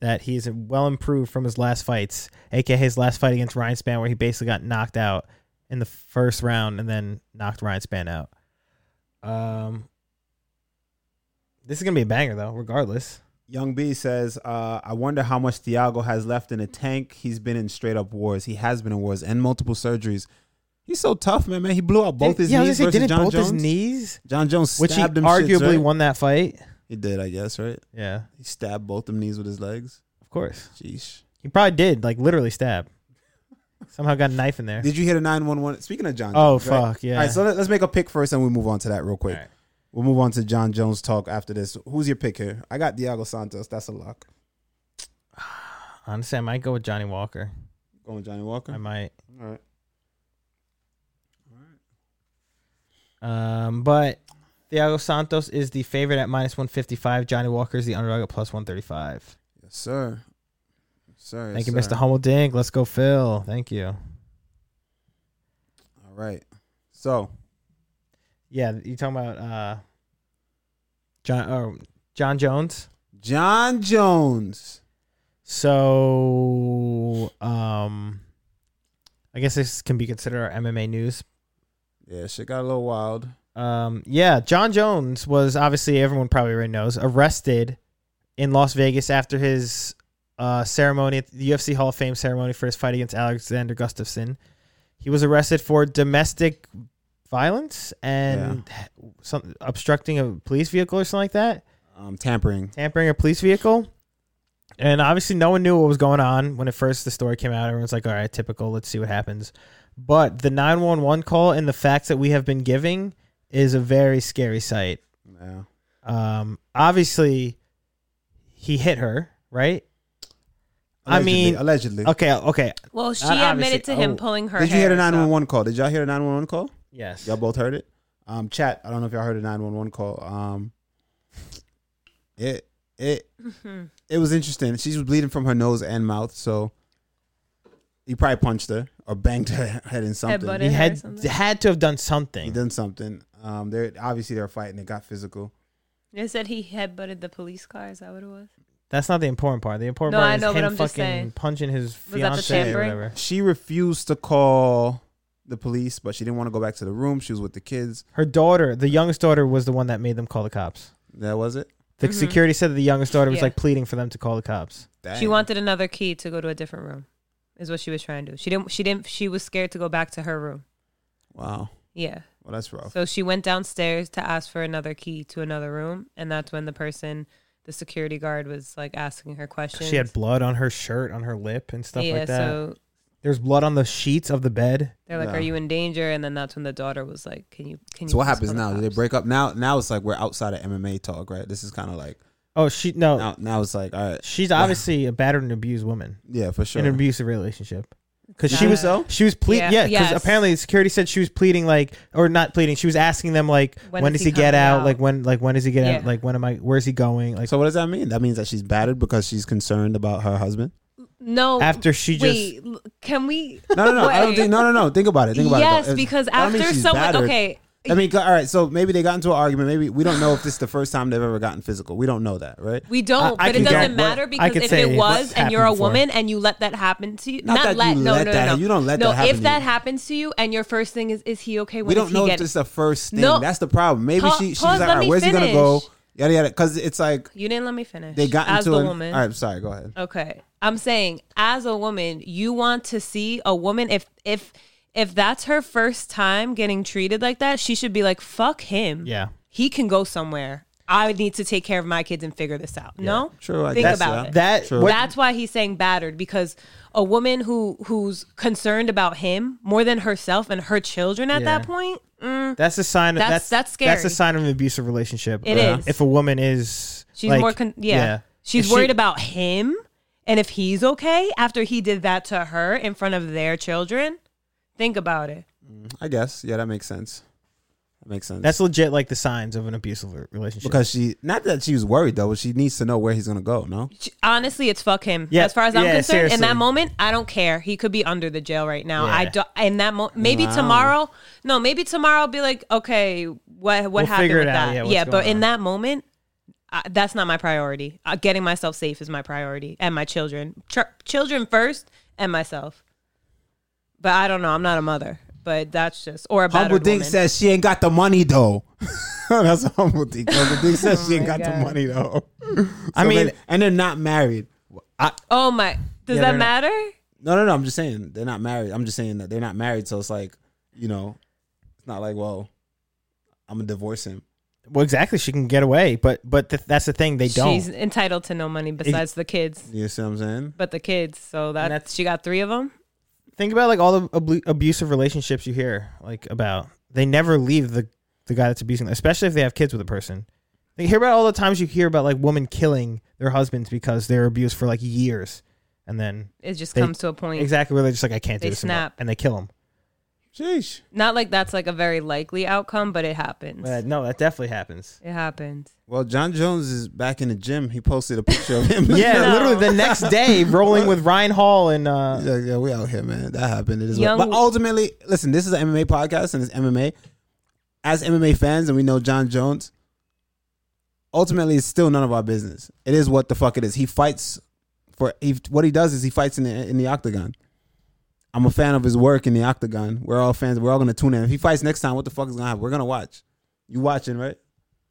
that he is well improved from his last fights, aka his last fight against Ryan Span, where he basically got knocked out in the first round and then knocked Ryan Span out. Um, this is gonna be a banger though, regardless.
Young B says, uh, I wonder how much Thiago has left in the tank. He's been in straight up wars. He has been in wars and multiple surgeries. He's so tough, man. Man, he blew out both his
yeah, I was
knees
gonna say,
versus
didn't
John
both
Jones.
his knees,
John Jones
which he
stabbed him.
arguably
shits, right?
won that fight.
He did, I guess, right?
Yeah,
He stabbed both them knees with his legs.
of course.
Jeez.
He probably did, like literally stab. Somehow got a knife in there.
Did you hear the nine one one? Speaking of John.
Oh,
Jones, right?
fuck, yeah.
All right, so let, us make a pick first, and we move on to that real quick.
All right.
We'll move on to John Jones talk after this. Who's your pick here? I got Thiago Santos. That's a lock.
Honestly, I might go with Johnny Walker.
Going with Johnny Walker.
I might.
All right.
Um, but Thiago Santos is the favorite at minus one fifty five. Johnny Walker is the underdog at plus one thirty five.
Yes, sir. Yes, sir.
Thank
yes,
you,
sir.
Mr. Hummel Dink. Let's go, Phil. Thank you.
All right. So
Yeah, you talking about uh John or John Jones?
John Jones.
So um I guess this can be considered our MMA news
Yeah, shit got a little wild.
Um, yeah, John Jones was obviously everyone probably already knows arrested in Las Vegas after his uh, ceremony at the UFC Hall of Fame ceremony for his fight against Alexander Gustafsson. He was arrested for domestic violence and some obstructing a police vehicle or something like that,
Um, tampering.
tampering a police vehicle. And obviously, no one knew what was going on when at first the story came out. Everyone's like, "All right, typical. Let's see what happens." But the nine one one call and the facts that we have been giving is a very scary sight.
Yeah.
Um, obviously, he hit her, right? I
Allegedly-
mean-
allegedly.
Okay, okay,
Well, she
Uh,
admitted
obviously-
to him
oh.
pulling her
Did you
hair,
hear the
so-
911 call? Did y'all hear the 911 call?
yes.
Y'all both heard it. Um, chat. I don't know if y'all heard a nine one one call. Um, it it
Mm-hmm.
it was interesting. She was bleeding from her nose and mouth, so he probably punched her or banged her (laughs) head in something.
Headbutted.
He
Hit her or
had
something?
had to have done
He
something.
done something. Um, they are obviously they're fighting. It got physical.
They said he headbutted the police car. Is that what it was?
That's not the important part. The important
No,
part
I
is
know, but
him
I'm just
fucking
saying.
punching his
that the
fiance or
tampering?
whatever.
She refused to call the police, but she didn't want to go back to the room. She was with the kids.
Her daughter, the youngest daughter, was the one that made them call the cops.
That was it.
The
Mhm.
security said that the youngest daughter was
Yeah.
like pleading for them to call the cops.
She
Dang.
wanted another key to go to a different room, is what she was trying to do. She didn't. She didn't. She was scared to go back to her room.
Wow.
Yeah.
Well, that's
Oh.
rough.
So she went downstairs to ask for another key to another room, and that's when the person, the security guard, was like asking her questions.
She had blood on her shirt, on her lip, and stuff
yeah.
like that.
so
There's blood on the sheets of the bed.
they're like,
No.
"Are you in danger?" And then that's when the daughter was like, "Can you? Can you?"
So what
please
happens
call
now?
the
Do they
cops?"
break up? Now, now it's like we're outside of MMA talk, right? This is kind of like
Oh, she no.
now. Now it's like all right,
She's obviously a battered and abused woman
yeah, for sure.
in an abusive relationship. Because she
Uh,
was she was pleading,
Yeah.
yeah. Because
Yes.
apparently, security said she was pleading, like, or not pleading. She was asking them, like, when, does he, get
coming
out?
out?
Like when, like when does he get out?
Yeah.
Like when am I? Where's he going? Like
So what does that mean? That means that she's battered because she's concerned about her husband.
No.
after she just
wait, l- can we?
No, no, no. I don't
Wait.
think. No, no, no. Think about it. Think about it.
yes,
though. It's-
because
I don't
after
mean she's
someone,
battered.
okay,
I mean, all right. So maybe they got into an argument. Maybe we don't know if this is the first time they've ever gotten physical. We don't know that, right?
we don't,
I
but it
can
doesn't
guarantee-
matter
I
because
could
if
say
it
what's
was and you're a
happened before.
woman and you let that happen to you,
Not that you
let, no,
let
no,
that-
no, no,
you don't let
no,
that happen
if
to
that
you.
happens to you and your first thing is, is he okay? When
we
is
don't
he
know if
getting-
this is the first thing.
No.
That's the problem. Maybe
Pa-
she she's
pause,
like,
let
all right,
me
where's he gonna go?
finish.
Yada yada. Because it's like
You didn't let me finish.
they got
as
into
the
an-
woman.
All right, sorry. Go ahead.
Okay. I'm saying as a woman, you want to see a woman if if if that's her first time getting treated like that, she should be like, "Fuck him.
Yeah.
he can go somewhere. I need to take care of my kids and figure this out." No,
True, I
Think
guess
about
so.
it.
that
True.
what-
that's why he's saying battered because a woman who who's concerned about him more than herself and her children at
Yeah.
that point. Mm,
that's a sign. Of, that's
That's-
that's
that's
That's a
scary.
sign of an abusive relationship.
It Yeah. is.
If a woman is,
she's
like,
more con- yeah. She's
If she-
worried about him and if he's okay after he did that to her in front of their children. Think about it.
I guess. Yeah, that makes sense. That makes sense.
That's legit. Like the signs of an abusive re- relationship.
because she not that she was worried though. But she needs to know where he's gonna go. No.
Ch- honestly, it's fuck him.
Yeah,
As far as I'm
yeah,
concerned, in
seriously.
that moment, I don't care. He could be under the jail right now. I
Yeah.
don't. In that moment, maybe
Wow.
tomorrow. No, maybe tomorrow. I'll be like, okay, what what
We'll
happened
figure
with
it out.
that?
Yeah, what's
yeah, but
going on?
in that moment, I, that's not my priority. Uh, getting myself safe is my priority, and my children, Ch- children first, and myself. But I don't know. I'm not a mother. But that's just or a
Humble
battered
Dick
woman.
says she ain't got the money though. (laughs) That's what Humble Dick. Humble Dick
(laughs)
says she ain't
Oh
got
my
the
God.
money though. (laughs)
I
So
mean-
they- and they're not married.
"Oh my, does
Yeah,
that
they're not-
matter?"
No, no, no. I'm just saying they're not married. I'm just saying that they're not married. So it's like you know, it's not like well, I'm gonna divorce him.
well, exactly. She can get away, but but th- that's the thing. They don't.
She's entitled to no money besides the kids.
You see what I'm saying?
But the kids, so that
that's-
she got three of them.
think about like all the ablu- abusive relationships you hear like about. They never leave the the guy that's abusing them, especially if they have kids with a person. You hear about all the times you hear about like women killing their husbands because they're abused for like years, and then
It just
They-
comes to a point.
exactly where they're just like, I can't do
They
this anymore,
snap.
and they kill them.
Sheesh.
Not like that's like a very likely outcome, but it happens.
But no, that definitely happens.
it happens.
Well, John Jones is back in the gym. He posted a picture of him. (laughs)
Yeah,
(laughs) No.
literally the next day, rolling with Ryan Hall and uh,
Yeah, yeah, we out here, man. That happened. It is
Young-
what, but ultimately, listen, this is an MMA podcast and it's MMA. As MMA fans, and we know John Jones, ultimately, it's still none of our business. It is what the fuck it is. He fights for he, what he does is he fights in the, in the octagon. I'm a fan of his work in the octagon. We're all fans. We're all gonna tune in. If he fights next time, what the fuck is gonna happen? We're gonna watch. You watching, right?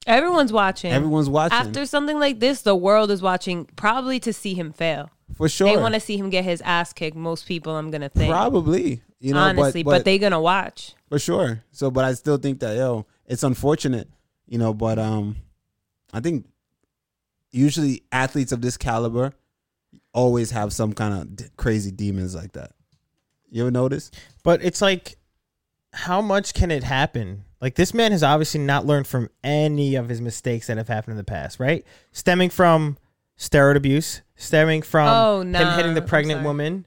Everyone's watching.
Everyone's watching
After something like this, the world is watching probably to see him fail.
for sure.
They want to see him get his ass kicked. Most people, I'm gonna think.
Probably, you know, but-
honestly, but,
but
they gonna watch.
For sure. So, but I still think that yo, it's unfortunate, you know. But um, I think usually athletes of this caliber always have some kind of d- crazy demons like that. You ever notice?
But it's like, how much can it happen? Like this man has obviously not learned from any of his mistakes that have happened in the past, right? Stemming from steroid abuse, stemming from
Oh,
him
nah,
hitting the
I'm
pregnant
sorry.
woman,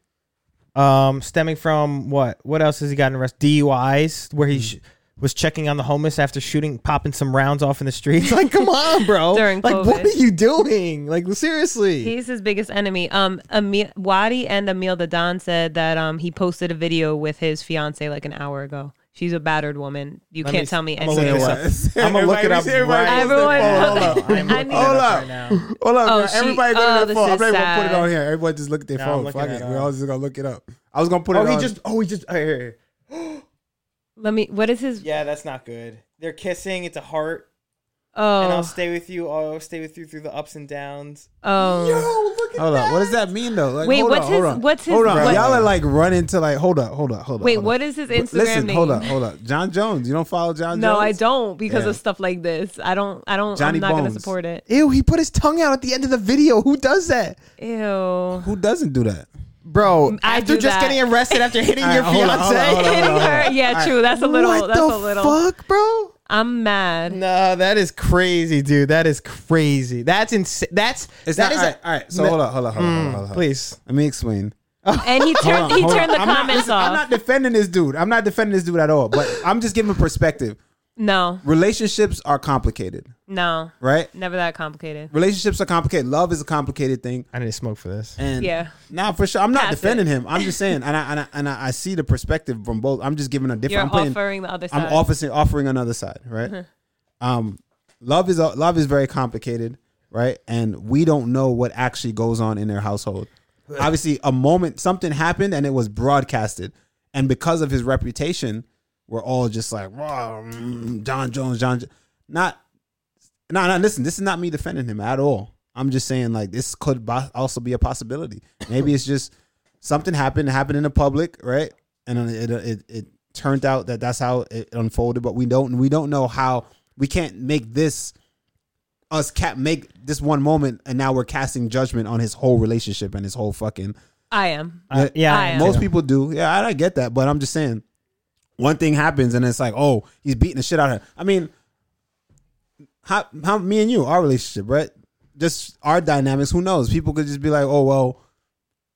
um, stemming from what? What else has he gotten arrested? DUIs, where he sh- was checking on the homeless after shooting, popping some rounds off in the streets. (laughs) Like, come on, bro!
(laughs) During
like, what
COVID.
are you doing? Like, seriously.
He's his biggest enemy. Um, Emil, Wadi and Emil the Don said that um he posted a video with his fiance like an hour ago. She's a battered woman. You
Let
can't
me-
tell me
I'm gonna look
anything.
this
else.
up. (laughs) I'm gonna look it up.
Everybody-
Right.
everybody-
Hold
(laughs)
on,
Everyone-
hold on. I'm looking it up
Hold
right
up.
now.
Hold up,
Oh,
bro.
she-
everybody look
oh,
at their
this
phone. I'm not
is
even gonna put it
sad.
on here. Everybody just look at their
No, I'm
phone.
looking
Fuck
at
it.
it
We're
on-
all just gonna look it up. I was gonna put it
Oh,
on.
he just. Oh, he just. Here, here, here.
Let me. What is his?
Yeah, that's not good. They're kissing. It's a heart. And I'll
Oh,
stay with you. I'll stay with you through the ups and downs.
oh.
look at
Uh,
hold up. What does that mean though? Like,
Wait,
hold
what's
on, hold
his-
on.
what's his-
Hold on.
what-
Y'all are like running to like. Hold up. Hold up. Hold up.
Wait,
hold
what
up.
is his
Wait,
Instagram
Listen.
name?
Hold up. Hold up. John Jones. You don't follow John Jones?
No, I don't because
Yeah.
of stuff like this. I don't. I don't.
Johnny
I'm not gonna
Bones.
support it.
Ew, he put his tongue out at the end of the video. Who does that?
Ew.
Who doesn't do that?
Bro,
Mm, I
after
do
just
that.
getting arrested after hitting your
All right, hold on, hold on, hold
fiance.
on.
Hitting her. Yeah, true. That's (laughs) a little.
What
that's
the
a little.
fuck, bro?
I'm
(laughs)
mad.
Nah, that is crazy, dude. That is crazy. That's insane. That's
It's not.
that is Mm,
all right, all right. So hold up. Hold up. Hold up. Hold up. Hold up.
please.
Let me explain.
And he
Hold
turned.
on,
he
hold on.
turned the
I'm not-
comments
listen,
off.
I'm not defending this dude. I'm not defending this dude at all. But I'm just giving perspective.
no,
Relationships are complicated,
no,
right?
never that complicated.
Relationships are complicated. Love is a complicated thing.
I need to smoke for this.
And
Yeah.
nah, for sure. I'm not
Pass
defending
it.
him. I'm just saying, and I and I, and I, I see the perspective from both. I'm just giving a different.
You're
I'm playing,
offering the other side. Uh-huh.
I'm offering offering another side, right? um, love is a, love is very complicated, right? And we don't know what actually goes on in their household. Obviously, a moment something happened and it was broadcasted, and because of his reputation, we're all just like, "Wow, mm, John Jones, John." Jo-" Not, no, no. Listen, this is not me defending him at all. I'm just saying like this could bo- also be a possibility. Maybe it's just something happened it happened in the public right and then it it, it turned out that that's how it unfolded but we don't we don't know how we can't make this us cap make this one moment and now we're casting judgment on his whole relationship and his whole fucking
I am.
Uh, yeah,
I am.
most people do yeah I, I get that but i'm just saying one thing happens and it's like oh he's beating the shit out of her i mean how how me and you our relationship right just our dynamics who knows people could just be like oh well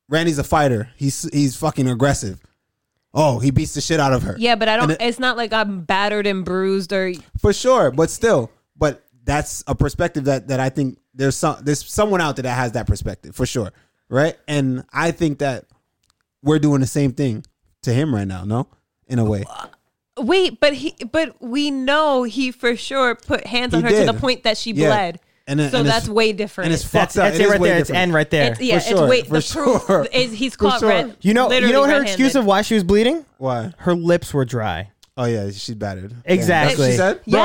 randy's a fighter he's he's fucking aggressive oh he beats the shit out of her
Yeah, but I don't.
And it-
it's not like I'm battered and bruised or.
for sure but still but that's a perspective that that i think there's some there's someone out there that has that perspective for sure right and i think that we're doing the same thing to him right now no in a way
Wait, but he. But we know he for sure put hands on
He
her to
did.
the point that she
Yeah.
bled.
And it-
so
and it's-
that's way different.
and it's fucked
That's,
up
that's
It
it
is
right
way
there. It's
different.
end right there.
It's,
For
yeah, it's
sure,
wait. The
for
proof
sure.
is he's
For
caught
sure.
red.
you know, you know
literally
her
red-handed.
excuse of why she was bleeding?
why
Her lips were dry.
oh yeah she's battered
Exactly.
she (laughs) said
Yes.
Bro,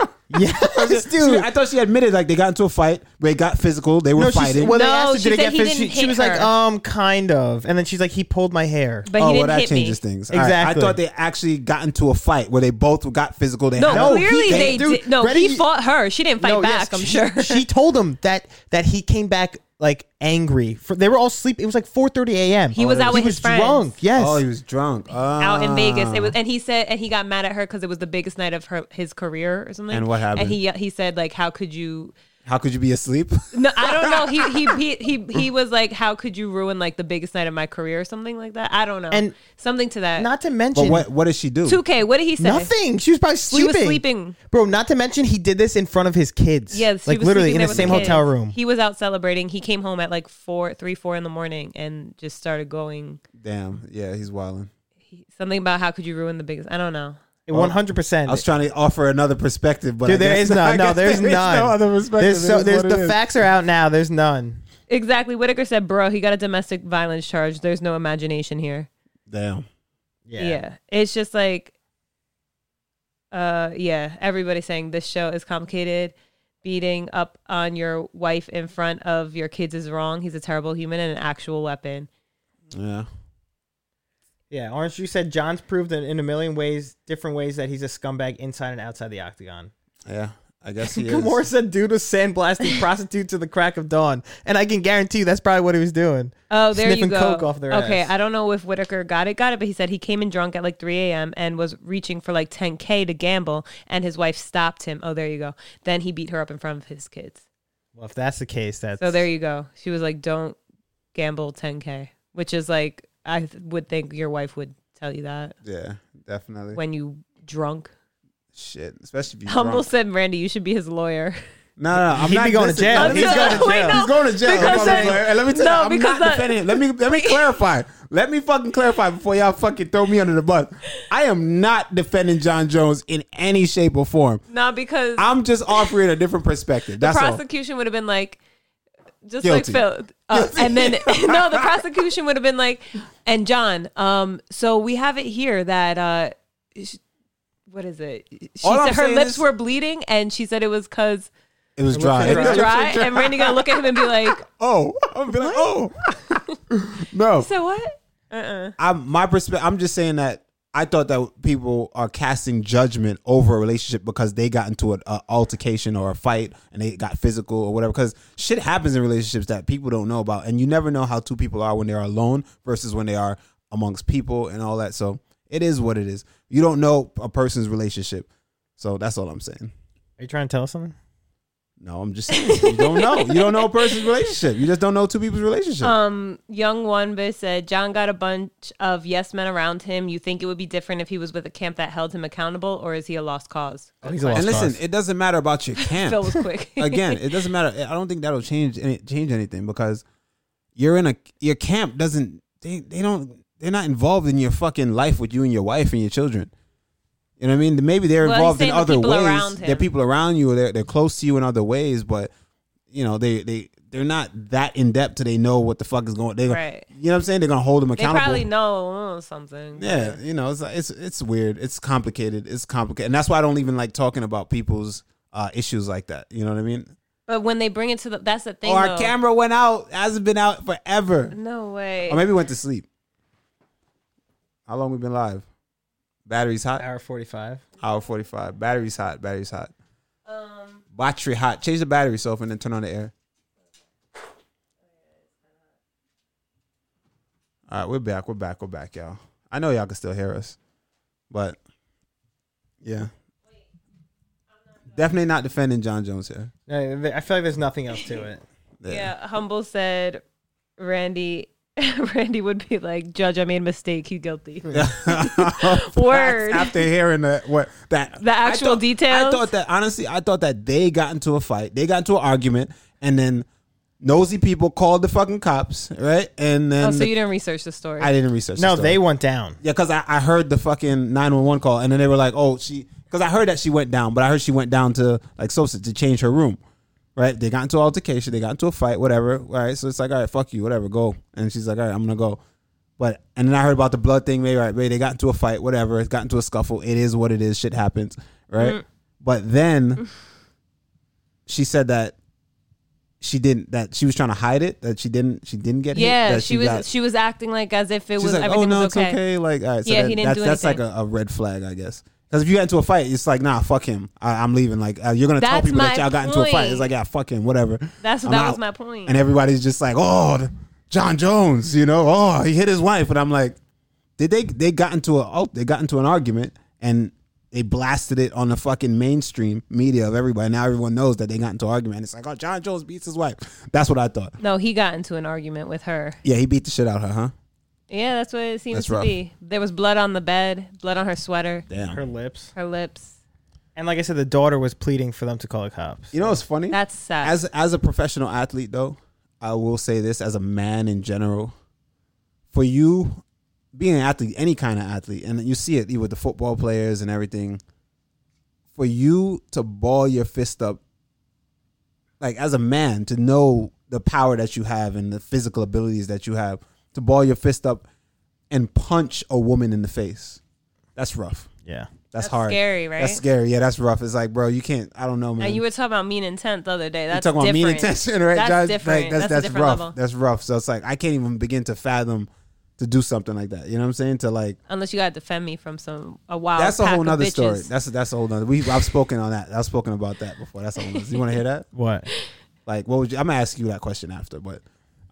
(laughs)
yes. yes,
She-
dude.
I thought she admitted like they got into a fight. They got physical. They were
No, she
fighting.
said, well, they
No,
asked her,
she
did it
said
get
he
physical?
didn't
She
hit
was like,
her.
um, kind of. And then she's like, he pulled my hair.
But he
oh,
didn't
well, that
hit
changes
me.
things. All right.
Exactly.
I thought they actually got into a fight where they both got physical. They
No,
had
No, he
clearly
can't-
they
dude,
did. No,
Reddy-
he fought her. She didn't fight
No, yes,
back. I'm
she-
sure.
she told him that that he came back like angry. For, they were all sleeping. It was like 4:30 a.m.
He was out with his friends.
drunk. Yes.
Oh, he was drunk.
out in
Ah.
Vegas. It was, and he said, and he got mad at her because it was the biggest night of her his career or something.
And what happened?
And he uh, he said like, how could you?
How could you be
(laughs)
asleep?
No, I don't know. He he he he,
(laughs)
he was like, how could you ruin like the biggest night of my career or something like that? I don't know.
And-
something to that.
not to
but
mention
what what did she do?
two K. What did he say?
nothing. She was probably
She
sleeping.
was sleeping.
Bro, not to mention he did this in front of his kids.
Yes, she
like
was
literally
sleeping
in
there
the
with
same
kids.
hotel room.
He was out celebrating. He came home at like four, three, four in the morning, and just started going
Damn. Yeah, he's wilding.
something about how could you ruin the biggest? I don't know.
100%.
Oh. I was trying to offer another perspective, but I
Dude, there
guess- (laughs)
is
I
none. No,
guess
there's
there is
none.
no other perspective.
There's so
It is
there's
what it
the
is.
facts are out now. There's none.
Exactly. Whitaker said, "Bro, he got a domestic violence charge. There's no imagination here."
Damn.
Yeah. It's just like uh yeah, everybody saying this show is complicated. Beating up on your wife in front of your kids is wrong. He's a terrible human and an actual weapon.
Yeah.
Yeah, Orange Juice said John's proved in, in a million ways, different ways, that he's a scumbag inside and outside the (laughs) octagon.
Yeah. I (laughs) guess he is.
Gamora said dude was sandblasting (laughs) prostitutes to the crack of dawn. And I can guarantee you that's probably what he was doing.
Oh, there
Sniffing
you go.
coke off their
okay,
ass.
I don't know if Whitaker got it, got it, but he said he came in drunk at like 3 a.m. and was reaching for like 10k to gamble, and his wife stopped him. Oh, there you go. Then he beat her up in front of his kids.
Well, if that's the case, that's
So there you go. She was like, "Don't gamble 10k," which is like I th- would think your wife would tell you that
Yeah, definitely.
when you drunk.
Shit. Especially if you
Humble
drunk.
said, Randy, you should be his lawyer. (laughs)
No, no, I'm
He'd
not
be going to
dissing-
jail.
Let me
He's
tell
going to
you-
jail. Wait, no,
He's going to jail.
because
Hold on,
I-
Blair. And let me tell you,
no,
I'm
because
not
I-
defending. Let me
(laughs)
let me clarify. Let me fucking clarify before y'all fucking throw me under the bus. I am not defending John Jones in any shape or form.
No, because
I'm just offering a different perspective.
the
That's all.
prosecution would have been like, just
Guilty.
like Phil, uh,
Guilty. (laughs)
and then (laughs) no, the prosecution would have been like, and John, um, so we have it here that uh, sh- what is it? She
All I'm
said her
saying
lips
is-
were bleeding, and she said it was because
It was dry.
it
(laughs)
was dry, and Randy gonna look at him and be like,
Oh, (laughs) I'm gonna be like, oh, (laughs) no.
so what? Uh-uh.
I'm my perspective. I'm just saying that I thought that people are casting judgment over a relationship because they got into an a altercation or a fight and they got physical or whatever. Because shit happens in relationships that people don't know about, and you never know how two people are when they are alone versus when they are amongst people and all that. So it is what it is. You don't know a person's relationship, so that's all I'm saying.
Are you trying to tell us something?
No, I'm just saying you don't know. You don't know a person's relationship. You just don't know two people's relationship.
Um, young Wanba said John got a bunch of yes men around him. You think it would be different if he was with a camp that held him accountable, or is he a lost cause?
He's a lost
and listen,
cause.
it doesn't matter about
(laughs)
your camp.
Phil was quick.
(laughs) again, it doesn't matter. I don't think that'll change any, change anything because you're in a your camp doesn't they they don't they're not involved in your fucking life with you and your wife and your children. You know what I mean? Maybe they're
Well,
involved
he's
in
saying the
other
people
ways.
around
There are
him.
people around you. They're they're close to you in other ways, but you know they they they're not that in depth to they know what the fuck is going. They
Right.
you know what I'm saying? They're gonna hold them
(laughs) They
accountable.
probably know uh, something.
Yeah, you know, it's it's it's weird. It's complicated. It's complicated, and that's why I don't even like talking about people's uh, issues like that. You know what I mean?
But when they bring it to the, that's the thing.
Oh, our
though.
camera went out. Hasn't been out forever.
No way.
Or maybe went to sleep. How long we been live? Battery's hot.
Hour 45.
Hour forty five. Battery's hot. Battery's hot. Um, battery hot. Change the battery self and then turn on the air. All right, we're back. We're back. We're back, y'all. I know y'all can still hear us, but yeah, definitely not defending John Jones here.
No, th- I feel like there's nothing else to it.
yeah, humble said, Randy. (laughs) Randy would be like, Judge, I made a mistake. He guilty. (laughs) Word.
after hearing the what that
The actual
I thought-
details?
I thought that honestly, I thought that they got into a fight, they got into an argument, and then nosy people called the fucking cops, right? And then
Oh, so you didn't research the story.
I didn't research. the
No,
story.
they went down.
yeah, because I, I heard the fucking nine one one call, and then they were like, oh, she because I heard that she went down, but I heard she went down to like Sosa to change her room. Right, they got into an altercation, they got into a fight, whatever. All right, so it's like, all right, fuck you, whatever, go. And she's like, all right, I'm gonna go. But and then I heard about the blood thing. Maybe right, maybe they got into a fight, whatever. It got into a scuffle. It is what it is. Shit happens, right?
Mm.
But then
(laughs)
she said that she didn't. That she was trying to hide it. That she didn't. She didn't get hit.
yeah,
that
she, was
got-
she was acting like as if it
she's
was
like,
everything
oh no,
was
it's
okay.
okay. Like, all right, so
Yeah,
that-
he didn't
that's,
do
that's like
anything.
a, a red flag, I guess. Because if you get into a fight, it's like, nah, fuck him. I, I'm leaving. Like, uh, you're gonna tell
That's
people that
my
y'all got into a fight.
point.
It's like, yeah, fuck him, whatever.
That's
I'm
that
out.
was my point.
And everybody's just like, oh, the- John Jones, you know, oh, he hit his wife, and I'm like, did they they got into a oh, they got into an argument and they blasted it on the fucking mainstream media of everybody. Now everyone knows that they got into an argument. And it's like, oh, John Jones beats his wife. That's what I thought.
no, he got into an argument with her.
Yeah, he beat the shit out of her, huh?
Yeah, that's what it seems
That's
to
rough.
be. There was blood on the bed, blood on her sweater,
Damn.
Her lips.
her lips.
And like I said, the daughter was pleading for them to call the cops.
You know what's funny?
That's sad.
as as a professional athlete though, I will say this as a man in general, for you being an athlete, any kind of athlete, and you see it with the football players and everything, for you to ball your fist up, like as a man, to know the power that you have and the physical abilities that you have, to ball your fist up and punch a woman in the face. That's rough.
Yeah.
That's,
That's
hard.
scary, right?
That's scary. Yeah, that's rough. It's like, bro, you can't. I don't know, man.
and you were talking about mean intent the other day.
You're
That's
talking about
different.
mean intention, right?
That's
Josh?
different.
Like,
that's, a different
rough.
level.
That's rough. So it's like I can't even begin to fathom to do something like that. You know what I'm saying? To like
Unless you gotta defend me from some a wild.
that's a
pack
whole
of
nother
bitches.
story. That's that's a whole nother. We I've spoken on that. I've spoken about that before. That's a whole nother. You want to hear that?
What?
Like, what would you? I'm gonna ask you that question after, but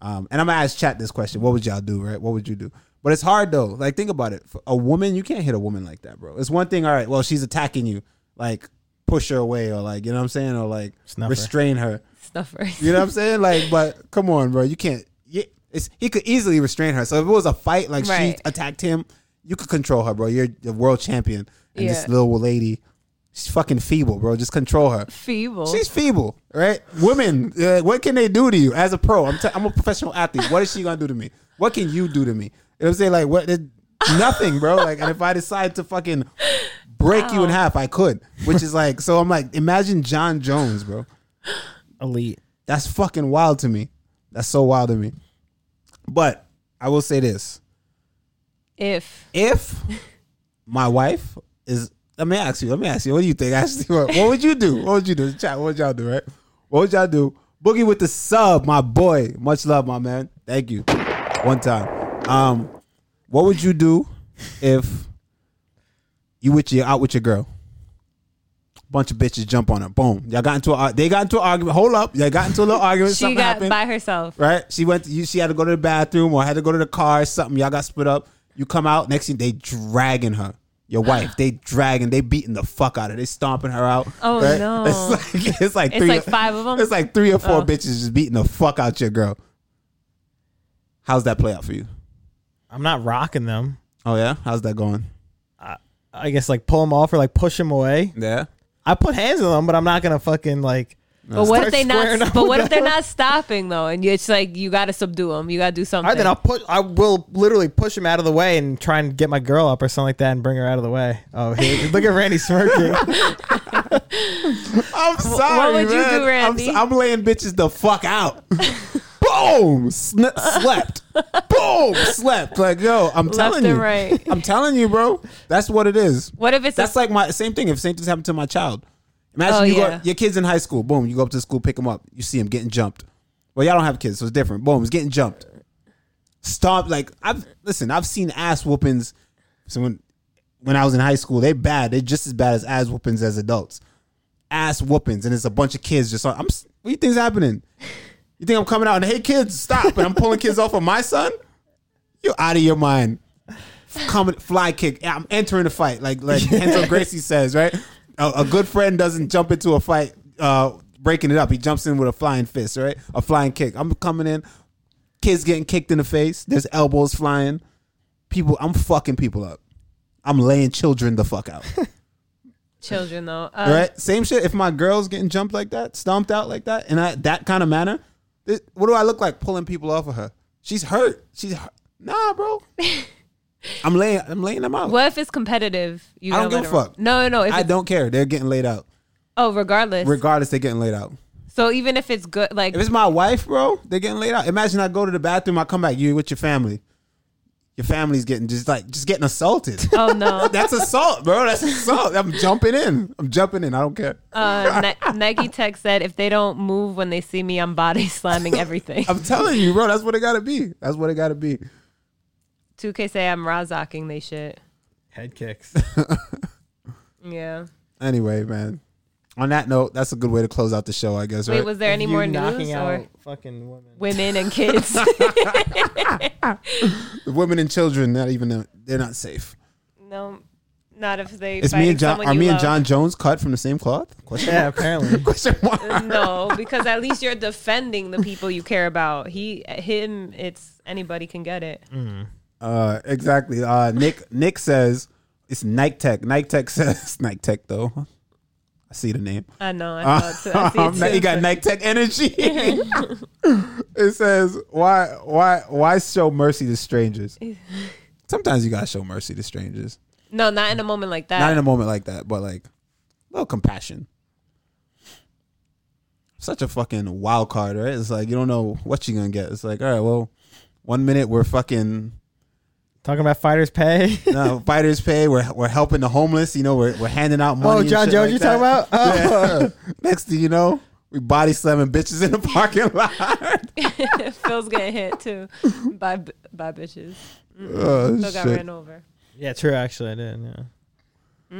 um, and I'm gonna ask chat this question. What would y'all do? Right? What would you do? But it's hard though. Like, think about it. For a woman, you can't hit a woman like that, bro. It's one thing. All right, well, she's attacking you. Like, push her away, or like, you know what I'm saying, or like,
Snuff her.
restrain her.
Snuffer.
You know what I'm saying? Like, but come on, bro. You can't. Yeah, it's, he could easily restrain her. So if it was a fight, like she
Right.
attacked him, you could control her, bro. You're the world champion, and this
Yeah.
little lady She's fucking feeble, bro. Just control her.
Feeble.
She's feeble, right? Women, uh, what can they do to you as a pro? I'm, t- I'm a professional athlete. What is she gonna do to me? What can you do to me? You know what I'm saying? Like what? it- nothing, bro. Like, and if I decide to fucking break you in half, I could. Which is like, so I'm like, imagine John Jones, bro.
Elite.
That's fucking wild to me. That's so wild to me. But I will say this:
if (laughs)
if my wife is, let me ask you. Let me ask you. What do you think, (laughs) Ashley? What, what would you do? What would you do? Chat. What would y'all do? Right? What would y'all do? Boogie with the sub, my boy. Much love, my man. Thank you. One time. Um, what would you do if you with your out with your girl? Bunch of bitches jump on her. Boom. Y'all got into a, they got into an argument. Hold up. Y'all got into a little argument.
she
Something
got
happened
by herself,
right? She went. You, she had to go to the bathroom or had to go to the car. Or something. Y'all got split up. You come out next thing they dragging her. Your wife, they dragging, they beating the fuck out of, her. they stomping her out.
Oh,
right? (laughs)
no.
It's like it's like
It's
three,
like five of 'em?
It's like three or four
Oh.
bitches just beating the fuck out your girl. How's that play out for you?
I'm not rocking them.
Oh yeah, how's that going?
I guess like pull them off or like push them away.
Yeah,
I put hands on them, but I'm not gonna fucking like.
but what if
Start
they
squaring up
not? But what
with
if they're
them.
not stopping though? And it's like you got to subdue them. You got to do something.
All right, then I'll put. I will literally push him out of the way and try and get my girl up or something like that and bring her out of the way. Oh, he, look at Randy smirking.
(laughs)
I'm sorry.
would you
man.
do,
I'm
Randy?
s- I'm, laying bitches the fuck
(laughs)
out. Boom, Sn- slept. Boom, slept. Like yo, I'm telling you,
and right.
I'm telling you, bro. That's what it is.
What if it's
That's
a,
like my same thing. If same things happened to my child, imagine
Oh,
you
yeah.
go, your kids in high school. Boom, you go up to school, pick them up. You see them getting jumped. Well, y'all don't have kids, so it's different. Boom, it's getting jumped. Stop. Like I've listen. I've seen ass whoopings. So when when I was in high school, they bad. They're just as bad as ass whoopings as adults. Ass whoopings, and it's a bunch of kids just on. I'm. s- What do you think's happening? You think I'm coming out and hey kids, stop, and I'm pulling kids off of my son? You out of your mind. Coming fly kick. I'm entering the fight. Like like Enzo Gracie says, right? A, a good friend doesn't jump into a fight uh breaking it up. He jumps in with a flying fist, right? A flying kick. I'm coming in, kids getting kicked in the face, there's elbows flying. People I'm fucking people up. I'm laying children the fuck out.
(laughs) children though?
All
Uh,
right, Same shit. If my girl's getting jumped like that, stomped out like that, and I that kind of manner, th- what do I look like pulling people off of her? She's hurt. She's hu- nah, bro. I'm laying. I'm laying them out.
What if it's competitive? You
I don't
gonna
give
let
a
her-
fuck.
No, no. no. If
I
it's-
don't care. They're getting laid out.
oh, regardless.
Regardless, they're getting laid out.
so even if it's good, like
If it's my wife, bro, they're getting laid out. Imagine I go to the bathroom, I come back, you with your family. Your family's getting just like just getting assaulted.
(laughs)
(laughs)
oh no,
That's assault, bro. That's assault. I'm jumping in. I'm jumping in. I don't care.
uh, Ni- Nike Tech said if they don't move when they see me, I'm body (laughs)
(laughs)
slamming everything. (laughs)
I'm telling you, bro. That's what it gotta be. That's what it gotta be.
2K say I'm razocking they shit.
Head kicks.
Yeah.
anyway, man. On that note, that's a good way to close out the show, I guess.
Wait,
Right?
was there any
You
more news
knocking out
or
fucking women.
women and kids? (laughs)
the women and children, not even they're not safe.
no, not if they.
It's me
fighting
and John.
someone
Are
you
me and
love.
John Jones cut from the same cloth? Question (laughs)
Yeah, apparently.
question mark.
No, because at least you're defending the people you care about. He, him, it's anybody can get it.
Uh, exactly. Uh, Nick Nick says it's Nike Tech. Nike Tech (laughs) says Nike Tech though. I see the name.
I know.
(laughs)
Oh, I
Uh,
saw it too. I see it
now
too.
you got Nike Tech
(laughs)
energy. (laughs) it says why why why show mercy to strangers?
(laughs)
Sometimes you gotta show mercy to strangers.
No, not in a moment like that.
not in
(laughs)
a moment like that, but like a little compassion. Such a fucking wild card, right? It's like you don't know what you're gonna get. It's like, all right, well, one minute we're fucking
Talking about fighters' pay.
no, fighters pay. We're we're helping the homeless. You know, we're we're handing out money.
(laughs) oh,
and
John
shit
Jones,
like
you
that.
talking about? Oh.
Next thing you know, we body slamming bitches in the parking
(laughs)
lot.
Phil's getting hit too by b- by bitches.
oh,
Phil got
shit.
ran over.
(laughs) Yeah, true. Actually, I did. Yeah.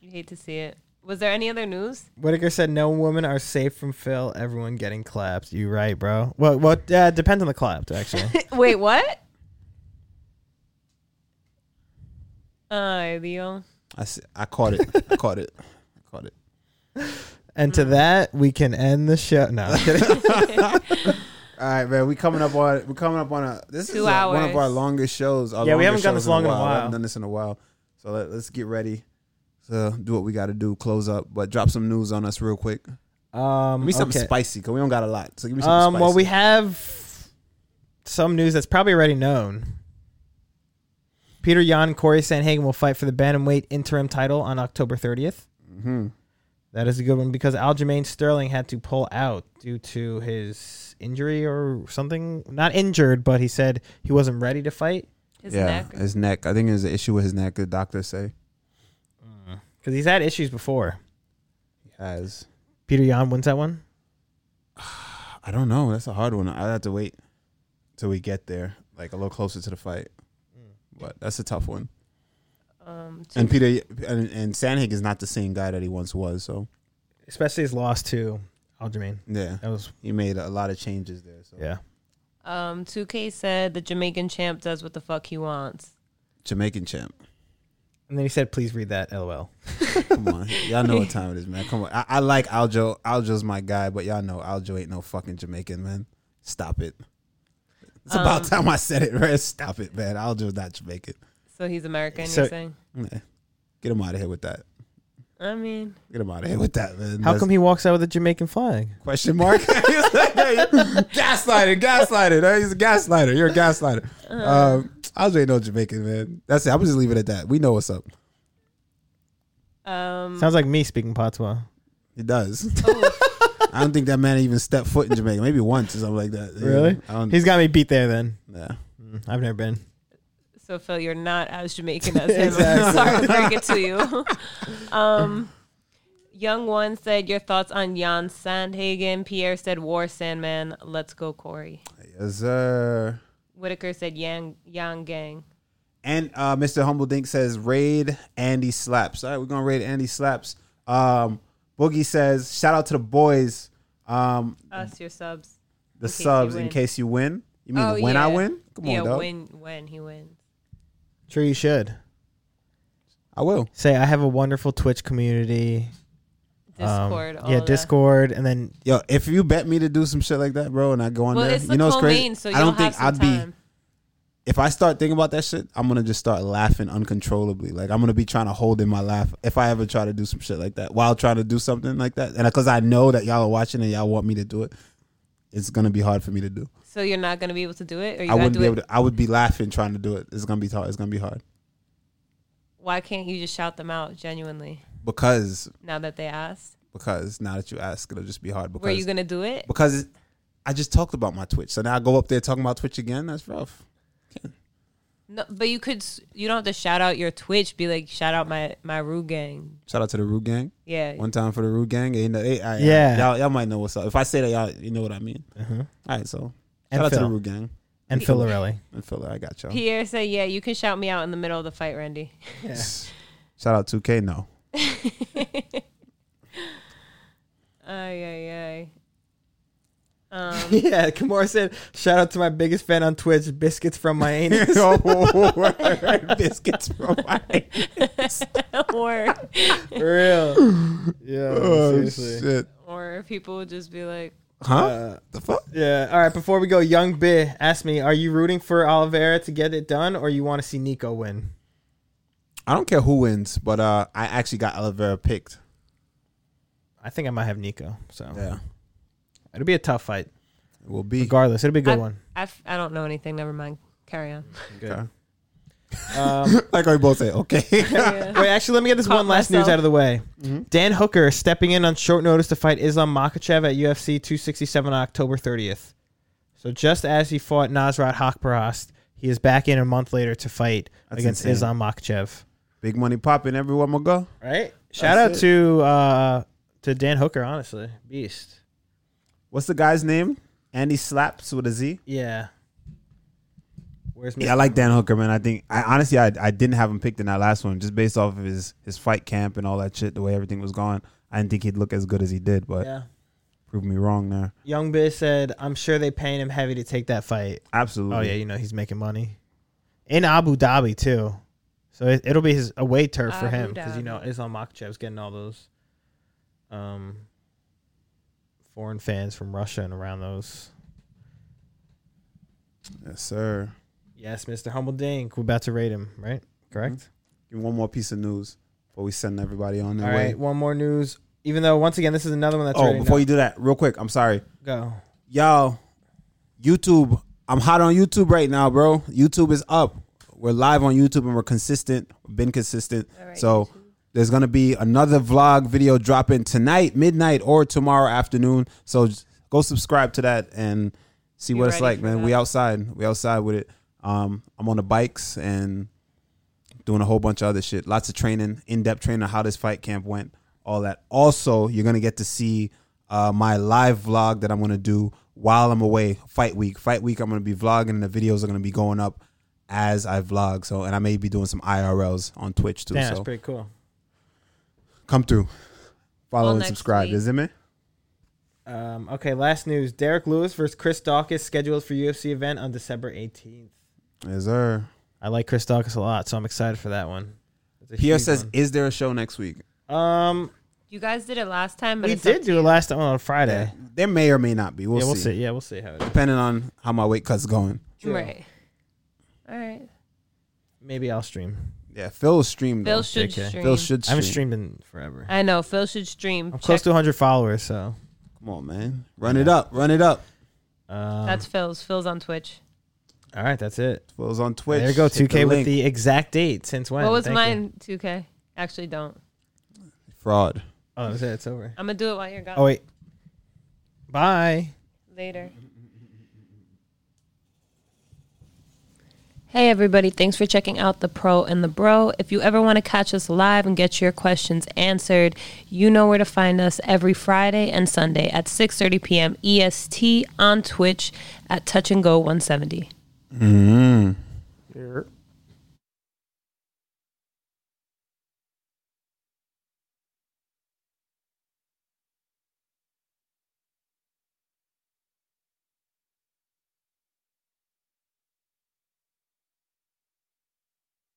You hate to see it. Was there any other news? (laughs)
Whitaker said no women are safe from Phil. Everyone getting clapped. You right, bro. Well, what uh, depends on the clapped
(laughs)
actually.
Wait, what? Uh, Leo.
I see, I caught it. I caught it. I caught it.
and to that, we can end the show. No, I'm kidding.
All right, man. We coming up on we're coming up on a this is
Two
uh, one of
hours.
our longest shows. our
Yeah, we
longest
haven't done
shows
this long in a
I
while.
haven't done this in a while, so let, us get ready. to do what we got to do, close up. But drop some news on us real quick.
Um,
Give me something
okay.
spicy because we don't got a lot. So give me something
Um,
spicy.
well, we have some news that's probably already known. Peter Yan and Corey Sanhagen will fight for the bantamweight interim title on October 30th.
Mhm.
That is a good one because Aljamain Sterling had to pull out due to his injury or something. Not injured, but he said he wasn't ready to fight
His
yeah,
neck.
his neck. I think there's an issue with his neck. The doctor say
because he's had issues before.
he has.
Peter Yan wins that one.
I don't know. That's a hard one. I'd have to wait till we get there, like a little closer to the fight. But that's a tough one.
Um, to-
And Peter and, and Sandhig is not the same guy that he once was. So
Especially his loss to Aljamain.
yeah,
That was,
he made a lot of changes there. So
yeah.
um, 2K said the Jamaican champ does what the fuck he wants.
Jamaican (laughs) champ.
And then he said, please read that, lol.
Come on, y'all know what time it is, man. Come on. I, I like Aljo. Aljo's my guy, but y'all know Aljo ain't no fucking Jamaican, man. Stop it. It's about time I said it, (laughs) right? Stop it, man. Aljo's not Jamaican.
So he's American,
So-
you're saying?
Nah. Get him out of here with that.
I mean,
Get him out of here with that, man.
How
That's-
come he walks out with a Jamaican flag?
Question mark. (laughs) gaslighted, gaslighted. Hey, He's a gaslighter. You're a gaslighter.
Uh-huh.
Um, Aljo ain't no Jamaican, man. That's it. I'm just leaving it at that. We know what's up.
um,
Mm. Sounds like me speaking patois.
He does.
Oh.
(laughs) I don't think that man even stepped foot in Jamaica. Maybe once or something like that. Yeah. I don't,
He's got me beat there then.
nah.
Mm, I've never been.
so Phil, you're not as
(laughs)
Jamaican as him. Sorry to break it to you. (laughs) um, Young One said your thoughts on Jan Sandhagen. Pierre said War Sandman. Let's go, Corey.
Yes, sir.
Whitaker said Yang Yang Gang.
And uh, Mr. Humbledink says raid Andy slaps. All right, we're gonna raid Andy slaps. Um, Boogie says shout out to the boys, um,
Us, your subs.
the
case you
subs in
win.
case you win. You mean
Oh,
when I
yeah.
win? Come on,
yeah,
dog.
when when he wins.
Sure, you should.
I will.
Say, I have a wonderful Twitch community. Um,
Discord. all
yeah,
that.
Discord. And then
Yo, if you bet me to do some shit like that, bro, and I go on
Well,
there,
it's the
you know it's crazy.
so
I don't
you'll have
think
some
I'd
time.
be. If I start thinking about that shit, I'm gonna just start laughing uncontrollably. Like I'm gonna be trying to hold in my laugh if I ever try to do some shit like that while trying to do something like that. And because I know that y'all are watching and y'all want me to do it, it's gonna be hard for me to do.
So you're not gonna be able to do it, or you
I
gotta
wouldn't
do
be
it.
able to. I would be laughing trying to do it. It's gonna be hard. It's gonna be hard
Why can't you just shout them out genuinely?
because
Now that they asked,
because now that you ask, it'll just be hard
were you
because
gonna do it?
because I just talked about my Twitch, so now I go up there talking about Twitch again. That's rough.
No, but you could. s- You don't have to shout out your Twitch. Be like, shout out my my Rue gang.
Shout out to the Rude Gang.
Yeah.
One time for the Rude Gang. Ain't no- eh, I- I-
Yeah. Uh-huh.
y'all, y'all might know what's up. If I say that, y'all you know what I mean. All right, so
And
shout out to the
Phil.
Rude Gang
and Filarelli.
and Phil. I got y'all.
Pierre said, "Yeah, you can shout me out in the middle of the fight, Randy."
(laughs)
(laughs)
Shout out 2K.
(laughs)
No, (laughs)
Ay Um,
(laughs)
ay (laughs)
yeah, Kimura said, shout out to my biggest fan on Twitch, Biscuits from my anus.
Oh, biscuits from my.
ay. (laughs) or
(laughs) For real. (laughs) Yeah,
Oh
seriously.
shit!
or people would just be like,
Huh?
Uh,
the fuck?
Yeah. All right. Before we go, Young Bi asked me, "Are you rooting for Oliveira to get it done, or you want to see Nico win?"
I don't care who wins, but uh, I actually got Oliveira picked.
I think I might have Nico. So
Yeah,
it'll be a tough fight.
it will be.
Regardless, it'll be a good
I-
one.
I, f- I don't know anything. Never mind.
(laughs)
Carry on.
Okay.
Um,
like we both say, okay. (laughs)
wait, actually, let me get this
Caught
one last news
myself.
out of the way.
Mm-hmm.
Dan Hooker stepping in on short notice to fight Islam Makachev at UFC 267 on October 30th. So just as he fought Nasrat Hakparast, he is back in a month later to fight
That's
against
insane.
Islam Makachev.
Big money popping. Everyone will go.
Right? Shout out to uh, to Dan Hooker, honestly, beast.
What's the guy's name? Andy Slaps with a Z.
Yeah. Where's
Yeah, I like Dan Hooker, man. I think I honestly I, I didn't have him picked in that last one just based off of his his fight camp and all that shit, the way everything was going. I didn't think he'd look as good as he did, but
Yeah.
proved me wrong there.
Young Biz said, "I'm sure they paying him heavy to take that fight."
Absolutely.
Oh yeah, you know he's making money in Abu Dhabi too, so it, it'll be his away turf for
Abu
him because you know
Dhabi.
Islam Makhachev's getting all those um foreign fans from Russia and around those.
Yes, sir. Mm-hmm.
Yes, Mister Humble Dink, we're about to rate him, right? Correct.
Give me one more piece of news. But we send everybody on
All
their way.
right, one more news. Even though once again, this is another one that's
oh,
already
before
known.
you do that, real quick, I'm sorry.
go.
Y'all, YouTube, I'm hot on YouTube right now, bro. YouTube is up. We're live on YouTube and we're consistent, been consistent.
right,
so there's going to be another vlog video dropping tonight, midnight, or tomorrow afternoon. So just go subscribe to that and see
Be
what it's
ready
like,
for
man. We
that.
outside. We outside with it. Um, I'm on the bikes and doing a whole bunch of other shit. Lots of training, in depth training, on how this fight camp went, all that. Also, you're gonna get to see uh, my live vlog that I'm gonna do while I'm away. Fight week, fight week. I'm gonna be vlogging, and the videos are gonna be going up as I vlog. So, and I may be doing some IRLs on Twitch too.
Damn, that's
so
pretty cool.
come through, follow
Well,
and
next
subscribe.
week.
Is it me?
Um, okay, last news. Derek Lewis versus Chris Dawkins scheduled for UFC event on December 18th.
Is there?
I like Chris Dawkins a lot, so I'm excited for that one. It's a
Pierre
huge
says, "Is there a show next week?"
one. um,
You guys did it last time, but
we
it's up
did
to
do it last time on Friday.
There may or may not be. We'll,
yeah, we'll
see.
see. Yeah, we'll see how it is.
Depending on how my weight cut's going.
you.
do.
right. All right.
Maybe I'll stream.
Yeah, Phil streamed.
Phil
though.
should
JK.
stream.
Phil should
I haven't
stream.
streamed in forever.
I know Phil should stream.
I'm close
Check-
to 100 followers, so
Come on, man. Run it up. Run it up.
um,
That's Phil's. Phil's on Twitch.
all right. That's it.
Phil's on Twitch.
there you go.
Hit
2K with
link.
the exact date since when?
What was
Thank you.
mine? 2K. Actually, don't.
fraud.
Oh, that's it. It's over.
I'm gonna do it while you're gone.
Oh wait. Bye.
later. Hey everybody, thanks for checking out the Pro and the Bro. If you ever want to catch us live and get your questions answered, you know where to find us every Friday and Sunday at 6:30 p.m. EST on Twitch at Touch and Go 170.
Here.